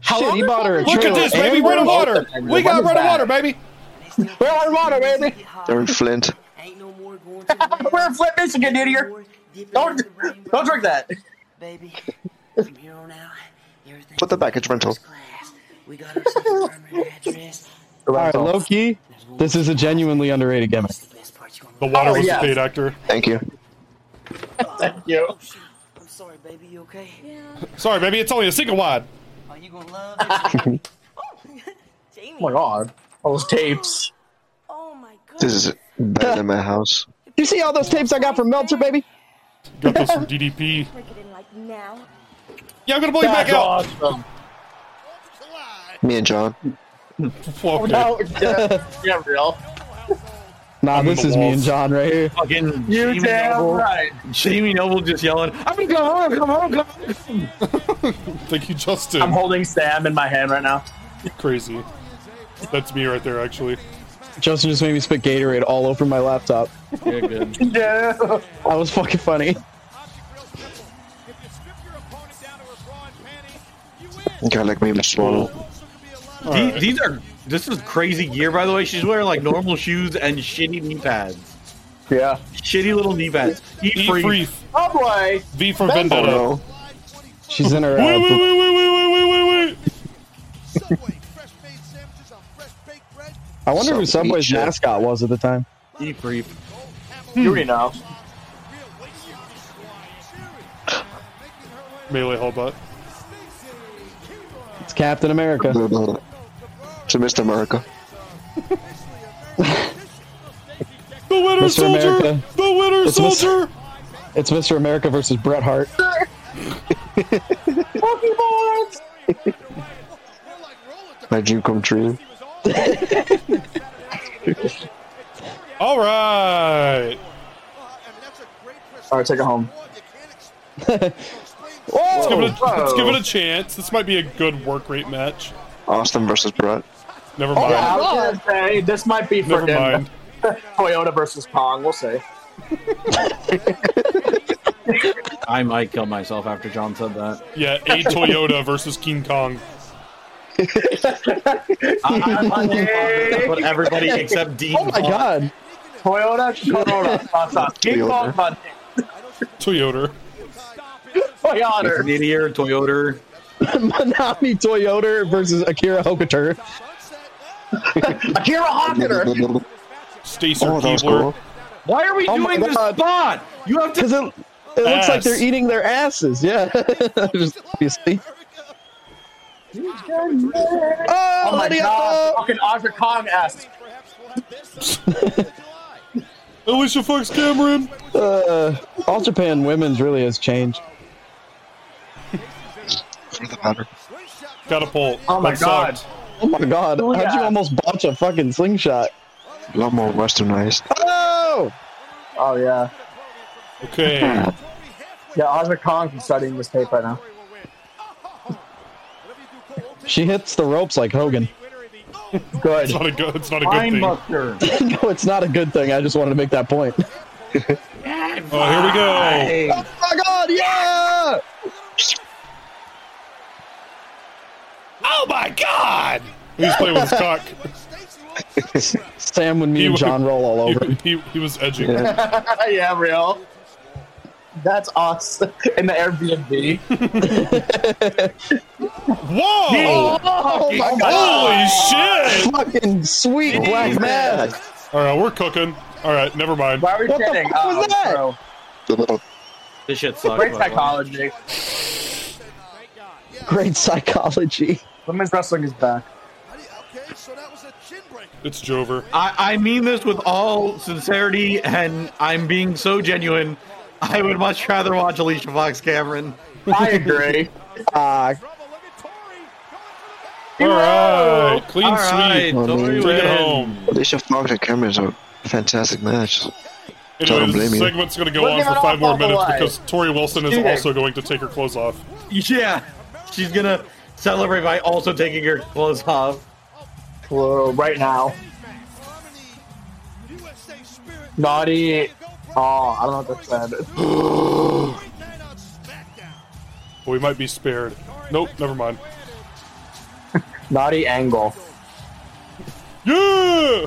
[SPEAKER 9] Shit, he bought her a
[SPEAKER 1] Look at
[SPEAKER 9] trailer
[SPEAKER 1] this,
[SPEAKER 9] and
[SPEAKER 1] baby. Red of
[SPEAKER 9] Rover.
[SPEAKER 1] water. We got red of water, baby.
[SPEAKER 6] We're on water, baby.
[SPEAKER 5] They're in Flint.
[SPEAKER 12] Ain't no more going to the
[SPEAKER 6] We're in Flint, Michigan, Nidier. Don't, don't drink that.
[SPEAKER 12] Baby, from here on out, everything.
[SPEAKER 5] Put the package rental.
[SPEAKER 12] We got ourselves a permanent address.
[SPEAKER 9] All right, low key, this is a genuinely underrated gimmick.
[SPEAKER 12] That's the best part. You're
[SPEAKER 1] The
[SPEAKER 12] gonna
[SPEAKER 1] water
[SPEAKER 6] Oh,
[SPEAKER 1] was
[SPEAKER 6] yes.
[SPEAKER 1] the paid actor.
[SPEAKER 5] Thank you.
[SPEAKER 6] Thank you.
[SPEAKER 12] Oh, shoot. I'm sorry, baby. You okay?
[SPEAKER 1] Sorry, baby. It's only a single wide.
[SPEAKER 12] Are you gonna love it?
[SPEAKER 2] Jamie.
[SPEAKER 6] Oh my God. All those tapes.
[SPEAKER 2] Oh my god.
[SPEAKER 5] This is better than my house.
[SPEAKER 9] You see all those tapes I got from Meltzer, baby?
[SPEAKER 1] Got this from DDP.
[SPEAKER 2] Break it in like now.
[SPEAKER 1] Yeah, I'm gonna blow you back
[SPEAKER 6] That's
[SPEAKER 1] out.
[SPEAKER 6] awesome.
[SPEAKER 5] Me and John.
[SPEAKER 1] Well, okay.
[SPEAKER 6] No, yeah, yeah, real.
[SPEAKER 9] Oh, Nah,
[SPEAKER 1] I'm
[SPEAKER 9] this
[SPEAKER 1] the
[SPEAKER 9] is me
[SPEAKER 1] walls.
[SPEAKER 9] and John right here.
[SPEAKER 4] Fucking
[SPEAKER 6] You
[SPEAKER 4] Jamie
[SPEAKER 6] damn
[SPEAKER 4] Noble.
[SPEAKER 6] right.
[SPEAKER 4] Jamie Noble just yelling, "Ah, "I'm gonna go home, come home, come home."
[SPEAKER 1] Thank you, Justin.
[SPEAKER 6] I'm holding Sam in my hand right now.
[SPEAKER 1] Crazy. That's me right there, actually.
[SPEAKER 9] Justin just made me spit Gatorade all over my laptop.
[SPEAKER 4] Yeah, good.
[SPEAKER 6] Yeah.
[SPEAKER 9] That was fucking funny.
[SPEAKER 15] Object real simple. If you strip your opponent down to her bra and panties, you win.
[SPEAKER 5] Got like maybe swallow.
[SPEAKER 15] There also could be a lot of
[SPEAKER 1] All
[SPEAKER 4] These,
[SPEAKER 1] right.
[SPEAKER 4] these are this is crazy gear, by the way. She's wearing like normal shoes and shitty knee pads,
[SPEAKER 6] Yeah.
[SPEAKER 4] shitty little knee pads. Eat
[SPEAKER 1] E
[SPEAKER 4] free.
[SPEAKER 1] free.
[SPEAKER 6] Oh boy.
[SPEAKER 1] V for
[SPEAKER 5] Oh
[SPEAKER 1] Vendetta.
[SPEAKER 5] no.
[SPEAKER 9] She's in her.
[SPEAKER 1] Wait,
[SPEAKER 9] Uh,
[SPEAKER 1] wait, wait,
[SPEAKER 9] b-
[SPEAKER 1] wait, wait, wait, wait, wait, wait.
[SPEAKER 16] Subway, fresh made sandwiches on fresh baked bread.
[SPEAKER 9] I wonder who
[SPEAKER 5] Some
[SPEAKER 9] Subway's
[SPEAKER 5] shit.
[SPEAKER 9] mascot was at the time.
[SPEAKER 4] Eat free.
[SPEAKER 6] You already know.
[SPEAKER 1] Melee hellbutt.
[SPEAKER 9] It's Captain America.
[SPEAKER 5] Blah, blah, blah.
[SPEAKER 13] to Mr. America.
[SPEAKER 1] The winner,
[SPEAKER 9] Mr.
[SPEAKER 1] soldier.
[SPEAKER 9] America.
[SPEAKER 1] The winner,
[SPEAKER 9] It's Mr.
[SPEAKER 1] soldier.
[SPEAKER 9] It's Mr. America versus Bret Hart.
[SPEAKER 13] My dream come true.
[SPEAKER 1] All right.
[SPEAKER 6] All right, take it home.
[SPEAKER 1] Let's give, it a,
[SPEAKER 6] Oh,
[SPEAKER 13] Whoa.
[SPEAKER 1] let's give it a chance. This might be a good work rate match.
[SPEAKER 13] Austin versus Brett.
[SPEAKER 1] Never
[SPEAKER 6] Oh,
[SPEAKER 1] mind.
[SPEAKER 6] yeah, I was gonna say, this might be for
[SPEAKER 1] Never
[SPEAKER 6] him. Toyota versus Pong, we'll see.
[SPEAKER 4] I might kill myself after John said that.
[SPEAKER 1] Yeah, a Toyota versus King Kong.
[SPEAKER 4] But everybody except Dean.
[SPEAKER 9] Oh my god.
[SPEAKER 6] Toyota Corona. That's us. King Kong Monday.
[SPEAKER 1] Toyota.
[SPEAKER 4] Mr.
[SPEAKER 6] Toyota.
[SPEAKER 4] Didier, Toyota.
[SPEAKER 9] Manami Toyota versus Akira Hokuter.
[SPEAKER 6] Akira Hokuter.
[SPEAKER 1] Stacer
[SPEAKER 9] Oh, that was
[SPEAKER 1] Keebler.
[SPEAKER 9] cool.
[SPEAKER 4] Why are we
[SPEAKER 9] Oh my
[SPEAKER 4] doing this
[SPEAKER 9] God.
[SPEAKER 4] spot? You have
[SPEAKER 9] Because
[SPEAKER 4] to.
[SPEAKER 9] it, it looks like they're
[SPEAKER 1] Ass.
[SPEAKER 9] eating their asses. Yeah. Just obviously.
[SPEAKER 6] Oh, my
[SPEAKER 9] Hurry up,
[SPEAKER 6] god. Fucking Audra Kong esque.
[SPEAKER 1] Alicia Fox Cameron.
[SPEAKER 9] Uh, All Japan women's really has changed.
[SPEAKER 13] For the matter.
[SPEAKER 1] Got a pull.
[SPEAKER 6] Oh my
[SPEAKER 1] That
[SPEAKER 6] god.
[SPEAKER 1] sucked.
[SPEAKER 9] Oh my god.
[SPEAKER 6] Oh,
[SPEAKER 9] How'd you
[SPEAKER 6] yeah.
[SPEAKER 9] almost botch a fucking slingshot?
[SPEAKER 13] A lot more westernized.
[SPEAKER 9] Oh!
[SPEAKER 6] Oh yeah.
[SPEAKER 1] Okay.
[SPEAKER 6] Yeah, Audra Kong is studying this tape right now.
[SPEAKER 9] She hits the ropes like Hogan.
[SPEAKER 6] Good.
[SPEAKER 1] It's not a good. It's not a good thing.
[SPEAKER 4] Mindbuster.
[SPEAKER 9] no, it's not a good thing. I just wanted to make that point.
[SPEAKER 1] Oh, here we go.
[SPEAKER 9] Oh my god, yeah!
[SPEAKER 1] Oh my god. He's playing with his cock.
[SPEAKER 9] Sam when me
[SPEAKER 1] He
[SPEAKER 9] and
[SPEAKER 1] was-
[SPEAKER 9] John roll all
[SPEAKER 1] He,
[SPEAKER 9] over.
[SPEAKER 1] he, he was edging.
[SPEAKER 13] Yeah.
[SPEAKER 6] yeah, real. That's us in the Airbnb.
[SPEAKER 1] Whoa!
[SPEAKER 9] Oh my
[SPEAKER 1] Holy shit!
[SPEAKER 9] Fucking sweet black mask.
[SPEAKER 1] All right, we're cooking. All right, never mind.
[SPEAKER 6] Why are we
[SPEAKER 9] What the
[SPEAKER 6] kidding? Oh,
[SPEAKER 9] fuck was that?
[SPEAKER 6] bro.
[SPEAKER 13] The little
[SPEAKER 4] This shit sucks.
[SPEAKER 6] Great
[SPEAKER 4] by the way.
[SPEAKER 6] psychology.
[SPEAKER 9] Great psychology.
[SPEAKER 6] Women's wrestling is back.
[SPEAKER 17] Okay, so that was a chin breaker.
[SPEAKER 1] It's Jover.
[SPEAKER 4] I, I mean this with all sincerity, and I'm being so genuine. I would much rather watch Alicia Fox Cameron.
[SPEAKER 6] I agree.
[SPEAKER 9] Uh,
[SPEAKER 1] All right, clean
[SPEAKER 4] All right,
[SPEAKER 1] sweep. Bring
[SPEAKER 4] Tori
[SPEAKER 1] it
[SPEAKER 4] wins.
[SPEAKER 1] home.
[SPEAKER 13] Alicia Fox and Cameron's a fantastic match.
[SPEAKER 1] Anyway,
[SPEAKER 13] Don't blame
[SPEAKER 1] this
[SPEAKER 13] you.
[SPEAKER 1] segment's going to go
[SPEAKER 6] We'll
[SPEAKER 1] on
[SPEAKER 6] give
[SPEAKER 1] for
[SPEAKER 6] it all
[SPEAKER 1] five more
[SPEAKER 6] off the
[SPEAKER 1] minutes
[SPEAKER 6] line.
[SPEAKER 1] because Tori Wilson is
[SPEAKER 6] Shoot it.
[SPEAKER 1] also going to take her clothes off.
[SPEAKER 4] Yeah, she's gonna celebrate by also taking her clothes off.
[SPEAKER 6] Whoa, right now. Naughty. Oh, I don't know what that said.
[SPEAKER 1] We might be spared. Nope, never mind.
[SPEAKER 6] Naughty angle.
[SPEAKER 1] Yeah!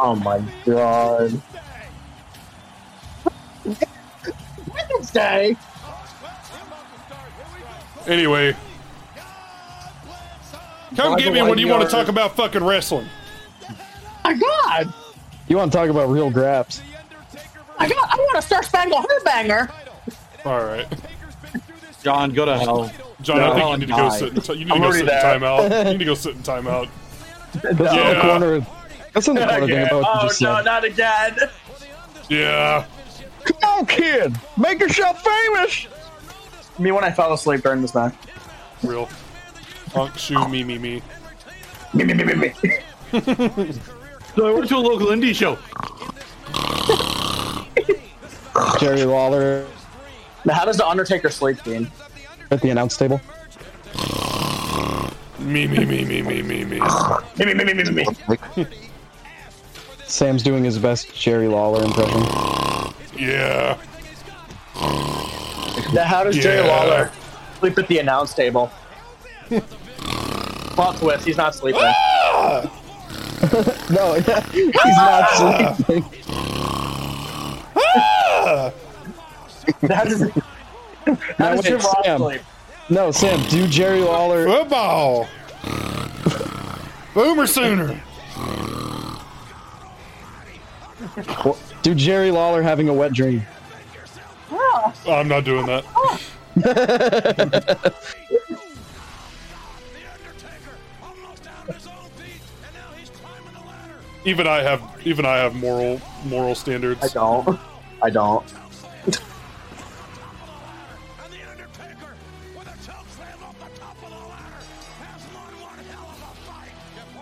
[SPEAKER 6] Oh my god. Wednesday.
[SPEAKER 1] Anyway, come get me when you want to talk about fucking wrestling.
[SPEAKER 6] My god.
[SPEAKER 9] you want to talk about real graps?
[SPEAKER 6] I got. I want a Star Spangled Headbanger.
[SPEAKER 1] All right,
[SPEAKER 4] John, go to hell.
[SPEAKER 1] John, I think you need to go
[SPEAKER 4] No,
[SPEAKER 1] sit. In t- you need to
[SPEAKER 6] I'm
[SPEAKER 1] go
[SPEAKER 6] already
[SPEAKER 1] sit in
[SPEAKER 6] there.
[SPEAKER 1] timeout. You need to go sit in timeout.
[SPEAKER 9] That's in
[SPEAKER 1] Yeah.
[SPEAKER 9] the corner. That's in the corner thing
[SPEAKER 6] Again.
[SPEAKER 9] about what you
[SPEAKER 6] Oh
[SPEAKER 9] just
[SPEAKER 6] no,
[SPEAKER 9] said.
[SPEAKER 6] not again.
[SPEAKER 1] Yeah.
[SPEAKER 9] Come on, kid! Make yourself famous!
[SPEAKER 6] Me when I fell asleep during this match.
[SPEAKER 1] Real. Honk, shoe, me, me, me.
[SPEAKER 6] Me, me, me, me, me.
[SPEAKER 4] So I went to a local indie show.
[SPEAKER 9] Jerry Lawler
[SPEAKER 6] Now, how does the Undertaker sleep, Dean?
[SPEAKER 9] at the announce table.
[SPEAKER 1] Me, me, me, me, me, me, me.
[SPEAKER 6] Me, me, me, me, me, me, me.
[SPEAKER 9] Sam's doing his best Jerry Lawler impression.
[SPEAKER 1] Yeah.
[SPEAKER 6] Now, how does
[SPEAKER 1] Yeah.
[SPEAKER 6] Jerry Lawler sleep at the announce table? Fuck with, he's not sleeping.
[SPEAKER 9] Ah! No, he's not sleeping.
[SPEAKER 6] That is.
[SPEAKER 9] Ah! Now
[SPEAKER 6] How does
[SPEAKER 9] wait,
[SPEAKER 6] your mom
[SPEAKER 9] Sam.
[SPEAKER 6] sleep?
[SPEAKER 9] No, Sam, do Jerry Lawler.
[SPEAKER 1] Football. Boomer sooner.
[SPEAKER 9] Do Jerry Lawler having a wet dream?
[SPEAKER 1] I'm not doing that. Even I have even I have moral moral standards.
[SPEAKER 6] I don't. I don't.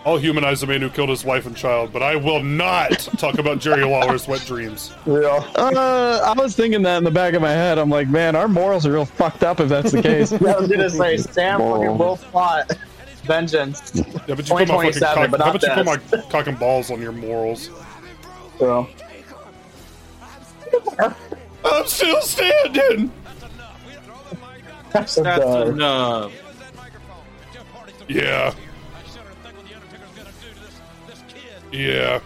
[SPEAKER 1] I'll humanize the man who killed his wife and child, but I will not talk about Jerry Lawler's wet dreams.
[SPEAKER 6] Yeah.
[SPEAKER 9] Uh, I was thinking that in the back of my head. I'm like, man, our morals are real fucked up if that's the case.
[SPEAKER 6] I was gonna say Sam fucking will plot vengeance.
[SPEAKER 1] Yeah, but you put my fucking
[SPEAKER 6] 2027,
[SPEAKER 1] cock,
[SPEAKER 6] but
[SPEAKER 1] how
[SPEAKER 6] not
[SPEAKER 1] about you put my cock and balls on your morals?
[SPEAKER 6] Well.
[SPEAKER 1] I'm still standing.
[SPEAKER 6] That's enough.
[SPEAKER 4] enough.
[SPEAKER 1] Yeah. Yeah.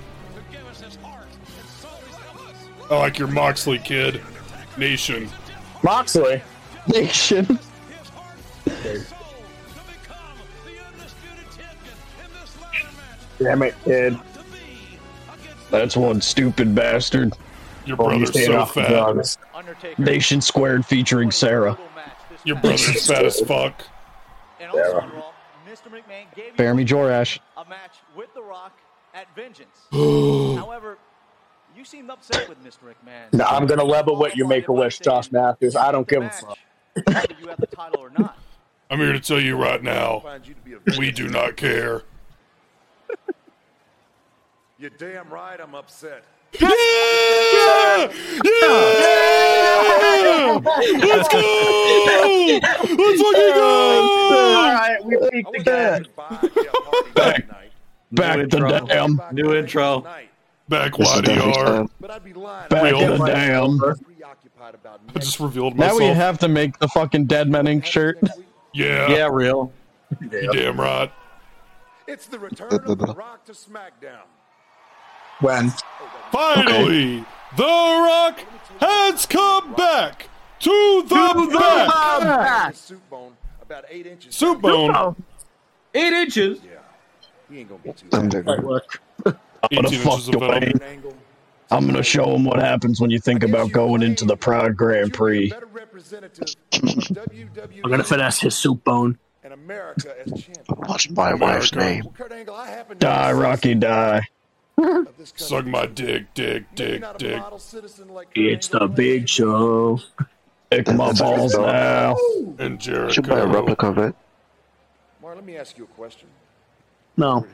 [SPEAKER 1] I like your Moxley kid. Nation.
[SPEAKER 6] Moxley.
[SPEAKER 9] Nation.
[SPEAKER 12] Damn it, kid.
[SPEAKER 9] That's one stupid bastard.
[SPEAKER 1] Your
[SPEAKER 12] Oh, you
[SPEAKER 1] brother's
[SPEAKER 12] stayed
[SPEAKER 1] so
[SPEAKER 12] off the
[SPEAKER 1] fat.
[SPEAKER 12] drugs.
[SPEAKER 9] Nation Squared featuring Sarah.
[SPEAKER 1] Your brother's fat as fuck.
[SPEAKER 9] Bear me Jorash.
[SPEAKER 18] a match with The Rock at Vengeance.
[SPEAKER 9] However,
[SPEAKER 18] However, you seemed upset with Mr. McMahon.
[SPEAKER 6] No, I'm gonna level what you make a wish, Josh Matthews. I don't give a fuck.
[SPEAKER 1] I'm here to tell you right now, Oh, we do not care.
[SPEAKER 19] You're damn right I'm upset.
[SPEAKER 1] Let's go! Let's fucking go!
[SPEAKER 6] All right, we peaked again.
[SPEAKER 9] Back the dam.
[SPEAKER 4] New intro.
[SPEAKER 1] Back
[SPEAKER 9] This is definitely
[SPEAKER 1] YDR.
[SPEAKER 9] Back
[SPEAKER 1] Real.
[SPEAKER 9] the dam.
[SPEAKER 1] I just revealed
[SPEAKER 9] Now
[SPEAKER 1] myself.
[SPEAKER 9] we have to make the fucking Dead Men Inc. shirt.
[SPEAKER 1] yeah.
[SPEAKER 4] Yeah, real.
[SPEAKER 1] You damn right.
[SPEAKER 19] It's the return of The Rock to SmackDown.
[SPEAKER 12] When?
[SPEAKER 1] Finally, The Rock has come back to the, back.
[SPEAKER 19] Soup bone, about eight inches.
[SPEAKER 1] Soup bone.
[SPEAKER 4] Eight inches.
[SPEAKER 19] He ain't gonna be too
[SPEAKER 9] I'm gonna
[SPEAKER 1] 18
[SPEAKER 9] fuck
[SPEAKER 1] inches of
[SPEAKER 9] the
[SPEAKER 1] venom.
[SPEAKER 9] way. I'm gonna show them what happens when you think about going into the Prague Grand Prix.
[SPEAKER 12] I'm gonna finesse his soup bone.
[SPEAKER 19] in E America as champion.
[SPEAKER 12] What's my
[SPEAKER 1] wife's
[SPEAKER 12] name?
[SPEAKER 9] Die, Rocky, die.
[SPEAKER 1] Suck my dick, dick, dick, dick.
[SPEAKER 12] It's the Big Show.
[SPEAKER 9] Pick my balls now.
[SPEAKER 1] And
[SPEAKER 13] Should buy a
[SPEAKER 1] Jericho.
[SPEAKER 13] replica of it.
[SPEAKER 19] Mark, let me ask you a question.
[SPEAKER 13] No.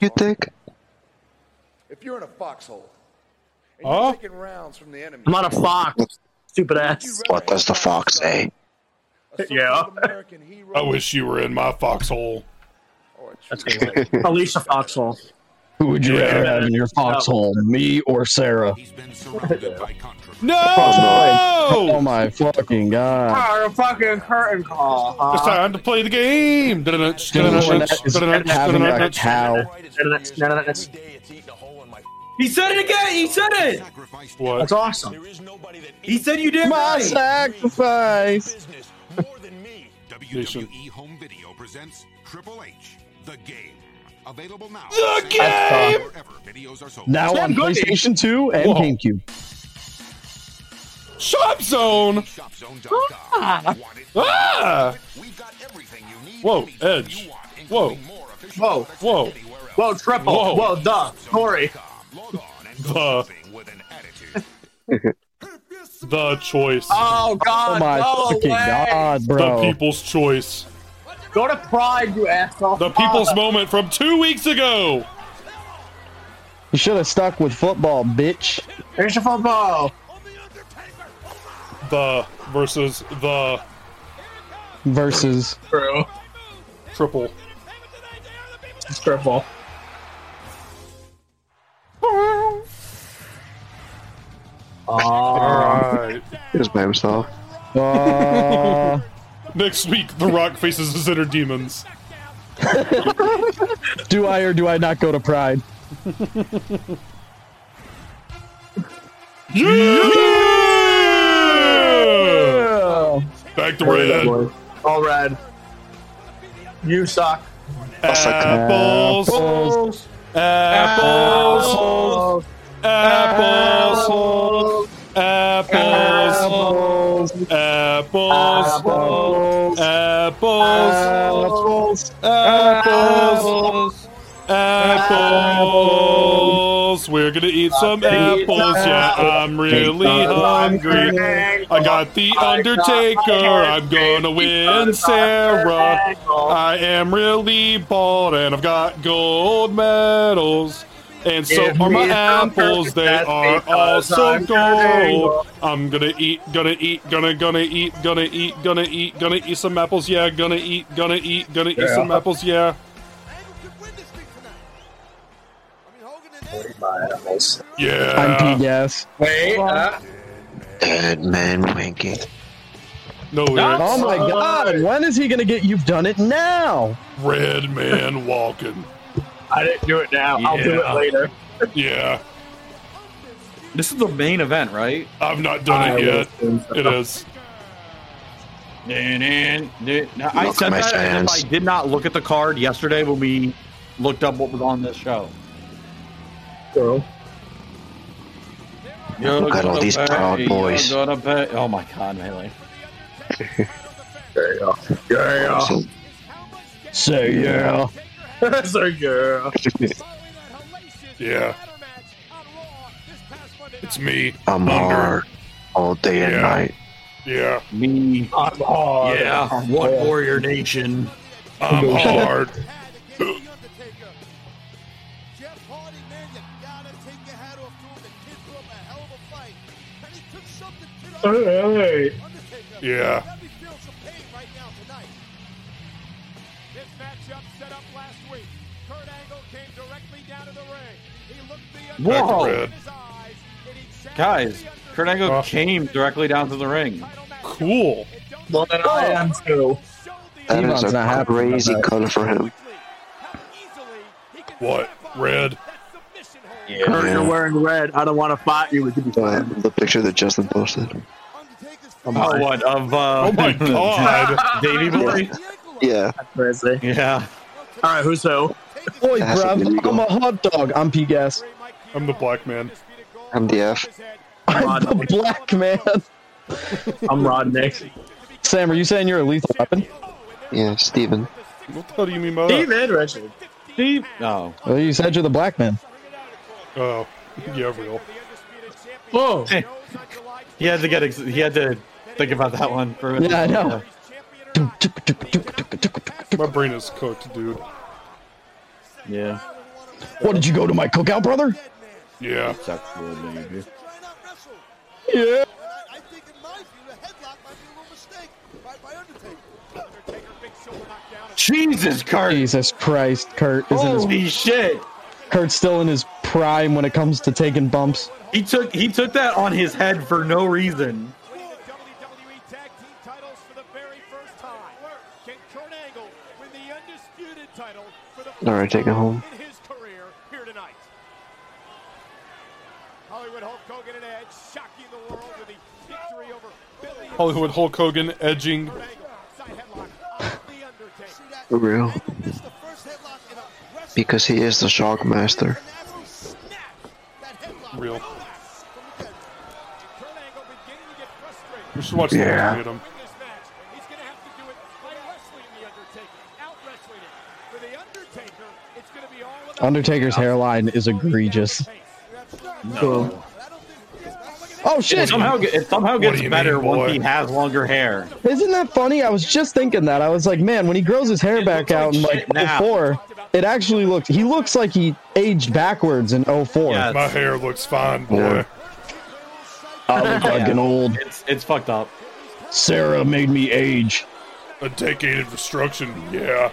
[SPEAKER 13] You think?
[SPEAKER 19] If you're in a foxhole and
[SPEAKER 1] Huh?
[SPEAKER 19] you're taking rounds from the enemy,
[SPEAKER 12] I'm not a fox. Stupid ass.
[SPEAKER 13] What does the fox say?
[SPEAKER 12] Yeah.
[SPEAKER 1] I wish you were in my foxhole.
[SPEAKER 12] That's good. Alicia Foxhole.
[SPEAKER 9] Who would you rather have in your foxhole, me or Sarah?
[SPEAKER 1] No!
[SPEAKER 9] Oh my fucking god!
[SPEAKER 6] Our fucking curtain call.
[SPEAKER 1] It's
[SPEAKER 6] huh?
[SPEAKER 1] time to play the game.
[SPEAKER 9] Having a cow.
[SPEAKER 20] He said it again. He said it.
[SPEAKER 1] What?
[SPEAKER 12] That's awesome.
[SPEAKER 20] He said you did.
[SPEAKER 9] My
[SPEAKER 20] not
[SPEAKER 9] sacrifice.
[SPEAKER 1] Nation.
[SPEAKER 21] WWE Home Video presents Triple H, The Game. Available now.
[SPEAKER 1] The
[SPEAKER 21] Same
[SPEAKER 1] Game!
[SPEAKER 21] Wherever videos are sold.
[SPEAKER 9] Now on PlayStation 2 and
[SPEAKER 1] Whoa.
[SPEAKER 9] GameCube.
[SPEAKER 1] Shop Zone!
[SPEAKER 21] ShopZone.com. Want it?
[SPEAKER 1] Ah!
[SPEAKER 21] We've got everything you need.
[SPEAKER 1] Whoa, Edge. Whoa.
[SPEAKER 6] Whoa,
[SPEAKER 1] Whoa.
[SPEAKER 6] whoa, triple,
[SPEAKER 1] Whoa.
[SPEAKER 6] whoa, duh, Corey.
[SPEAKER 1] The. the choice.
[SPEAKER 6] Oh God,
[SPEAKER 9] Oh my
[SPEAKER 6] go
[SPEAKER 9] fucking
[SPEAKER 6] away.
[SPEAKER 9] god,
[SPEAKER 1] The
[SPEAKER 9] bro!
[SPEAKER 1] people's choice.
[SPEAKER 6] Go to Pride, you asshole.
[SPEAKER 1] The people's moment from two weeks ago.
[SPEAKER 9] You should have stuck with football, bitch.
[SPEAKER 6] Here's your football.
[SPEAKER 1] The versus the
[SPEAKER 9] Versus
[SPEAKER 6] True.
[SPEAKER 1] triple.
[SPEAKER 6] Triple.
[SPEAKER 1] Alright.
[SPEAKER 13] Here's by himself.
[SPEAKER 9] uh,
[SPEAKER 1] Next week, The Rock faces his inner demons.
[SPEAKER 9] do I or do I not go to Pride?
[SPEAKER 1] Yeah! Back to red.
[SPEAKER 6] All red. You suck.
[SPEAKER 1] Apples.
[SPEAKER 9] Apples.
[SPEAKER 1] Apples.
[SPEAKER 6] Oh,
[SPEAKER 1] Apples. Apples. Apples.
[SPEAKER 9] Apples.
[SPEAKER 1] Apples.
[SPEAKER 9] Apples.
[SPEAKER 1] Apples. Apples. We're gonna eat some apples. Yeah, I'm really
[SPEAKER 6] Uh,
[SPEAKER 1] hungry. I got the Undertaker. I'm gonna win, Sarah. I am really bald, and I've got gold medals. And so are my apples. They are also gold. I'm gonna eat, gonna eat, gonna gonna eat, gonna eat, gonna eat, gonna eat some apples. Yeah, gonna eat, gonna eat, gonna eat some apples. Yeah. Yeah.
[SPEAKER 9] I'm P gas.
[SPEAKER 22] Wait, uh,
[SPEAKER 5] Dead man winking.
[SPEAKER 1] No,
[SPEAKER 9] Oh my god, when is he gonna get you've done it now?
[SPEAKER 1] Red man walking.
[SPEAKER 6] I didn't do it now. I'll do it
[SPEAKER 4] Yeah.
[SPEAKER 6] later.
[SPEAKER 1] Yeah.
[SPEAKER 4] This is the main event, right?
[SPEAKER 1] I've not done it yet. It is.
[SPEAKER 4] Now, I
[SPEAKER 5] Look,
[SPEAKER 4] said
[SPEAKER 5] my
[SPEAKER 4] that and
[SPEAKER 5] fans.
[SPEAKER 4] I did not look at the card yesterday when we looked up what was on this show.
[SPEAKER 22] girl.
[SPEAKER 4] You're
[SPEAKER 5] Look at all
[SPEAKER 4] gonna
[SPEAKER 5] these proud
[SPEAKER 4] you're
[SPEAKER 5] boys.
[SPEAKER 4] gonna pay- Oh my god, Melee.
[SPEAKER 22] There you go.
[SPEAKER 6] Oh.
[SPEAKER 22] Yeah.
[SPEAKER 5] So,
[SPEAKER 9] So yeah.
[SPEAKER 22] That's a girl.
[SPEAKER 1] Yeah. It's me.
[SPEAKER 5] I'm
[SPEAKER 1] Under.
[SPEAKER 5] hard all day and
[SPEAKER 1] Yeah.
[SPEAKER 5] night.
[SPEAKER 1] Yeah.
[SPEAKER 4] Me.
[SPEAKER 6] Uh,
[SPEAKER 22] I'm hard.
[SPEAKER 4] Yeah, one warrior nation.
[SPEAKER 1] I'm hard.
[SPEAKER 22] Hey.
[SPEAKER 1] Yeah.
[SPEAKER 12] This matchup set up last week. Kurt Angle came directly down to the ring. He looked the
[SPEAKER 4] Whoa.
[SPEAKER 1] Back to
[SPEAKER 12] Undertaker
[SPEAKER 1] red.
[SPEAKER 12] in his eyes, and he challenged
[SPEAKER 4] Guys, Kurt Angle
[SPEAKER 1] Oh.
[SPEAKER 4] came directly down to the ring.
[SPEAKER 1] Cool.
[SPEAKER 22] Well, then I am too.
[SPEAKER 5] That is
[SPEAKER 9] Elon's not happy
[SPEAKER 5] a
[SPEAKER 9] about
[SPEAKER 5] crazy
[SPEAKER 9] that.
[SPEAKER 5] color for him.
[SPEAKER 1] What? Red.
[SPEAKER 6] Kurt,
[SPEAKER 5] Yeah.
[SPEAKER 6] you're wearing red. I don't want to fight you. Would you be
[SPEAKER 5] Uh, the picture that Justin posted.
[SPEAKER 4] Oh, what of? Uh,
[SPEAKER 1] Oh my god.
[SPEAKER 4] Davy Boy.
[SPEAKER 5] Yeah,
[SPEAKER 6] crazy?
[SPEAKER 4] Yeah.
[SPEAKER 6] All right, who's who?
[SPEAKER 9] Boy,
[SPEAKER 5] That's
[SPEAKER 9] bruv,
[SPEAKER 5] illegal.
[SPEAKER 9] I'm a hot dog. I'm P gas.
[SPEAKER 1] I'm the black man.
[SPEAKER 5] I'm the F.
[SPEAKER 9] I'm the
[SPEAKER 6] Rodney.
[SPEAKER 9] black man.
[SPEAKER 6] I'm Rodney.
[SPEAKER 9] Sam, are you saying you're a lethal weapon?
[SPEAKER 5] Yeah, Steven.
[SPEAKER 1] What the hell do you mean by that?
[SPEAKER 6] Steve and Richard.
[SPEAKER 4] Deep. No.
[SPEAKER 9] Well, you said you're the black man.
[SPEAKER 1] Oh. Yeah, real.
[SPEAKER 22] Whoa.
[SPEAKER 4] He had to get. Ex- he had to think about that one for a minute.
[SPEAKER 9] Yeah, I know.
[SPEAKER 1] My brain is cooked, dude.
[SPEAKER 4] Yeah.
[SPEAKER 9] What did you go to my cookout, brother?
[SPEAKER 1] Yeah.
[SPEAKER 4] Sucks for a baby.
[SPEAKER 9] Yeah.
[SPEAKER 4] Jesus Kurt.
[SPEAKER 9] Jesus Christ, Kurt is in his
[SPEAKER 4] Holy shit.
[SPEAKER 9] Kurt's still in his prime when it comes to taking bumps.
[SPEAKER 4] He took he took that on his head for no reason.
[SPEAKER 12] winning the WWE Tag Team titles for the very first time. Can Kurt Angle win the undisputed title for the
[SPEAKER 5] All right,
[SPEAKER 12] first
[SPEAKER 5] take it
[SPEAKER 12] time
[SPEAKER 5] home.
[SPEAKER 12] in his career here tonight? Hollywood Hulk Hogan and Edge shocking the world with the victory over Billy and
[SPEAKER 1] Hollywood Hulk Hogan edging.
[SPEAKER 12] Kurt Angle. Side headlock on the Undertaker.
[SPEAKER 5] For real. Because he is the shock master.
[SPEAKER 1] Real.
[SPEAKER 12] Kurt Angle beginning to get frustrated.
[SPEAKER 1] We should watch
[SPEAKER 5] Yeah.
[SPEAKER 1] the him.
[SPEAKER 12] win this match. He's going to have to do it by wrestling the Undertaker, out wrestling him. For the Undertaker, it's going to be all about
[SPEAKER 9] Undertaker's hairline is egregious.
[SPEAKER 4] No.
[SPEAKER 9] Oh shit!
[SPEAKER 4] somehow ge- it somehow
[SPEAKER 1] What do
[SPEAKER 4] gets
[SPEAKER 1] you
[SPEAKER 4] better
[SPEAKER 1] mean,
[SPEAKER 4] once
[SPEAKER 1] boy?
[SPEAKER 4] he has longer hair.
[SPEAKER 9] Isn't that funny? I was just thinking that. I was like, man, when he grows his hair
[SPEAKER 4] looks
[SPEAKER 9] back
[SPEAKER 4] like
[SPEAKER 9] out in like
[SPEAKER 4] shit now.
[SPEAKER 9] 04, it actually looks he looks like he aged backwards in 04.
[SPEAKER 4] Yeah.
[SPEAKER 1] My hair looks fine, boy.
[SPEAKER 9] I look like an old
[SPEAKER 4] It's it's fucked up.
[SPEAKER 9] Sarah made me age.
[SPEAKER 1] A decade of destruction. Yeah.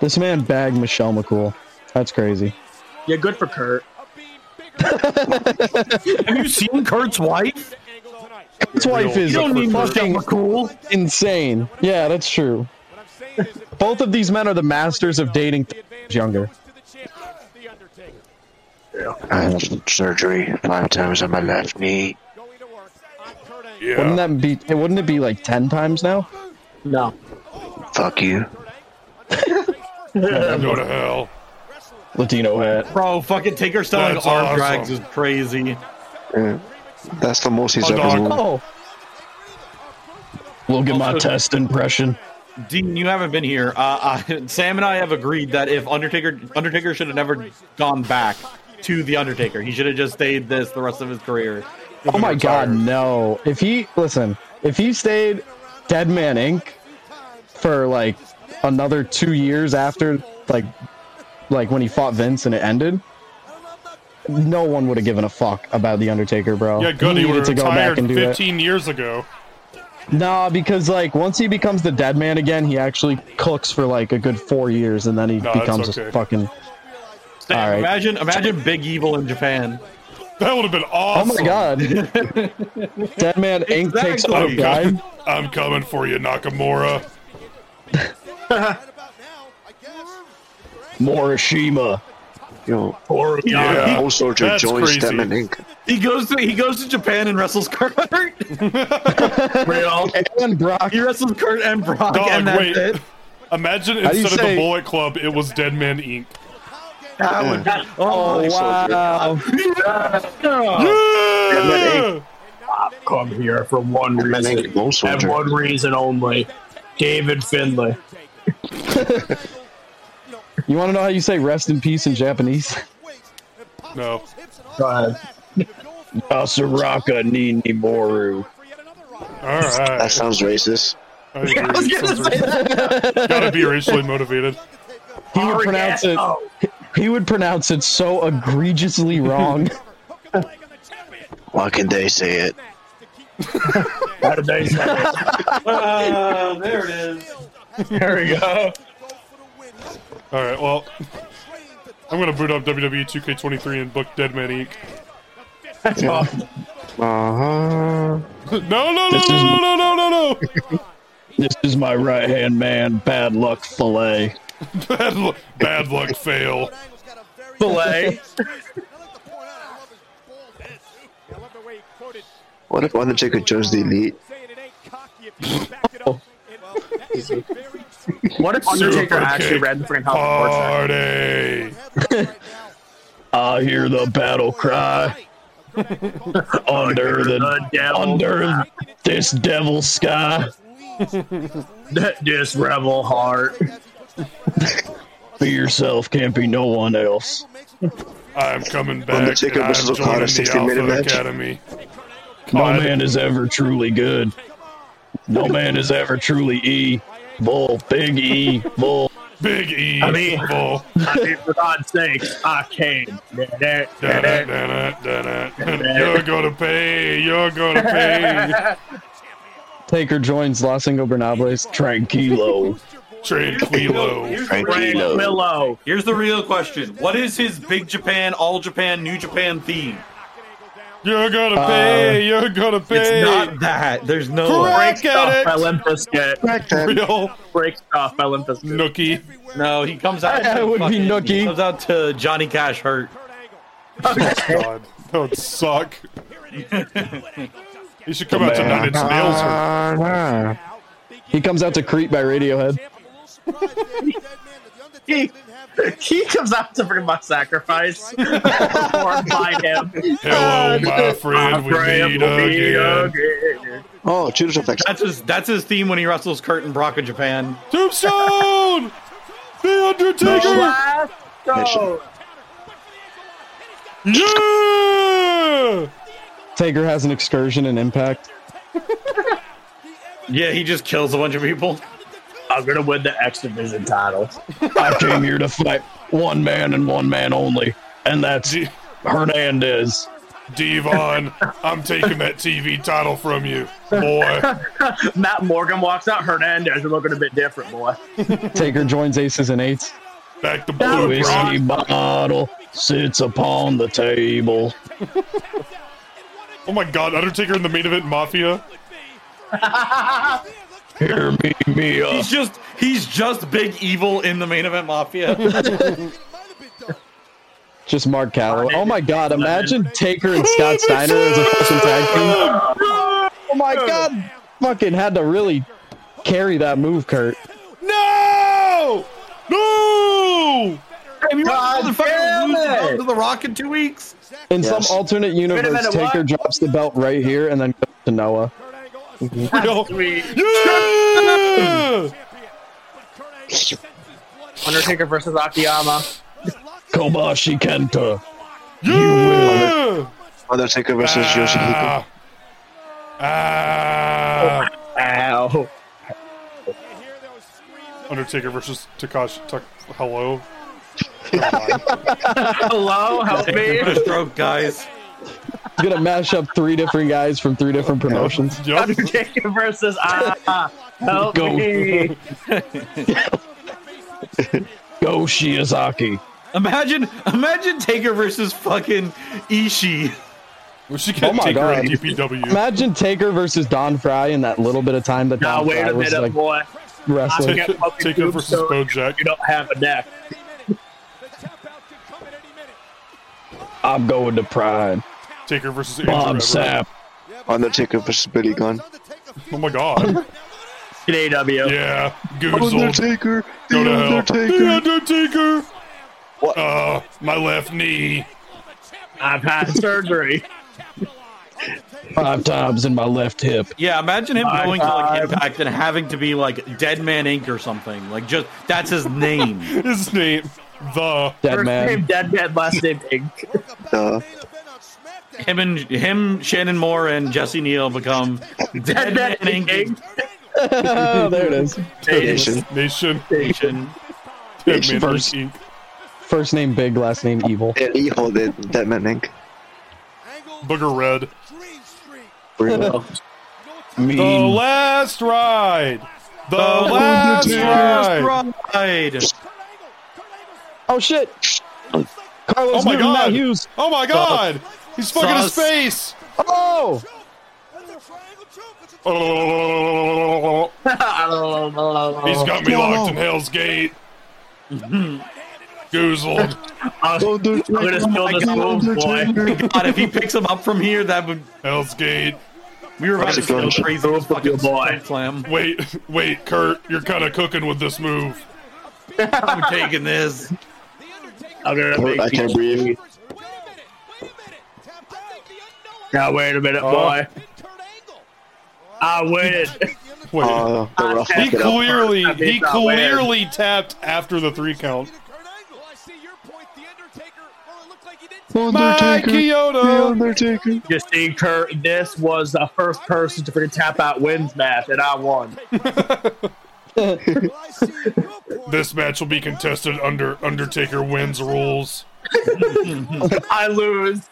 [SPEAKER 9] This man bagged Michelle McCool. That's crazy.
[SPEAKER 6] Yeah, good for Kurt.
[SPEAKER 4] Have you seen Kurt's wife?
[SPEAKER 12] Angle tonight.
[SPEAKER 9] His wife is
[SPEAKER 4] You don't need Michelle
[SPEAKER 9] fucking
[SPEAKER 4] McCool.
[SPEAKER 9] insane. Yeah, that's true.
[SPEAKER 12] What I'm saying is if
[SPEAKER 9] Both of these men are the masters of dating
[SPEAKER 12] the advantage
[SPEAKER 9] younger.
[SPEAKER 12] goes to the champion, the Undertaker,
[SPEAKER 5] I had surgery five times on my left knee.
[SPEAKER 12] going to work on Kurt Angle.
[SPEAKER 9] Wouldn't
[SPEAKER 1] Yeah.
[SPEAKER 9] that be? hey, Wouldn't it be like ten times now?
[SPEAKER 6] No.
[SPEAKER 5] Fuck you.
[SPEAKER 1] Go to hell.
[SPEAKER 9] Latino hat.
[SPEAKER 4] Bro, fucking Taker selling
[SPEAKER 1] That's
[SPEAKER 4] arm
[SPEAKER 1] awesome.
[SPEAKER 4] drags is crazy.
[SPEAKER 5] Yeah. That's the most he's
[SPEAKER 1] Oh,
[SPEAKER 5] ever
[SPEAKER 1] dog.
[SPEAKER 5] won.
[SPEAKER 9] Oh. Look at my test impression.
[SPEAKER 4] Dean, you haven't been here. Uh, uh, Sam and I have agreed that if Undertaker Undertaker should have never gone back to the Undertaker, he should have just stayed this the rest of his career.
[SPEAKER 9] Oh my God, no! If he listen, if he stayed Dead Man Inc. for like another two years after, like, like when he fought Vince and it ended, no one would have given a fuck about the Undertaker, bro.
[SPEAKER 1] Yeah, good. He, he were retired 15 years ago.
[SPEAKER 9] Nah, because like once he becomes the dead man again, he actually cooks for like a good four years, and then he
[SPEAKER 1] No, that's
[SPEAKER 9] becomes
[SPEAKER 1] okay.
[SPEAKER 9] a fucking.
[SPEAKER 4] Sam,
[SPEAKER 9] All right.
[SPEAKER 4] Imagine, imagine Big Evil in Japan.
[SPEAKER 1] That would have been
[SPEAKER 9] Oh
[SPEAKER 1] awesome.
[SPEAKER 9] my god! dead man Inc. takes over
[SPEAKER 1] I'm,
[SPEAKER 9] guy.
[SPEAKER 1] coming, I'm coming for you, Nakamura.
[SPEAKER 9] Morishima.
[SPEAKER 13] Yo,
[SPEAKER 4] Yeah.
[SPEAKER 13] also
[SPEAKER 4] That's
[SPEAKER 13] joins
[SPEAKER 4] crazy.
[SPEAKER 13] Deadman Inc.
[SPEAKER 4] He goes to he goes to Japan and wrestles Kurt. Real
[SPEAKER 9] and Brock.
[SPEAKER 4] He wrestles Kurt and Brock,
[SPEAKER 1] Dog,
[SPEAKER 4] and that's
[SPEAKER 1] wait.
[SPEAKER 4] it.
[SPEAKER 1] Imagine
[SPEAKER 4] How do you
[SPEAKER 1] instead of
[SPEAKER 4] say-
[SPEAKER 1] the Bullet Club, it was Dead Man Inc.
[SPEAKER 4] That would be- oh,
[SPEAKER 9] wow!
[SPEAKER 1] Yeah!
[SPEAKER 23] I've come here for one
[SPEAKER 13] And then
[SPEAKER 23] reason
[SPEAKER 13] Andy Bone
[SPEAKER 23] and
[SPEAKER 13] Soldier.
[SPEAKER 23] one reason only. David Finlay.
[SPEAKER 9] You want to know how you say "rest in peace" in Japanese?
[SPEAKER 1] No.
[SPEAKER 23] Go ahead.
[SPEAKER 9] Asaraka Ninimoru.
[SPEAKER 1] All right.
[SPEAKER 13] That sounds racist.
[SPEAKER 1] I agree. Sounds racist. Gotta be racially motivated.
[SPEAKER 9] He would pronounce it. He would pronounce it so egregiously wrong.
[SPEAKER 13] Why can they say it?
[SPEAKER 23] How did they say it?
[SPEAKER 4] Uh, there it is.
[SPEAKER 23] There we go.
[SPEAKER 1] All right, well, I'm gonna boot up E WWE 2K23 and book Dead Man Inc.
[SPEAKER 13] Uh
[SPEAKER 5] Uh-huh.
[SPEAKER 13] huh.
[SPEAKER 1] no, no, no, no, no, no, no, no, no.
[SPEAKER 9] This is my right hand man, Bad Luck Filet.
[SPEAKER 1] Bad, lu- bad luck fail.
[SPEAKER 4] Filet.
[SPEAKER 13] What if Undertaker joins the elite?
[SPEAKER 12] What if Undertaker actually
[SPEAKER 1] Superkick
[SPEAKER 12] read the freaking House of
[SPEAKER 1] Party.
[SPEAKER 9] I hear the battle cry under the under this devil sky.
[SPEAKER 23] This rebel heart.
[SPEAKER 9] Be yourself, can't be no one else.
[SPEAKER 1] I'm coming back.
[SPEAKER 13] Undertaker
[SPEAKER 1] and
[SPEAKER 13] versus
[SPEAKER 1] I'm
[SPEAKER 13] Okada,
[SPEAKER 1] joining the
[SPEAKER 13] 60-minute
[SPEAKER 1] Alpha
[SPEAKER 13] match.
[SPEAKER 1] Academy.
[SPEAKER 9] No
[SPEAKER 1] God.
[SPEAKER 9] man is ever truly good. No man is ever truly E. Bull, big E, bull.
[SPEAKER 1] Big E.
[SPEAKER 23] I mean-
[SPEAKER 1] Bull.
[SPEAKER 23] I mean, for God's sakes, I came.
[SPEAKER 1] Oh. Da-da, da-da, da-da. You're gonna pay. You're gonna pay.
[SPEAKER 9] Taker joins Los Ingobernables. Tranquilo.
[SPEAKER 1] Tranquilo.
[SPEAKER 4] Willow. Here's the real question: What is his Big Japan, All Japan, New Japan theme?
[SPEAKER 1] You're gonna
[SPEAKER 4] Uh,
[SPEAKER 1] pay. You're gonna pay.
[SPEAKER 4] It's not that. There's no.
[SPEAKER 1] Crack
[SPEAKER 23] Break stuff
[SPEAKER 1] addict.
[SPEAKER 23] by Limp Bizkit.
[SPEAKER 1] Real
[SPEAKER 23] Break stuff by Limp Bizkit.
[SPEAKER 1] nookie.
[SPEAKER 4] No, he comes out.
[SPEAKER 9] Yeah, it would be
[SPEAKER 4] fucking-
[SPEAKER 9] Nookie.
[SPEAKER 4] He comes out to Johnny Cash hurt.
[SPEAKER 1] God, that would suck. You should come out to Nine Inch Nails. Or...
[SPEAKER 9] Ah. He comes out to Creep by Radiohead.
[SPEAKER 12] he, he comes out to bring my sacrifice performed by him.
[SPEAKER 1] Hello, my friend. We meet again.
[SPEAKER 13] Oh, Judas Effect.
[SPEAKER 4] That's his. That's his theme when he wrestles Kurt and Brock in Japan.
[SPEAKER 1] Tombstone. The Undertaker.
[SPEAKER 12] Let's go.
[SPEAKER 1] Yeah.
[SPEAKER 9] Taker has an excursion and impact.
[SPEAKER 4] Yeah, he just kills a bunch of people.
[SPEAKER 23] I'm gonna win the X Division title.
[SPEAKER 9] I came here to fight one man and one man only, and that's Hernandez.
[SPEAKER 1] Devon, I'm taking that TV title from you, boy.
[SPEAKER 23] Matt Morgan walks out. Hernandez, you're looking a bit different, boy.
[SPEAKER 9] Taker joins aces and eights.
[SPEAKER 1] Back to
[SPEAKER 9] The
[SPEAKER 1] blue, bro.
[SPEAKER 9] whiskey bottle sits upon the table.
[SPEAKER 1] Oh my God, Undertaker in the main event, Mafia.
[SPEAKER 9] Hear me, Mia.
[SPEAKER 4] He's just. He's just big evil in the main event mafia.
[SPEAKER 9] Just Mark Calloway. Oh my god, imagine Taker and Scott Steiner as a fucking tag team. Oh my god, fucking had to really carry that move, Kurt.
[SPEAKER 1] No! No!
[SPEAKER 4] I mean,
[SPEAKER 12] God damn it.
[SPEAKER 4] to the Rock in two weeks.
[SPEAKER 9] In some alternate universe,
[SPEAKER 12] minute,
[SPEAKER 9] Taker
[SPEAKER 12] what?
[SPEAKER 9] drops the belt right here and then goes to Noah.
[SPEAKER 1] Yeah!
[SPEAKER 12] Undertaker versus Akiyama.
[SPEAKER 9] Kobashi Kenta.
[SPEAKER 4] Ah.
[SPEAKER 1] Yeah!
[SPEAKER 13] Undertaker versus Yoshihiko.
[SPEAKER 1] Ah,
[SPEAKER 12] Ow.
[SPEAKER 1] Undertaker versus Takashi. Tak- hello.
[SPEAKER 12] Hello, help me.
[SPEAKER 4] Give it a stroke, guys.
[SPEAKER 9] He's gonna mash up three different guys from three different promotions.
[SPEAKER 12] Undertaker versus Ah. Help
[SPEAKER 9] Go.
[SPEAKER 12] me.
[SPEAKER 9] Go Shiozaki.
[SPEAKER 4] Imagine, imagine Taker versus fucking Ishii.
[SPEAKER 1] Well, she
[SPEAKER 9] Oh
[SPEAKER 1] can't
[SPEAKER 9] my
[SPEAKER 1] take her
[SPEAKER 9] god!
[SPEAKER 1] in DPW.
[SPEAKER 9] Imagine Taker versus Don Fry in that little bit of time that
[SPEAKER 12] Now
[SPEAKER 9] Don
[SPEAKER 12] wait
[SPEAKER 9] Fry
[SPEAKER 12] a
[SPEAKER 9] was
[SPEAKER 12] minute,
[SPEAKER 9] like
[SPEAKER 12] boy.
[SPEAKER 9] wrestling.
[SPEAKER 12] Take-
[SPEAKER 1] Take her versus Bojack.
[SPEAKER 12] You don't have a neck.
[SPEAKER 9] I'm going to Pride.
[SPEAKER 1] Taker versus Andrew
[SPEAKER 9] Bob
[SPEAKER 1] Everett.
[SPEAKER 9] Sapp.
[SPEAKER 13] Undertaker versus Billy Gunn.
[SPEAKER 1] Oh my god.
[SPEAKER 12] In AW.
[SPEAKER 1] Yeah. Goozled.
[SPEAKER 13] Undertaker.
[SPEAKER 1] Go to
[SPEAKER 13] The
[SPEAKER 1] hell.
[SPEAKER 13] Undertaker.
[SPEAKER 1] The Undertaker. Uh, my left knee.
[SPEAKER 12] I've had surgery.
[SPEAKER 9] Five times in my left hip.
[SPEAKER 4] Yeah, imagine him
[SPEAKER 12] High
[SPEAKER 4] going to like
[SPEAKER 12] five.
[SPEAKER 4] Impact and having to be like Dead Man Inc. or something. Like just that's his name.
[SPEAKER 1] His name, the
[SPEAKER 9] Dead
[SPEAKER 12] First
[SPEAKER 9] man.
[SPEAKER 12] name Dead Man, last name Ink.
[SPEAKER 13] Uh,
[SPEAKER 4] him and him, Shannon Moore and Jesse Neal become Dead Man Inc.
[SPEAKER 9] Oh, there it is.
[SPEAKER 13] Nation.
[SPEAKER 1] Nation.
[SPEAKER 4] Nation.
[SPEAKER 1] Dead Man
[SPEAKER 9] First.
[SPEAKER 1] Inc.
[SPEAKER 9] First name big, last name evil.
[SPEAKER 13] El hijo de Deadman Inc.
[SPEAKER 1] Booger Red.
[SPEAKER 9] Mean.
[SPEAKER 1] The last ride. The last ride.
[SPEAKER 4] Pride.
[SPEAKER 9] Oh shit! Carlos
[SPEAKER 1] Oh my
[SPEAKER 9] Newton
[SPEAKER 1] god.
[SPEAKER 9] Hughes.
[SPEAKER 1] Oh my god. He's fucking his
[SPEAKER 4] Sauce.
[SPEAKER 1] face.
[SPEAKER 9] Oh,
[SPEAKER 1] He's got me locked in Hell's Gate. Goozled.
[SPEAKER 12] I'm gonna steal this move, boy.
[SPEAKER 4] Oh God, if he picks him up from here, that would
[SPEAKER 1] Hell's Gate.
[SPEAKER 4] we were about to
[SPEAKER 13] Mexican.
[SPEAKER 4] go crazy. with Fucking
[SPEAKER 12] boy.
[SPEAKER 4] slam.
[SPEAKER 1] Wait, wait, Kurt, you're kind of cooking with this move.
[SPEAKER 4] I'm taking this.
[SPEAKER 12] I'm gonna
[SPEAKER 13] Kurt,
[SPEAKER 12] make
[SPEAKER 13] I can't
[SPEAKER 12] you-
[SPEAKER 13] breathe.
[SPEAKER 12] Now wait a minute, boy. I win.
[SPEAKER 1] Wait.
[SPEAKER 13] Uh, the rough
[SPEAKER 1] he
[SPEAKER 13] it up.
[SPEAKER 1] clearly
[SPEAKER 12] I mean,
[SPEAKER 1] he
[SPEAKER 12] not weird.
[SPEAKER 1] clearly tapped after the three count. My
[SPEAKER 13] Undertaker. The
[SPEAKER 1] Kyoto.
[SPEAKER 13] Undertaker.
[SPEAKER 12] Just seeing Kurt, this was the first person to freaking tap out wins match, and I won.
[SPEAKER 1] This match will be contested under Undertaker wins rules.
[SPEAKER 12] I lose.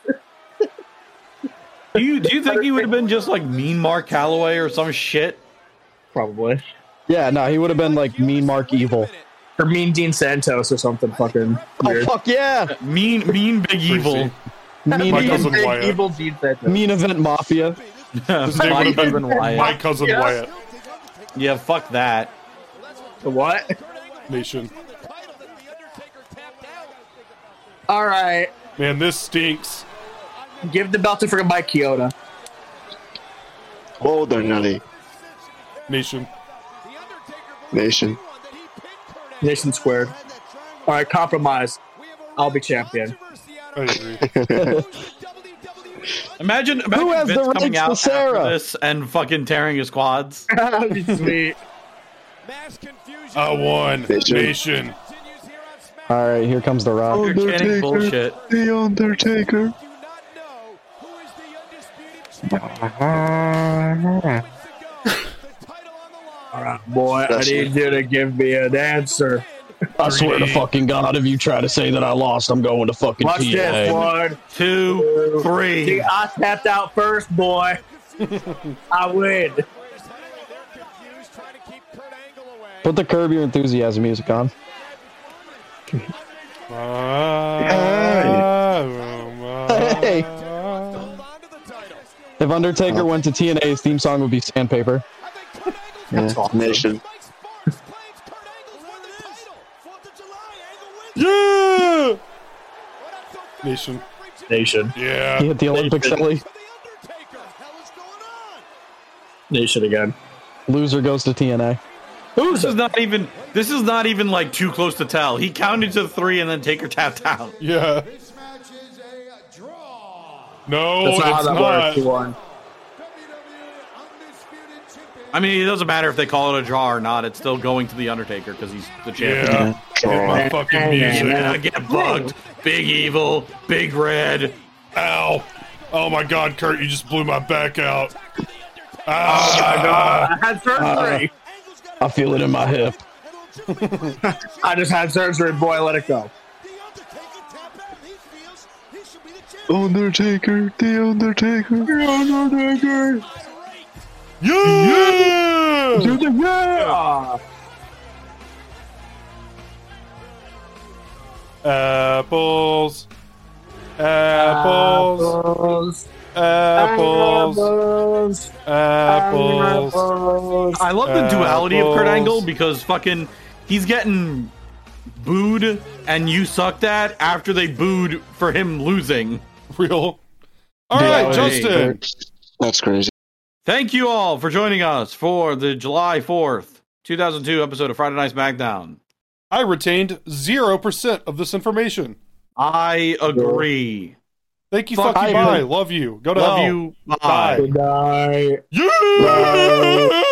[SPEAKER 4] Do you do you think he would have been just like Mean Mark Calloway or some shit?
[SPEAKER 12] Probably.
[SPEAKER 9] yeah. No, he would have been like mean Mark evil.
[SPEAKER 12] Or mean Dean Santos or something fucking
[SPEAKER 9] Oh
[SPEAKER 12] weird.
[SPEAKER 9] fuck yeah!
[SPEAKER 4] Mean Mean Big Evil.
[SPEAKER 9] Mean
[SPEAKER 1] My cousin
[SPEAKER 12] Big
[SPEAKER 1] Wyatt.
[SPEAKER 12] evil Dean Santos.
[SPEAKER 9] mean event mafia.
[SPEAKER 1] His name would have been my cousin
[SPEAKER 12] Yes.
[SPEAKER 1] Wyatt
[SPEAKER 4] Yeah, fuck that.
[SPEAKER 12] The What?
[SPEAKER 1] Nation.
[SPEAKER 12] All right.
[SPEAKER 1] Man, this stinks.
[SPEAKER 12] Give the belt to freaking Mike Kyoto.
[SPEAKER 13] Modernally.
[SPEAKER 1] Nation.
[SPEAKER 13] Nation.
[SPEAKER 12] Nation squared. All right, compromise. I'll be champion.
[SPEAKER 1] I agree.
[SPEAKER 12] E
[SPEAKER 4] Imagine, imagine
[SPEAKER 9] has the
[SPEAKER 4] Vince coming
[SPEAKER 9] rights to
[SPEAKER 4] out
[SPEAKER 9] Sarah?
[SPEAKER 4] after this and fucking tearing his quads.
[SPEAKER 12] That'd be sweet.
[SPEAKER 1] I won.
[SPEAKER 13] Nation.
[SPEAKER 1] Nation.
[SPEAKER 9] All right, here comes the rock.
[SPEAKER 4] You're chanting bullshit.
[SPEAKER 13] The Undertaker.
[SPEAKER 12] All right, Uh, boy. I
[SPEAKER 13] That's
[SPEAKER 12] need you to give me an answer.
[SPEAKER 9] I swear to fucking God, if you try to say that I lost, I'm going to fucking
[SPEAKER 12] Watch this one.
[SPEAKER 4] Two,
[SPEAKER 12] See,
[SPEAKER 4] three.
[SPEAKER 12] I tapped out first, boy. I win.
[SPEAKER 9] Put the Curb Your Enthusiasm music on. Hey. If Undertaker went to TNA, his theme song would be Sandpaper.
[SPEAKER 13] Yeah. Nation.
[SPEAKER 1] Yeah. Nation.
[SPEAKER 12] Nation.
[SPEAKER 9] He
[SPEAKER 1] Yeah.
[SPEAKER 9] hit the Olympic Shelly.
[SPEAKER 12] Nation again.
[SPEAKER 9] Loser goes to TNA.
[SPEAKER 4] This is not even. This is not even like too close to tell. He counted to three and then Taker tapped out.
[SPEAKER 1] Yeah.
[SPEAKER 19] This match is a draw.
[SPEAKER 1] No,
[SPEAKER 12] That's not how
[SPEAKER 1] Oh, it's
[SPEAKER 12] that
[SPEAKER 1] not.
[SPEAKER 12] works. He won.
[SPEAKER 19] WWE Undisputed Champion
[SPEAKER 4] I mean, it doesn't matter if they call it a draw or not. It's still going to the Undertaker because he's the champion.
[SPEAKER 1] Yeah. Hit the fucking music.
[SPEAKER 4] Yeah, get bugged. Big evil. Big red.
[SPEAKER 1] Ow. Oh my god, Kurt, you just blew my back out.
[SPEAKER 12] I
[SPEAKER 1] Ah,
[SPEAKER 12] had surgery.
[SPEAKER 9] I feel it in my hip.
[SPEAKER 12] I just had surgery, boy. Let it go.
[SPEAKER 5] Undertaker, the Undertaker, the Undertaker.
[SPEAKER 1] Yeah!
[SPEAKER 5] Do the
[SPEAKER 12] Ah,
[SPEAKER 1] Apples. Apples. Apples. Apples.
[SPEAKER 4] I love the
[SPEAKER 1] Apples.
[SPEAKER 4] duality of Kurt Angle because fucking he's getting booed and you sucked at after they booed for him losing.
[SPEAKER 1] Real. All right, Justin.
[SPEAKER 13] That's crazy.
[SPEAKER 4] Thank you all for joining us for the July 4th, 2002 episode of Friday Night SmackDown.
[SPEAKER 1] I retained 0% of this information.
[SPEAKER 4] I agree.
[SPEAKER 1] Thank you,
[SPEAKER 4] Fuck
[SPEAKER 1] fuck you,
[SPEAKER 4] you.
[SPEAKER 1] bye. Love you. Go to
[SPEAKER 4] Love
[SPEAKER 1] hell.
[SPEAKER 4] you. Bye.
[SPEAKER 1] Bye.
[SPEAKER 12] Good night.
[SPEAKER 1] Yeah!